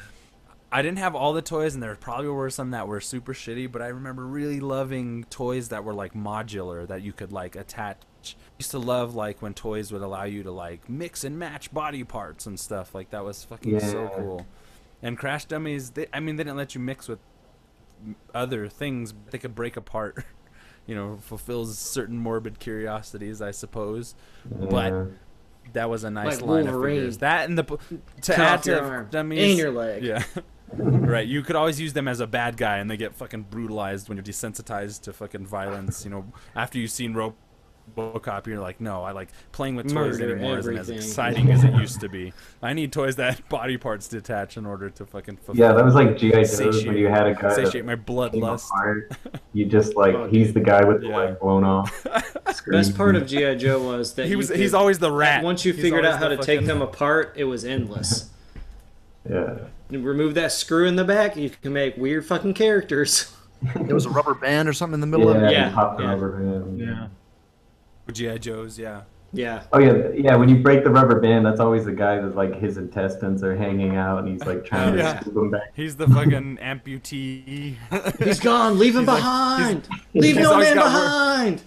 B: I didn't have all the toys, and there probably were some that were super shitty. But I remember really loving toys that were like modular that you could like attach. I used to love like when toys would allow you to like mix and match body parts and stuff. Like that was fucking so
F: Yeah.
B: cool. And crash dummies, they, I mean, they didn't let you mix with m- other things. But they could break apart. [LAUGHS] You know, fulfills certain morbid curiosities, I suppose.
F: Yeah.
B: But that was a nice
C: Like
B: line
C: Wolverine.
B: of figures. That and the p- to
C: Cut
B: add
C: off
B: to
C: your arm
B: dummies
C: and your leg.
B: Yeah, [LAUGHS] right. You could always use them as a bad guy, and they get fucking brutalized when you're desensitized to fucking violence. You know, after you've seen RoboCop, you're like, no, I like playing with toys
C: Murder
B: anymore isn't as
C: everything."
B: exciting as it used to be. I need toys that [LAUGHS] body parts detach in order to fucking fulfill.
F: Yeah, that was like GI Joe's
B: satiate,
F: when you had a guy
B: satiate my
F: that came
C: [LAUGHS]
B: bloodlust.
F: apart. You just like
C: Oh,
F: he's the guy with the
B: Yeah.
F: leg blown off.
C: [LAUGHS] Best part of GI Joe was that
B: He
C: you
B: was.
C: could-
B: He's always the rat.
C: Once you
B: He's
C: figured
B: always
C: out how
B: the
C: to take
B: fucking-
C: them apart, it was endless.
F: yeah.
C: You remove that screw in the back, you can make weird fucking characters. [LAUGHS]
D: There was a rubber band or something in the middle of
F: Yeah,
D: it.
C: Yeah,
F: you popped
C: yeah.
F: the rubber band.
B: GI Joes. Yeah.
C: Yeah.
F: Oh yeah, yeah. When you break the rubber band, that's always the guy that's like his intestines are hanging out, and he's like
C: [LAUGHS]
F: trying to
B: Yeah.
F: scoop them back.
B: He's the fucking [LAUGHS] amputee. [LAUGHS]
C: He's gone. Leave him
B: like- [LAUGHS]
C: behind. Leave
B: he's
C: no
B: always
C: man
B: got work.
C: behind.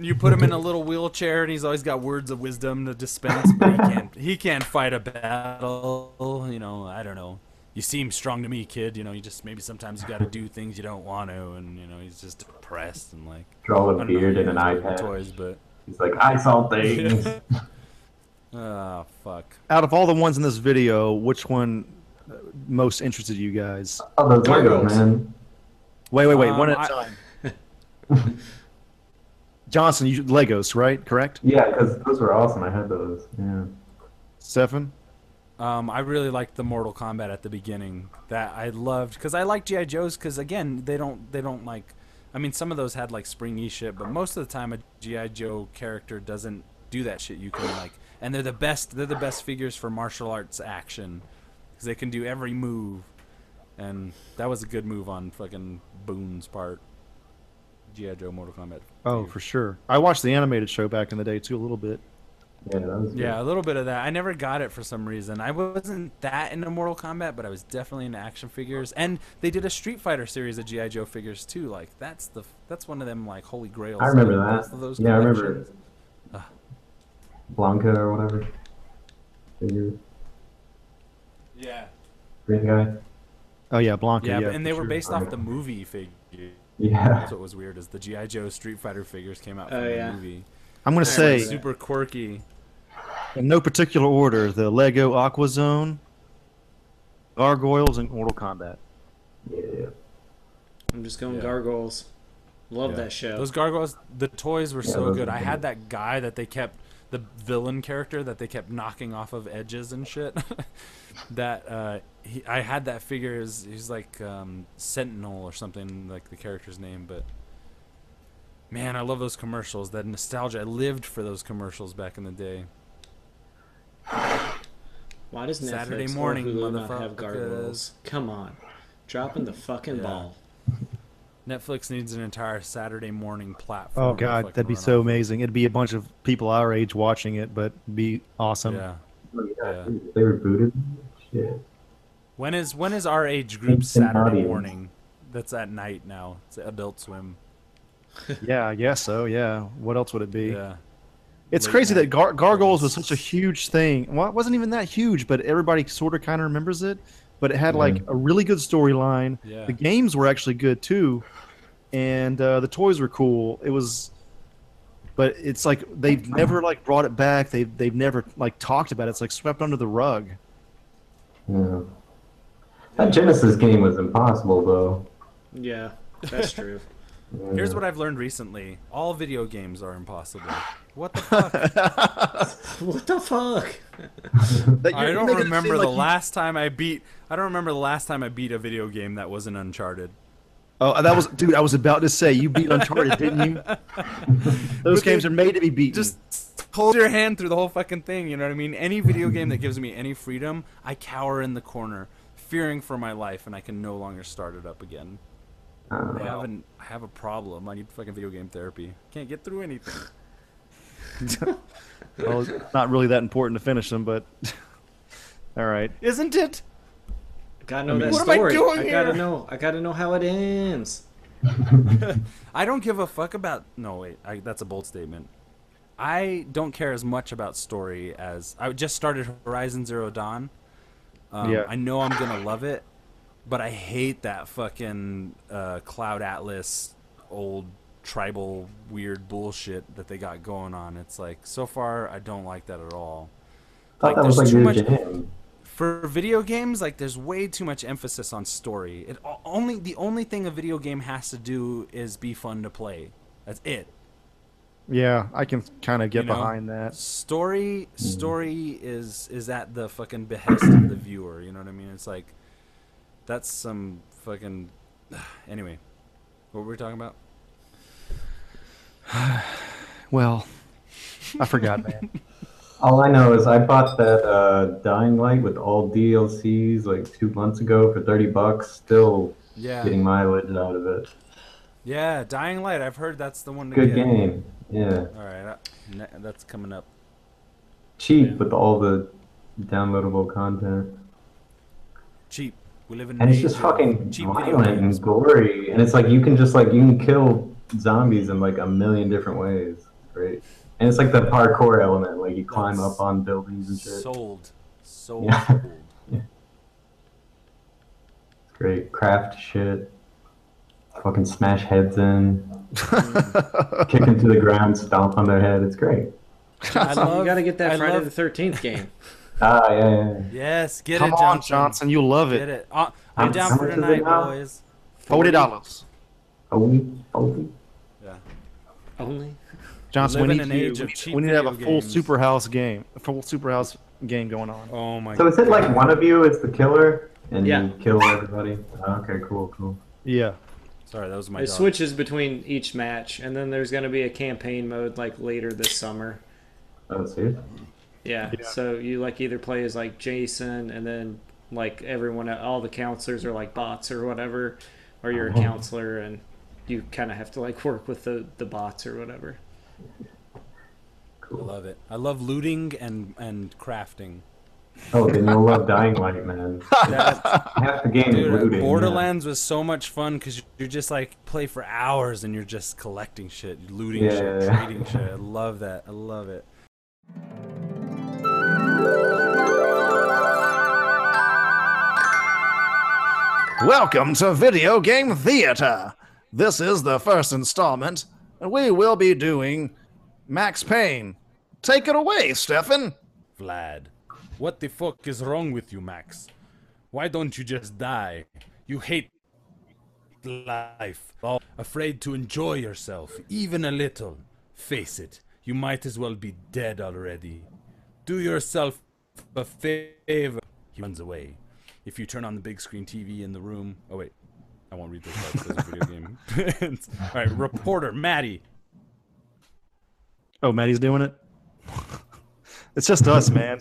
B: You put him in a little wheelchair, and he's always got words of wisdom to dispense, but he can't. He can't fight a battle. You know, I don't know. You seem strong to me, kid. You know, you just maybe sometimes you got to do things you don't want to, and you know, he's just depressed and like.
F: Draw
B: I
F: a
B: don't know,
F: beard
B: he
F: and an
B: has
F: eye
B: little
F: patch.
B: Toys, but
F: He's like, I saw
B: [LAUGHS]
F: things.
B: ah, fuck.
D: Out of all the ones in this video, which one uh, most interested you guys?
F: oh, those Legos,
C: Gargoyles.
F: man.
D: Wait, wait, wait. one
B: Um,
D: at a
B: I-
D: time. [LAUGHS] Johnson, you Legos, right? Correct.
F: Yeah, because those were awesome. I had those. Yeah.
D: Stefan.
B: Um, I really liked the Mortal Kombat at the beginning. That I loved because I like GI Joes because again they don't they don't like. I mean some of those had like springy shit, but most of the time a GI Joe character doesn't do that shit. You can like, and they're the best. They're the best figures for martial arts action because they can do every move. and that was a good move on fucking Boone's part. GI Joe Mortal Kombat.
D: Oh,
B: two.
D: for sure. I watched the animated show back in the day too, a little bit.
F: Yeah, that was
B: Yeah, a little bit of that. I never got it for some reason. I wasn't that into Mortal Kombat, but I was definitely into action figures. And they did a Street Fighter series of GI Joe figures too. Like that's the that's one of them like holy grails.
F: I remember
B: of
F: that.
B: both of those
F: Yeah, I remember
B: collections.
F: good. Blanca or whatever. Figure,
B: Yeah,
F: green guy. [LAUGHS]
D: Oh yeah, Blanca.
B: yeah,
D: Yeah,
B: and they
D: for
B: were
D: sure.
B: based off the movie figure.
F: Yeah.
B: That's what was weird is the GI Joe Street Fighter figures came out from
C: Oh,
B: the
C: yeah.
B: movie.
D: I'm
C: Alright,
D: gonna say
B: Super quirky.
D: in no particular order: the Lego Aqua Zone, Gargoyles, and Mortal Kombat.
F: Yeah.
C: I'm just going
B: Yeah.
C: gargoyles. Love
B: Yeah.
C: that show.
B: Those gargoyles, the toys were
F: Yeah,
B: so
F: those
B: good.
F: are
B: I
F: good.
B: had that guy that they kept the villain character that they kept knocking off of edges and shit. [LAUGHS] that uh, he, I had that figure. He's, he's like um, Sentinel or something, like the character's name. But man, I love those commercials. That nostalgia. I lived for those commercials back in the day.
C: Why does Netflix
B: Saturday
C: Saturday
B: morning,
C: morning, or Hulu not have
B: motherfuckers.
C: gargoyles? Come on, dropping the fucking
B: Yeah.
C: ball.
B: Netflix needs an entire Saturday morning platform.
D: Oh
B: to
D: god,
B: fucking
D: that'd be
B: run
D: so
B: off.
D: amazing. It'd be a bunch of people our age watching it, but be awesome.
B: Yeah.
F: Oh,
B: Yeah.
F: yeah. They rebooted. Shit.
B: When is when is our age group
F: Instant
B: Saturday
F: audience.
B: morning? That's at night now. It's Adult Swim.
D: Yeah, I guess so. Yeah. What else would it be?
B: Yeah.
D: It's
B: Late
D: crazy that
B: night
D: Gar- Gargoyles was
B: movies.
D: such a huge thing. Well, it wasn't even that huge, but everybody sort of kind of remembers it. But it had like a really good storyline.
B: Yeah.
D: The games were actually good too, and uh, the toys were cool. It was, but it's like they've never like brought it back. They've they've never like talked about it. It's like swept under the rug.
F: Yeah. That Genesis game was impossible though.
C: Yeah,
B: [LAUGHS]
C: that's true.
B: Here's what I've learned recently: all video games are [GASPS] impossible. What the fuck?
C: what the fuck?
B: I don't remember the last time I beat. I don't remember the last time I beat a video game that wasn't Uncharted.
D: Oh, that was dude. I was about to say you beat Uncharted, didn't
B: [LAUGHS]
D: you? Those
B: they-
D: games are made to be beaten.
B: Just hold your hand through the whole fucking thing. You know what I mean? Any video game that gives me any freedom, I cower in the corner, fearing for my life, and I can no longer start it up again. I have an, I have a problem. I need fucking video game therapy. Can't get through anything.
D: well, it's not really that important to finish them, but [LAUGHS] all right.
B: Isn't it?
C: Gotta know that
B: What am I
C: story.
B: doing
C: gotta
B: here?
C: know. I gotta know how it ends.
B: I don't give a fuck about. No, wait. I, that's a bold statement. I don't care as much about story as I just started Horizon Zero Dawn. Um,
D: Yeah.
B: I know I'm gonna love it, but I hate that fucking uh, Cloud Atlas old tribal weird bullshit that they got going on. It's like so far I don't like that at all.
F: I
B: Like,
F: thought that was
B: there's
F: like
B: too
F: your
B: much-
F: jam.
B: for video games like there's way too much emphasis on story it o- only the only thing a video game has to do is be fun to play that's it
D: Yeah, I can kind of get
B: You know?
D: behind that.
B: story story is is at the fucking behest of the viewer you know what i mean it's like that's some fucking [SIGHS] anyway what were we talking about
D: Well, I forgot,
B: [LAUGHS]
D: man.
F: All I know is I bought that uh, Dying Light with all DLCs like two months ago for thirty bucks. Still
B: yeah
F: getting mileage out of it.
B: yeah dying light i've heard that's the one to
F: Good
B: get.
F: game. Yeah,
B: all right I- ne- that's coming up
F: cheap with all the downloadable content,
B: cheap we live in
F: and
B: an
F: it's just
B: age of
F: fucking
B: cheap video
F: violent
B: games.
F: and gory. And it's like you can just like you can kill zombies in like a million different ways. Great. And it's like the parkour element, like you climb
B: That's
F: up on buildings and shit.
B: sold sold,
F: Yeah.
B: sold.
F: It's great. Craft shit. Fucking smash heads
B: [LAUGHS]
F: in. Kick them to the ground, stomp on their head. It's great.
B: [LAUGHS] I love,
C: you gotta get that
B: I
C: Friday
B: love-
C: the Thirteenth game.
F: Ah, yeah, yeah, yeah.
B: Yes, get
D: Come
B: it,
D: on,
B: Johnson.
D: Johnson, you love
B: Get
D: it.
B: it. Uh, I'm
F: How
B: down
F: much
B: for
F: is it
B: tonight,
F: now?
B: boys.
D: Forty dollars,
F: Only, only.
B: Yeah.
C: Only.
D: Johnson. We
B: Live
D: need,
B: in an
D: you-
B: age
D: we
B: of
D: need-
B: cheap
D: we need to have a
B: video
D: full
B: games.
D: super house game, a full super house game going on.
B: Oh my.
F: So is it like one of you is the killer and
C: Yeah.
F: you kill everybody? Ah, Okay, cool, cool.
D: Yeah,
B: Sorry, that was my.
C: It
B: dog.
C: switches between each match, and then there's gonna be a campaign mode like later this summer.
F: Oh, seriously?
C: Yeah. So you like either play as like Jason, and then like everyone, all the counselors are like bots or whatever, or you're
B: Uh-huh.
C: a counselor and you kind of have to like [LAUGHS] work with the the bots or whatever.
B: I love it. I love looting and and crafting.
F: Oh, then you'll love Dying Light, man. Half the game is
B: Dude,
F: looting.
B: Borderlands was so much fun because you're just like play for hours and you're just collecting shit, you're looting shit,
F: Yeah.
B: trading shit. I love that. I love it.
D: Welcome to Video Game Theater. This is the first installment, and we will be doing Max Payne. Take it away, Stefan.
B: Vlad, what the fuck is wrong with you, Max? Why don't you just die? You hate life, are afraid to enjoy yourself, even a little. Face it, you might as well be dead already. Do yourself a favor. He runs away. If you turn on the big screen TV in the room. Oh, wait. I won't read this part 'cause it's a video game. [LAUGHS] All right, reporter Maddie.
I: Oh, Maddie's doing it. [LAUGHS] it's just us, man.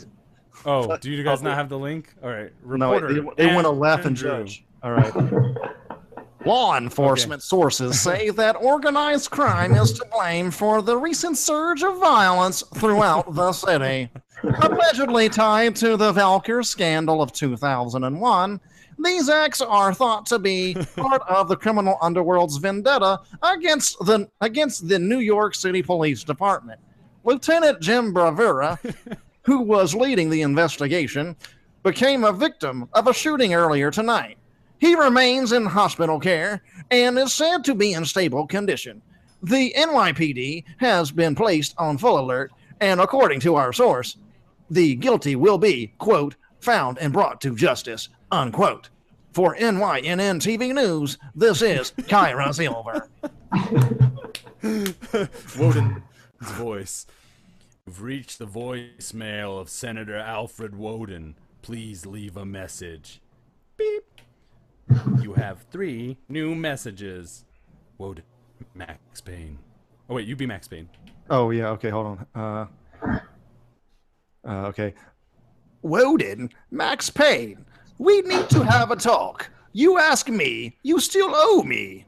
B: Oh, do you guys not have the link? All right,
I: No,
B: reporter.
I: they, they want to
B: An-
I: laugh and
B: Andrew.
I: judge. All right.
D: [LAUGHS] Law enforcement sources say that organized crime is to blame for the recent surge of violence throughout the city. Allegedly tied to the Valkyr scandal of 2001, these acts are thought to be part of the criminal underworld's vendetta against the against the New York City Police Department. Lieutenant Jim Bravura, who was leading the investigation, became a victim of a shooting earlier tonight. He remains in hospital care and is said to be in stable condition. The NYPD has been placed on full alert, and according to our source, the guilty will be, quote, found and brought to justice, unquote. For NYNN TV News, this is Kyra Silver.
B: Woden's [LAUGHS] voice. You've reached the voicemail of Senator Alfred Woden. Please leave a message. Beep. You have three new messages. Woden, Max Payne. Oh wait, you be Max Payne.
I: Oh yeah. Okay. Hold on. Uh, uh, okay.
D: Woden, Max Payne, we need to have a talk. You ask me, you still owe me.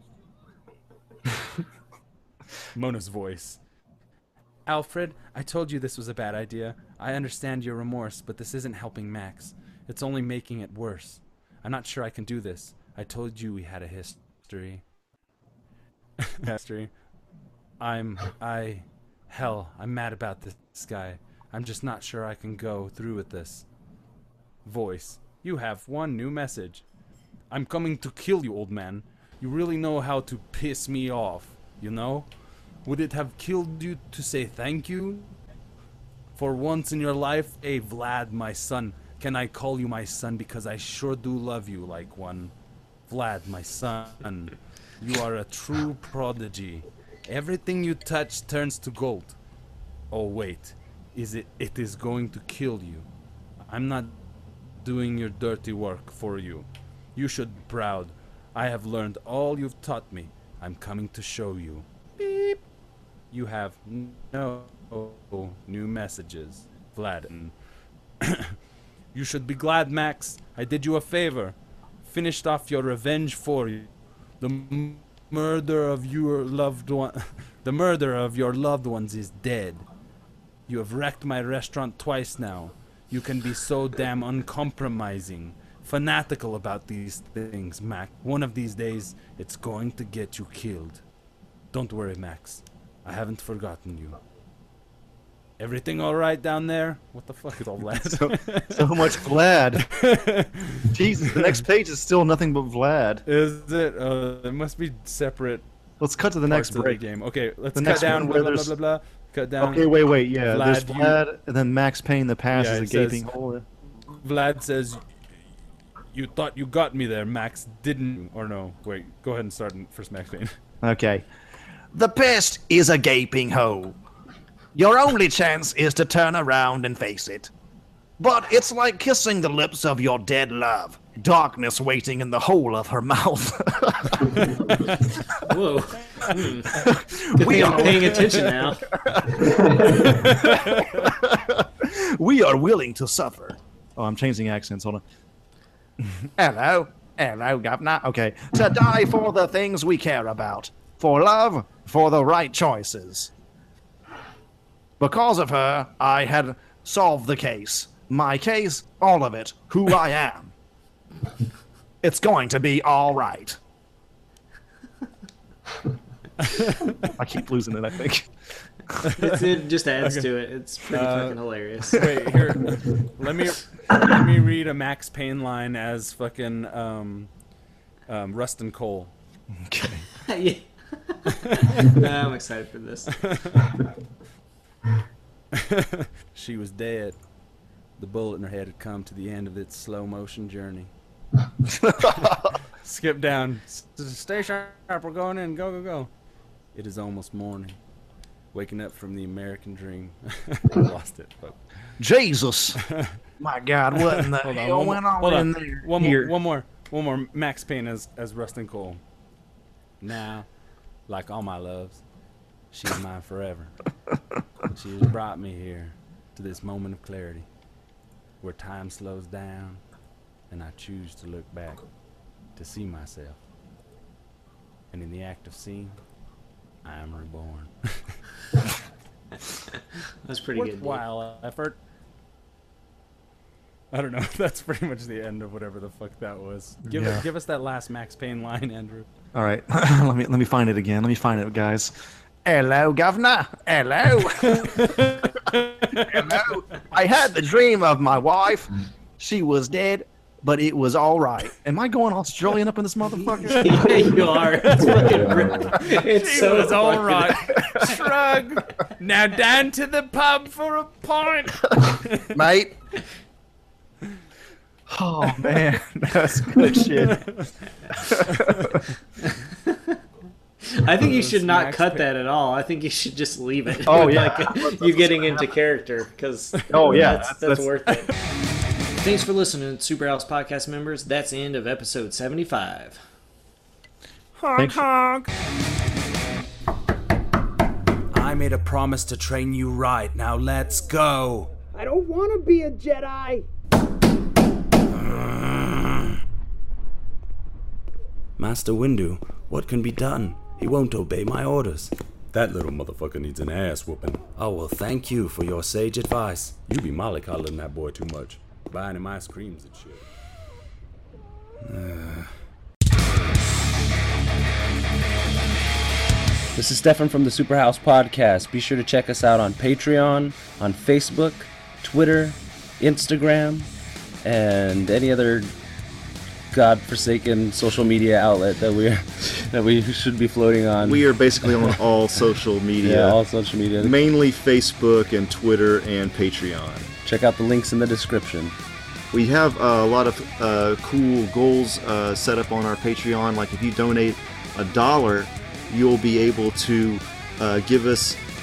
B: Mona's voice. Alfred, I told you this was a bad idea. I understand your remorse, but this isn't helping Max. It's only making it worse. I'm not sure I can do this. I told you we had a history. [LAUGHS] history. I'm I hell, I'm mad about this guy. I'm just not sure I can go through with this. Voice. You have one new message. I'm coming to kill you, old man. You really know how to piss me off, you know? Would it have killed you to say thank you? For once in your life, hey Vlad, my son, can I call you my son because I sure do love you like one. Vlad, my son, you are a true prodigy. Everything you touch turns to gold. Oh wait, is it it is going to kill you. I'm not doing your dirty work for you. You should be proud. I have learned all you've taught me. I'm coming to show you. Beep. You have no new messages, Vlad. you should be glad, Max. I did you a favor. Finished off your revenge for you. The m- murder of your loved one, [LAUGHS] the murder of your loved ones is dead. You have wrecked my restaurant twice now. You can be so damn uncompromising, fanatical about these things, Mac. One of these days, it's going to get you killed. Don't worry, Max. I haven't forgotten you. Everything all right down there? What the fuck is all
I: So,
B: that?
I: so much
B: [LAUGHS]
I: Vlad. Jesus. The next page is still nothing but Vlad.
B: is it? Uh, it must be separate
I: Let's cut to the next
B: parts of the
I: break.
B: game. Okay, let's
I: The
B: cut
I: next
B: down.
I: one where
B: Blah blah, blah
I: there's-
B: blah blah. Cut down.
I: Okay. Wait. Wait. Yeah.
B: Vlad,
I: there's
B: you-
I: Vlad, and then Max Payne. The pass
B: Yeah,
I: is a
B: it says-
I: gaping hole.
B: Vlad says, "You thought you got me there, Max. Didn't you?" or no? Wait, go ahead and start in first, Max Payne. [LAUGHS]
I: Okay.
D: The pest is a gaping hole. Your only chance is to turn around and face it. But it's like kissing the lips of your dead love, darkness waiting in the hole of her mouth. [LAUGHS]
C: Whoa, [LAUGHS]
D: we,
C: I'm
D: are,
C: paying attention now.
D: we are willing to suffer.
I: Oh, I'm changing accents. Hold on.
D: Hello, hello, governor. Okay, to die for the things we care about, for love, for the right choices. Because of her, I had solved the case. My case, all of it, who I am. It's going to be all
B: [LAUGHS]
D: right.
J: I keep losing it. I think.
C: It's, it just adds to it. It's pretty fucking hilarious.
B: Uh, Wait,
I: [LAUGHS]
B: here. let me let me read a Max Payne line as fucking um, um, Rustin Cole.
J: Okay.
C: [LAUGHS] Yeah. Nah, I'm excited for this.
B: she was dead. The bullet in her head had come to the end of its slow motion journey. Skip down. S- Stay sharp. We're going in. Go, go, go. It is almost morning. Waking up from the American dream. [LAUGHS] I lost it. Fuck.
D: Jesus. My God, what in the
B: [LAUGHS] Hold on.
D: hell
B: One,
D: went
B: more,
D: on,
B: hold
D: in
B: on.
D: there?
B: one
D: Here.
B: more. One more. One more. Max Payne as as Rustin Cole. Now, like all my loves, she's mine forever. she has brought me here to this moment of clarity, where time slows down, and I choose to look back to see myself. And in the act of seeing, I am reborn.
C: That's pretty good. dude.
B: Worthwhile effort. I don't know. [LAUGHS] That's pretty much the end of whatever the fuck that was. Give,
J: Yeah.
B: give us that last Max Payne line, Andrew.
J: All right. [LAUGHS] let me let me find it again. Let me find it, guys.
D: Hello, governor.
J: [LAUGHS]
D: Hello. Hello. I had the dream of my wife. She was dead, but it was all right.
J: Am I going Australian up in this motherfucker?
C: yeah, [LAUGHS] you are. [LAUGHS] It's fucking
B: [LAUGHS]
C: great. It's so
B: was all
C: fucking-
B: right. [LAUGHS] Shrug. Now down to the pub for a pint.
D: [LAUGHS] Mate,
J: oh man, [LAUGHS] that's good shit.
C: I think you should not
B: Max
C: cut
B: Pay-
C: that at all. I think you should just leave it.
J: Oh, yeah.
C: like, [LAUGHS] you getting into character because [LAUGHS]
J: Oh, yeah.
C: that's, that's,
J: That's-
C: worth it. Thanks for listening, Super House Podcast members. That's the end of episode seventy-five.
J: Thanks.
K: I made a promise to train you right. Now let's go.
A: I don't want to be a Jedi.
K: Master Windu, what can be done? He won't obey my orders.
L: That little motherfucker needs an ass whooping.
K: Oh, well, thank you for your sage advice.
L: You be molly coddling that boy too much, buying him ice creams and shit.
G: [SIGHS] This is Stefan from the Superhouse Podcast. Be sure to check us out on Patreon, on Facebook, Twitter, Instagram, and any other godforsaken social media outlet that we that we should be floating on.
M: We are basically on all social media,
G: [LAUGHS] yeah, all social media.
M: mainly Facebook and Twitter and Patreon.
G: Check out the links in the description.
M: We have uh, a lot of uh, cool goals uh, set up on our Patreon. Like if you donate a dollar, you'll be able to uh, give us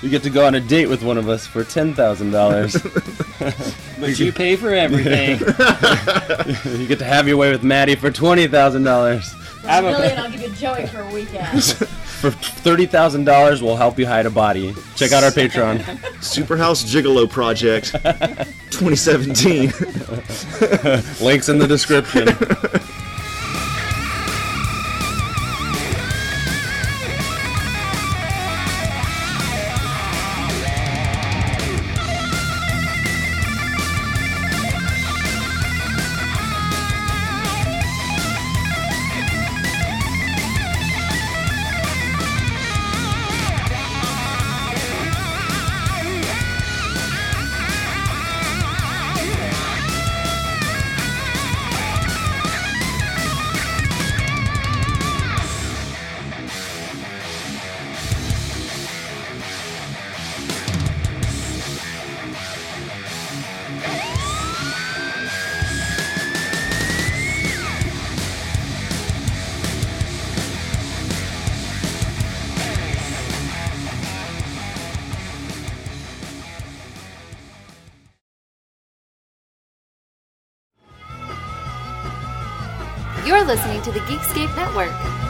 G: You get to go on a date with one of us for ten thousand dollars.
C: But you pay for [LAUGHS] everything.
G: you get to have your way with Maddie for twenty thousand dollars.
C: I'm a-
N: Really, and I'll give you Joey for a [LAUGHS] weekend.
G: For thirty thousand dollars, we'll help you hide a body. Check out our Patreon.
M: [LAUGHS] Superhouse Gigolo Project 2017.
G: [LAUGHS] Links in the description.
N: You're listening to the Geekscape Network.